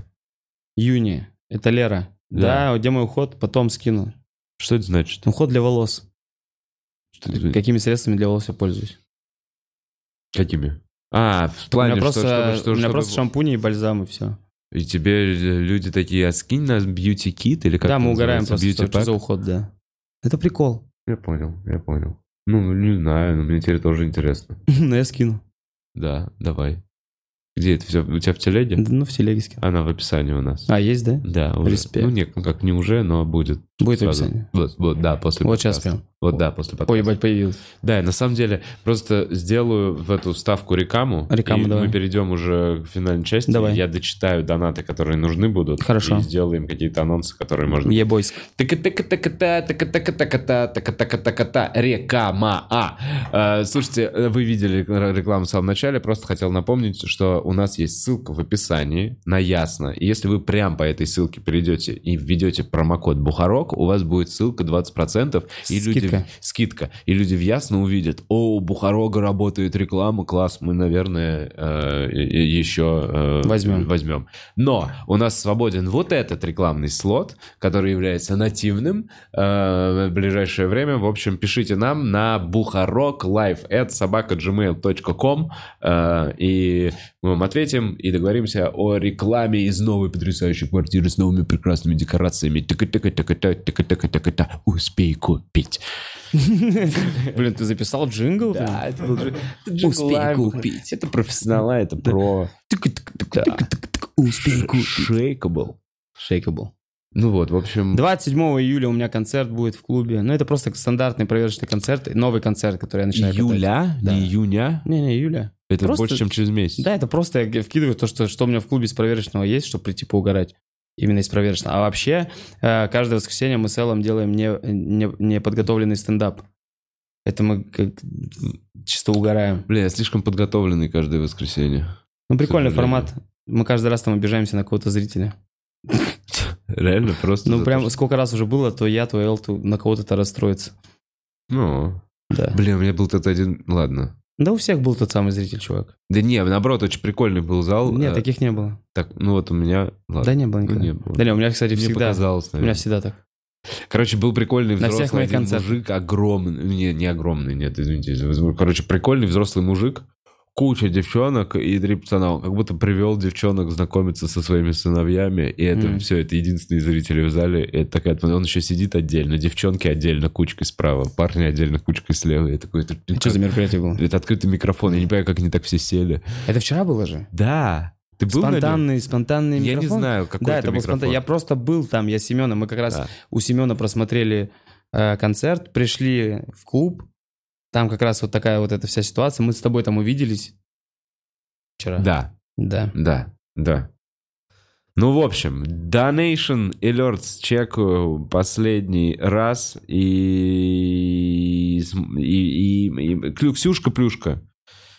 [SPEAKER 2] Юни. Это Лера.
[SPEAKER 1] Да.
[SPEAKER 2] Да, где мой уход? Потом скину. Ну,
[SPEAKER 1] Что это значит?
[SPEAKER 2] Уход для волос.
[SPEAKER 1] Что это-
[SPEAKER 2] Какими средствами для волос я пользуюсь?
[SPEAKER 1] Какими? А, в плане,
[SPEAKER 2] у меня
[SPEAKER 1] что-
[SPEAKER 2] просто,
[SPEAKER 1] чтобы-
[SPEAKER 2] у
[SPEAKER 1] что-
[SPEAKER 2] меня
[SPEAKER 1] чтобы-
[SPEAKER 2] просто шампуни и бальзам, и все.
[SPEAKER 1] И тебе люди такие, а скинь нас бьюти-кит или как
[SPEAKER 2] да,
[SPEAKER 1] это
[SPEAKER 2] мы угораем
[SPEAKER 1] называется,
[SPEAKER 2] просто что- что
[SPEAKER 1] бьюти-пак?
[SPEAKER 2] за уход, да. Это прикол. *laughs*
[SPEAKER 1] Я понял, я понял. Ну, не знаю, но мне теперь тоже интересно.
[SPEAKER 2] Но Ну, я скину.
[SPEAKER 1] Да, давай. Где это все? У тебя в телеге?
[SPEAKER 2] Да, Ну, в телеге скину.
[SPEAKER 1] Она в описании у нас.
[SPEAKER 2] А, есть, да?
[SPEAKER 1] Да, уже.
[SPEAKER 2] Респект.
[SPEAKER 1] Ну, не, ну, как не уже, но будет.
[SPEAKER 2] Будет в
[SPEAKER 1] сразу.
[SPEAKER 2] описании.
[SPEAKER 1] Вот, вот, да, после
[SPEAKER 2] Вот сейчас
[SPEAKER 1] подкаста.
[SPEAKER 2] прям.
[SPEAKER 1] Вот, да, после подкаста.
[SPEAKER 2] Ой, ебать, появилось.
[SPEAKER 1] Да, и на самом деле, просто сделаю в эту ставку рекаму.
[SPEAKER 2] Рекаму,
[SPEAKER 1] и мы
[SPEAKER 2] давай.
[SPEAKER 1] перейдем уже к финальной части.
[SPEAKER 2] Давай.
[SPEAKER 1] Я дочитаю донаты, которые нужны будут.
[SPEAKER 2] Хорошо.
[SPEAKER 1] И сделаем какие-то анонсы, которые можно...
[SPEAKER 2] Ебойск.
[SPEAKER 1] Тыка-тыка-тыка-та, тыка-тыка-тыка-та, тыка-тыка-тыка-та, Рекама. А, э, Слушайте, э, вы видели рекламу в самом начале, просто хотел напомнить, что у нас есть ссылка в описании на Ясно. И если вы прям по этой ссылке перейдете и введете промокод Бухарок, у вас будет ссылка 20%. И Люди,
[SPEAKER 2] Скидка.
[SPEAKER 1] скидка. И люди в Ясно увидят, о, у Бухарога работает реклама, класс, мы, наверное, э, и- и еще э,
[SPEAKER 2] Возьмем.
[SPEAKER 1] возьмем. Но у нас свободен вот этот рекламный слот, который является нативным э, в ближайшее время. В общем, пишите нам на buharoklife.sobaka.gmail.com э, и мы вам ответим и договоримся о рекламе из новой потрясающей квартиры с новыми прекрасными декорациями. Тыка-тыка-тыка-та, тыка-тыка-тыка-та. Успей купить.
[SPEAKER 2] *laughs* Блин, ты записал джингл?
[SPEAKER 1] Да, это был же... это джингл
[SPEAKER 2] Успей
[SPEAKER 1] лайв.
[SPEAKER 2] купить.
[SPEAKER 1] Это профессионал, это про...
[SPEAKER 2] Успей купить.
[SPEAKER 1] Шейкабл.
[SPEAKER 2] Шейкабл.
[SPEAKER 1] Ну вот, в общем...
[SPEAKER 2] 27 июля у меня концерт будет в клубе. Ну, это просто стандартный проверочный концерт, новый концерт, который я начинаю катать.
[SPEAKER 1] Июля,
[SPEAKER 2] Да.
[SPEAKER 1] не июня.
[SPEAKER 2] Не-не, июля.
[SPEAKER 1] Это
[SPEAKER 2] Просто-
[SPEAKER 1] больше, чем через месяц.
[SPEAKER 2] Да, это просто я вкидываю то, что, что у меня в клубе из проверочного есть, чтобы прийти поугарать. Именно из проверочного. А вообще, э, каждое воскресенье мы с Эллом делаем не- не- неподготовленный стендап. Это мы как чисто угораем.
[SPEAKER 1] Блин, я слишком подготовленный каждое воскресенье.
[SPEAKER 2] Ну, прикольный
[SPEAKER 1] сожалению.
[SPEAKER 2] формат. Мы каждый раз там обижаемся на кого-то зрителя.
[SPEAKER 1] Реально просто...
[SPEAKER 2] Ну,
[SPEAKER 1] за
[SPEAKER 2] прям
[SPEAKER 1] то, что-
[SPEAKER 2] сколько раз уже было, то я, то Эл, то на кого-то расстроится.
[SPEAKER 1] Ну,
[SPEAKER 2] Да.
[SPEAKER 1] блин, у меня был тот один... Ладно.
[SPEAKER 2] Да у всех был тот самый зритель, чувак.
[SPEAKER 1] Да не, наоборот, очень прикольный был зал.
[SPEAKER 2] Нет,
[SPEAKER 1] Э,
[SPEAKER 2] таких не было.
[SPEAKER 1] Так, ну вот у меня...
[SPEAKER 2] Да
[SPEAKER 1] Ладно. ну,
[SPEAKER 2] не было никогда.
[SPEAKER 1] не было.
[SPEAKER 2] Да не, у меня, кстати,
[SPEAKER 1] Мне
[SPEAKER 2] всегда.
[SPEAKER 1] показалось,
[SPEAKER 2] У меня
[SPEAKER 1] наверное.
[SPEAKER 2] всегда так.
[SPEAKER 1] Короче, был прикольный
[SPEAKER 2] На всех
[SPEAKER 1] взрослый
[SPEAKER 2] моих
[SPEAKER 1] один
[SPEAKER 2] концертах.
[SPEAKER 1] мужик, огромный, ну, не, не огромный, нет, извините, короче, прикольный взрослый мужик, куча девчонок и три пацана, он как будто привел девчонок знакомиться со своими сыновьями, и это
[SPEAKER 2] Мгм.
[SPEAKER 1] все, это единственные зрители в зале, и это такая, он еще сидит отдельно, девчонки отдельно кучкой справа, парни отдельно кучкой слева, и я такой, это,
[SPEAKER 2] Что за мероприятие
[SPEAKER 1] *laughs*
[SPEAKER 2] было?
[SPEAKER 1] это открытый микрофон, я не понимаю, как они так все сели.
[SPEAKER 2] Это вчера было же?
[SPEAKER 1] Да, ты был на нем?
[SPEAKER 2] Спонтанный, спонтанный
[SPEAKER 1] Я
[SPEAKER 2] микрофон?
[SPEAKER 1] не знаю, какой
[SPEAKER 2] Да, это был
[SPEAKER 1] микрофон.
[SPEAKER 2] спонтанный. Я просто был там, я с Семеном. Мы как раз
[SPEAKER 1] Да.
[SPEAKER 2] у Семена просмотрели э, концерт, пришли в клуб. Там как раз вот такая вот эта вся ситуация. Мы с тобой там увиделись вчера.
[SPEAKER 1] Да,
[SPEAKER 2] Да.
[SPEAKER 1] Да, да. Ну, в общем, Donation Alerts чекаю последний раз. И... см- и, и, и- Клю- Ксюшка-плюшка.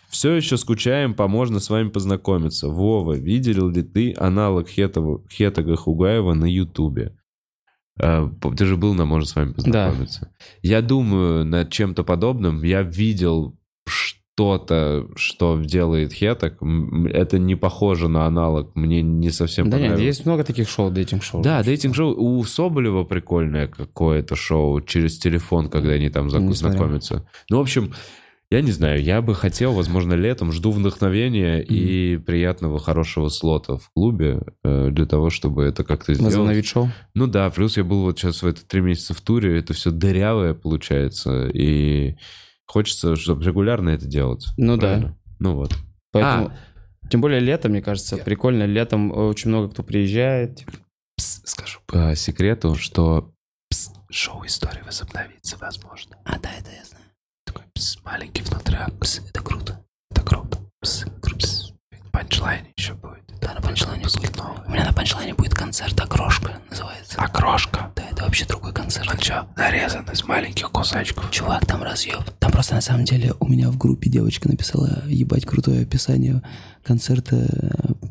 [SPEAKER 1] Все еще скучаем, поможно с вами познакомиться. Вова, видел ли ты аналог Хетова- Хетага Хугаева на Ютубе? Э, п- Ты же был на «Можно с вами познакомиться». Я думаю над чем-то подобным. Я видел что-то, что делает Хеток. М, Это не похоже на аналог. Мне не совсем
[SPEAKER 2] Да нет,
[SPEAKER 1] понравилось.
[SPEAKER 2] есть много таких шоу, дейтинг-шоу.
[SPEAKER 1] Да, дейтинг-шоу. У Соболева прикольное какое-то шоу через телефон, когда они там
[SPEAKER 2] Не
[SPEAKER 1] заку-
[SPEAKER 2] смотрел.
[SPEAKER 1] знакомятся. Ну, в общем, я не знаю, я бы хотел, возможно, летом, жду вдохновения и приятного, хорошего слота в клубе э, для того, чтобы это как-то сделать.
[SPEAKER 2] Возобновить шоу.
[SPEAKER 1] Ну да, плюс я был вот сейчас в это три месяца в туре, это все дырявое получается, и хочется, чтобы регулярно это делать.
[SPEAKER 2] Ну да.
[SPEAKER 1] Ну вот.
[SPEAKER 2] Поэтому...
[SPEAKER 1] А.
[SPEAKER 2] Тем более летом, мне кажется, прикольно. Летом очень много кто приезжает. типа.
[SPEAKER 1] Пс, скажу по секрету, что пс, шоу истории возобновится, возможно. А, да, это я знаю. Такой пс, маленький внутри, а, пс, это круто, это круто, пс, кру- пс. Панчлайн еще будет. Да, на панчлайне будет. У меня на панчлайне будет концерт «Окрошка» называется. «Окрошка»? Да, это вообще другой концерт. Он что, нарезан из маленьких кусочков?
[SPEAKER 6] Чувак, там разъеб. Там просто на самом деле у меня в группе девочка написала ебать крутое описание концерта,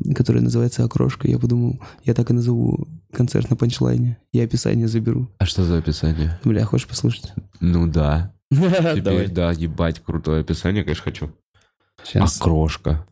[SPEAKER 6] э, который называется «Окрошка». Я подумал, я так и назову концерт на панчлайне. Я описание заберу.
[SPEAKER 1] А что за описание?
[SPEAKER 6] Бля, хочешь послушать?
[SPEAKER 1] Ну да.
[SPEAKER 6] *laughs*
[SPEAKER 1] Теперь,
[SPEAKER 2] Давай.
[SPEAKER 1] да, ебать, крутое описание, конечно, хочу.
[SPEAKER 2] Сейчас.
[SPEAKER 1] Окрошка.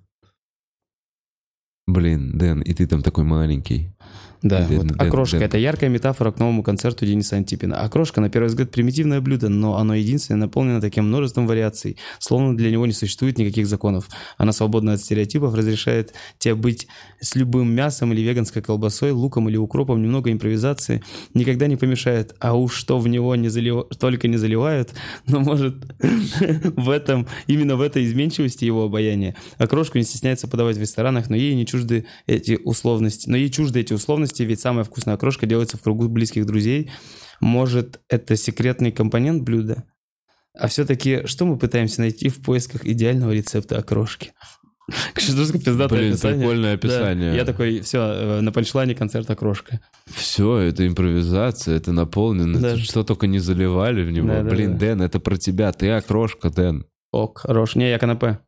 [SPEAKER 1] Блин, Дэн, и ты там такой маленький.
[SPEAKER 2] Да,
[SPEAKER 1] Дэн-
[SPEAKER 2] вот
[SPEAKER 1] Дэн-
[SPEAKER 2] окрошка
[SPEAKER 1] Дэн.
[SPEAKER 2] это яркая метафора к новому концерту Дениса Антипина. Окрошка, на первый взгляд, примитивное блюдо, но оно единственное наполнено таким множеством вариаций, словно для него не существует никаких законов. Она свободна от стереотипов, разрешает тебе быть с любым мясом или веганской колбасой, луком или укропом, немного импровизации никогда не помешает. А уж что в него не залива- только не заливают, но Ну, может *laughs* в этом, именно в этой изменчивости его обаяния. Окрошку не стесняется подавать в ресторанах, но ей не чужды эти условности. Но ей чужды эти условности, ведь самая вкусная окрошка делается в кругу близких друзей. Может, это секретный компонент блюда? А все-таки, что мы пытаемся найти в поисках идеального рецепта окрошки? *laughs* Что за пиздатое
[SPEAKER 1] Блин,
[SPEAKER 2] описание?
[SPEAKER 1] прикольное
[SPEAKER 2] Да.
[SPEAKER 1] описание.
[SPEAKER 2] Я такой, все, на панчлайне концерт окрошка.
[SPEAKER 1] Все, это импровизация, это наполнено,
[SPEAKER 2] Да.
[SPEAKER 1] это что только не заливали в него.
[SPEAKER 2] Да, да,
[SPEAKER 1] Блин,
[SPEAKER 2] да.
[SPEAKER 1] Дэн, это про тебя, ты окрошка, Дэн.
[SPEAKER 2] Ок, хорош. Не, я канапе.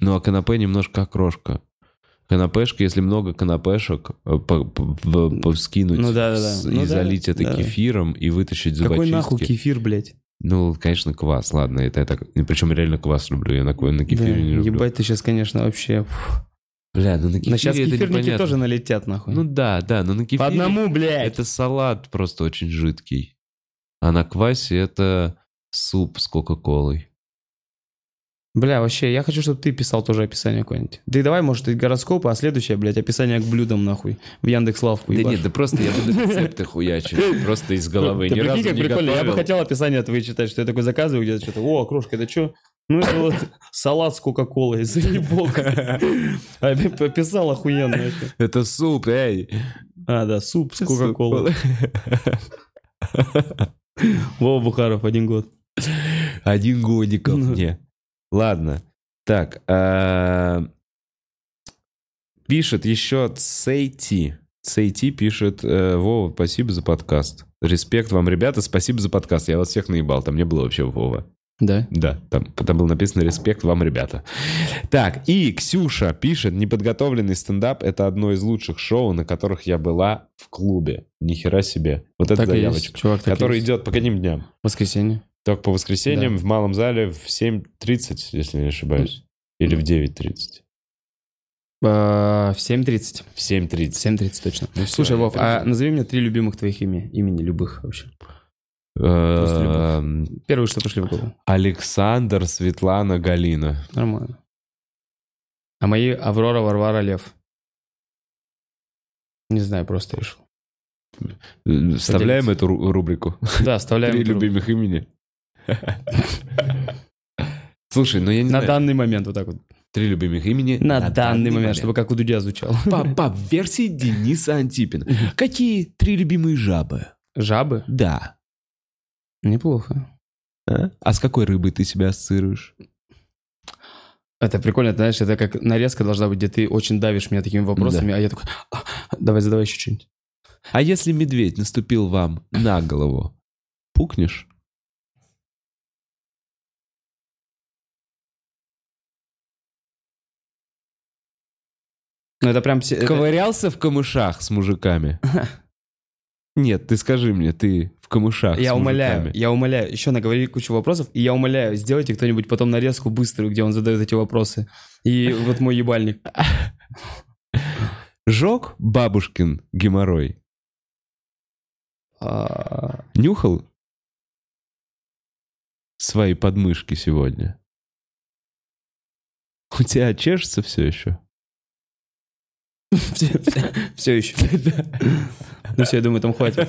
[SPEAKER 1] Ну, а канапе немножко окрошка.
[SPEAKER 3] Канапешки, если много канапешек, э, по- по- в- по- скинуть
[SPEAKER 2] Ну да, да, да.
[SPEAKER 3] с- и
[SPEAKER 2] Ну да,
[SPEAKER 3] залить это
[SPEAKER 2] да.
[SPEAKER 3] кефиром и вытащить
[SPEAKER 2] Какой
[SPEAKER 3] зубочистки.
[SPEAKER 2] нахуй кефир, блядь?
[SPEAKER 3] Ну, конечно, квас, ладно, это я так... Причем реально квас люблю, я на, ква- на кефире
[SPEAKER 2] Да,
[SPEAKER 3] не люблю.
[SPEAKER 2] Ебать, ты сейчас, конечно, вообще... фу.
[SPEAKER 3] Бля, ну на кефире
[SPEAKER 2] Но сейчас
[SPEAKER 3] это
[SPEAKER 2] кефирники
[SPEAKER 3] непонятно.
[SPEAKER 2] тоже налетят, нахуй.
[SPEAKER 3] Ну да, да, но на кефире...
[SPEAKER 2] По одному, блядь.
[SPEAKER 3] Это салат просто очень жидкий. А на квасе это суп с кока-колой.
[SPEAKER 2] Бля, вообще, я хочу, чтобы ты писал тоже описание какое-нибудь. Да и давай, может, и гороскопы, а следующее, блядь, описание к блюдам, нахуй. В Яндекс.Лавку
[SPEAKER 3] Да
[SPEAKER 2] ебашь.
[SPEAKER 3] нет, да просто я буду рецепты хуячить. Просто из головы.
[SPEAKER 2] Ты
[SPEAKER 3] Ни разу
[SPEAKER 2] прикинь, как
[SPEAKER 3] не
[SPEAKER 2] прикольно. Я бы
[SPEAKER 3] готовил.
[SPEAKER 2] хотел описание твои читать, что я такой заказываю где-то что-то. О, окрошка, это что? Ну, это вот салат с кока-колой, *laughs* заебок. А ты Пописал охуенно. вообще.
[SPEAKER 3] Это суп, эй.
[SPEAKER 2] А, да, суп с кока-колой. Вова Бухаров, один год.
[SPEAKER 3] Один годик ко
[SPEAKER 2] Ну.
[SPEAKER 3] мне. Ладно. Так. а, Пишет еще Сейти. Сейти пишет, э, Вова, спасибо за подкаст. Респект вам, ребята, спасибо за подкаст. Я вас всех наебал, там не было вообще Вова.
[SPEAKER 2] Да?
[SPEAKER 3] Да, там, там было написано «Респект вам, ребята». Так, и Ксюша пишет, неподготовленный стендап — это одно из лучших шоу, на которых я была в клубе. Нихера себе. Вот это
[SPEAKER 2] Так и есть,
[SPEAKER 3] заявочка.
[SPEAKER 2] чувак, так и
[SPEAKER 3] Который
[SPEAKER 2] есть.
[SPEAKER 3] идет по каким дням?
[SPEAKER 2] Воскресенье.
[SPEAKER 3] Только по воскресеньям в малом зале в 7.30, если не ошибаюсь. Или в 9.30.
[SPEAKER 2] А, В 7.30.
[SPEAKER 3] В 7.30.
[SPEAKER 2] 7.30 точно.
[SPEAKER 3] Ну всё,
[SPEAKER 2] Слушай,
[SPEAKER 3] я
[SPEAKER 2] Вов, а
[SPEAKER 3] понял.
[SPEAKER 2] назови мне три любимых твоих имени, имени любых вообще. просто
[SPEAKER 3] Эм,
[SPEAKER 2] Первое, что пришли в голову.
[SPEAKER 3] Александр, Светлана, Галина.
[SPEAKER 2] Нормально. А мои Аврора, Варвара, Лев. Не знаю, просто решил.
[SPEAKER 3] Э, Вставляем эту ру- рубрику.
[SPEAKER 2] Да, оставляем.
[SPEAKER 3] Три
[SPEAKER 2] друг-
[SPEAKER 3] любимых имени. Слушай, ну я не
[SPEAKER 2] На
[SPEAKER 3] знаю.
[SPEAKER 2] данный момент вот так вот.
[SPEAKER 3] Три любимых имени.
[SPEAKER 2] На, данный, момент, чтобы как у Дудя звучало.
[SPEAKER 3] По, по версии Дениса Антипина. Какие три любимые жабы?
[SPEAKER 2] Жабы?
[SPEAKER 3] Да.
[SPEAKER 2] Неплохо.
[SPEAKER 3] А? А с какой рыбой ты себя ассоциируешь?
[SPEAKER 2] Это прикольно, ты знаешь, это как нарезка должна быть, где ты очень давишь меня такими вопросами, а я такой, «А, давай задавай еще что-нибудь.
[SPEAKER 3] А если медведь наступил вам на голову, пукнешь?
[SPEAKER 2] Ну это прям... все- это-
[SPEAKER 3] Ковырялся в камышах с *laughs* мужиками? Нет, ты скажи мне, ты в камышах с
[SPEAKER 2] э, Я умоляю,
[SPEAKER 3] мужиками.
[SPEAKER 2] я умоляю. Еще наговорили кучу вопросов, и я умоляю, сделайте кто-нибудь потом нарезку быструю, где он задает эти вопросы. И вот мой ебальник.
[SPEAKER 3] Жег бабушкин геморрой?
[SPEAKER 2] А,
[SPEAKER 3] Нюхал свои подмышки сегодня? У тебя чешется все еще?
[SPEAKER 2] Все еще. Ну все, я думаю, там хватит.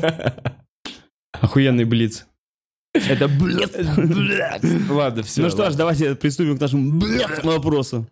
[SPEAKER 2] Охуенный блиц. Это блиц.
[SPEAKER 3] Ладно, все.
[SPEAKER 2] Ну что ж, давайте приступим к нашему блиц вопросу.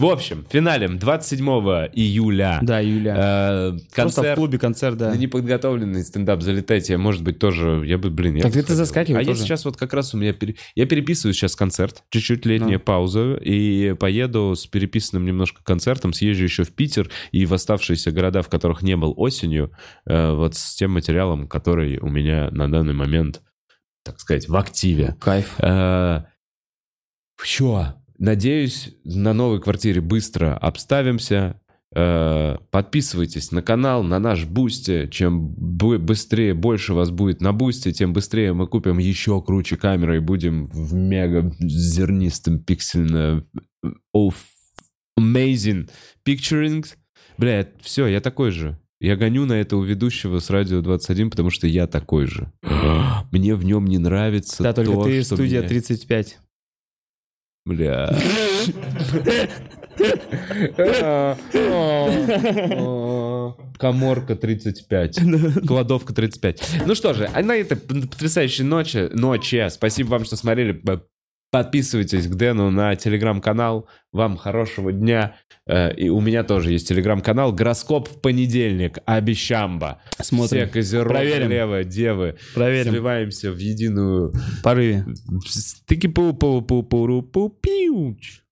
[SPEAKER 3] В общем, финалем 27 июля.
[SPEAKER 2] Да, Юля.
[SPEAKER 3] э,
[SPEAKER 2] Просто в
[SPEAKER 3] Концерт.
[SPEAKER 2] клубе концерт, да.
[SPEAKER 3] На неподготовленный стендап залетайте, я, может быть, тоже, я бы, блин... я
[SPEAKER 2] Так
[SPEAKER 3] бы
[SPEAKER 2] ты- ты
[SPEAKER 3] сходил.
[SPEAKER 2] заскакивай
[SPEAKER 3] А я
[SPEAKER 2] тоже.
[SPEAKER 3] сейчас вот как раз у меня... пере- Я переписываю сейчас концерт, чуть-чуть летняя
[SPEAKER 2] Ну.
[SPEAKER 3] пауза, и поеду с переписанным немножко концертом, съезжу еще в Питер и в оставшиеся города, в которых не был осенью, э, вот с тем материалом, который у меня на данный момент, так сказать, в активе.
[SPEAKER 2] Кайф.
[SPEAKER 3] Э, Чё? Надеюсь, на новой квартире быстро обставимся. Э, Подписывайтесь на канал, на наш Бусти. Чем бу- быстрее, больше вас будет на Бусти, тем быстрее мы купим еще круче камеры и будем в мега зернистом пиксельно of amazing picturing. Бля, все, я такой же. Я гоню на это у ведущего с Радио 21, потому что я такой же. Мне в нем не нравится
[SPEAKER 2] Да, только
[SPEAKER 3] то,
[SPEAKER 2] ты
[SPEAKER 3] что
[SPEAKER 2] студия
[SPEAKER 3] меня-
[SPEAKER 2] 35.
[SPEAKER 3] Бля. Коморка 35. Кладовка 35. Ну что же, а на этой потрясающей ночи, ночи, спасибо вам, что смотрели. П- Подписывайтесь к Дэну на телеграм-канал. Вам хорошего дня. Э, И у меня тоже есть телеграм-канал. Гороскоп в понедельник. Обещамба. Все
[SPEAKER 2] Смотрим.
[SPEAKER 3] козерог,
[SPEAKER 2] Проверим.
[SPEAKER 3] лево, девы.
[SPEAKER 2] Проверим.
[SPEAKER 3] Сливаемся в единую
[SPEAKER 2] В Порыве.
[SPEAKER 3] Стики пу пу пу пу пу пиуч.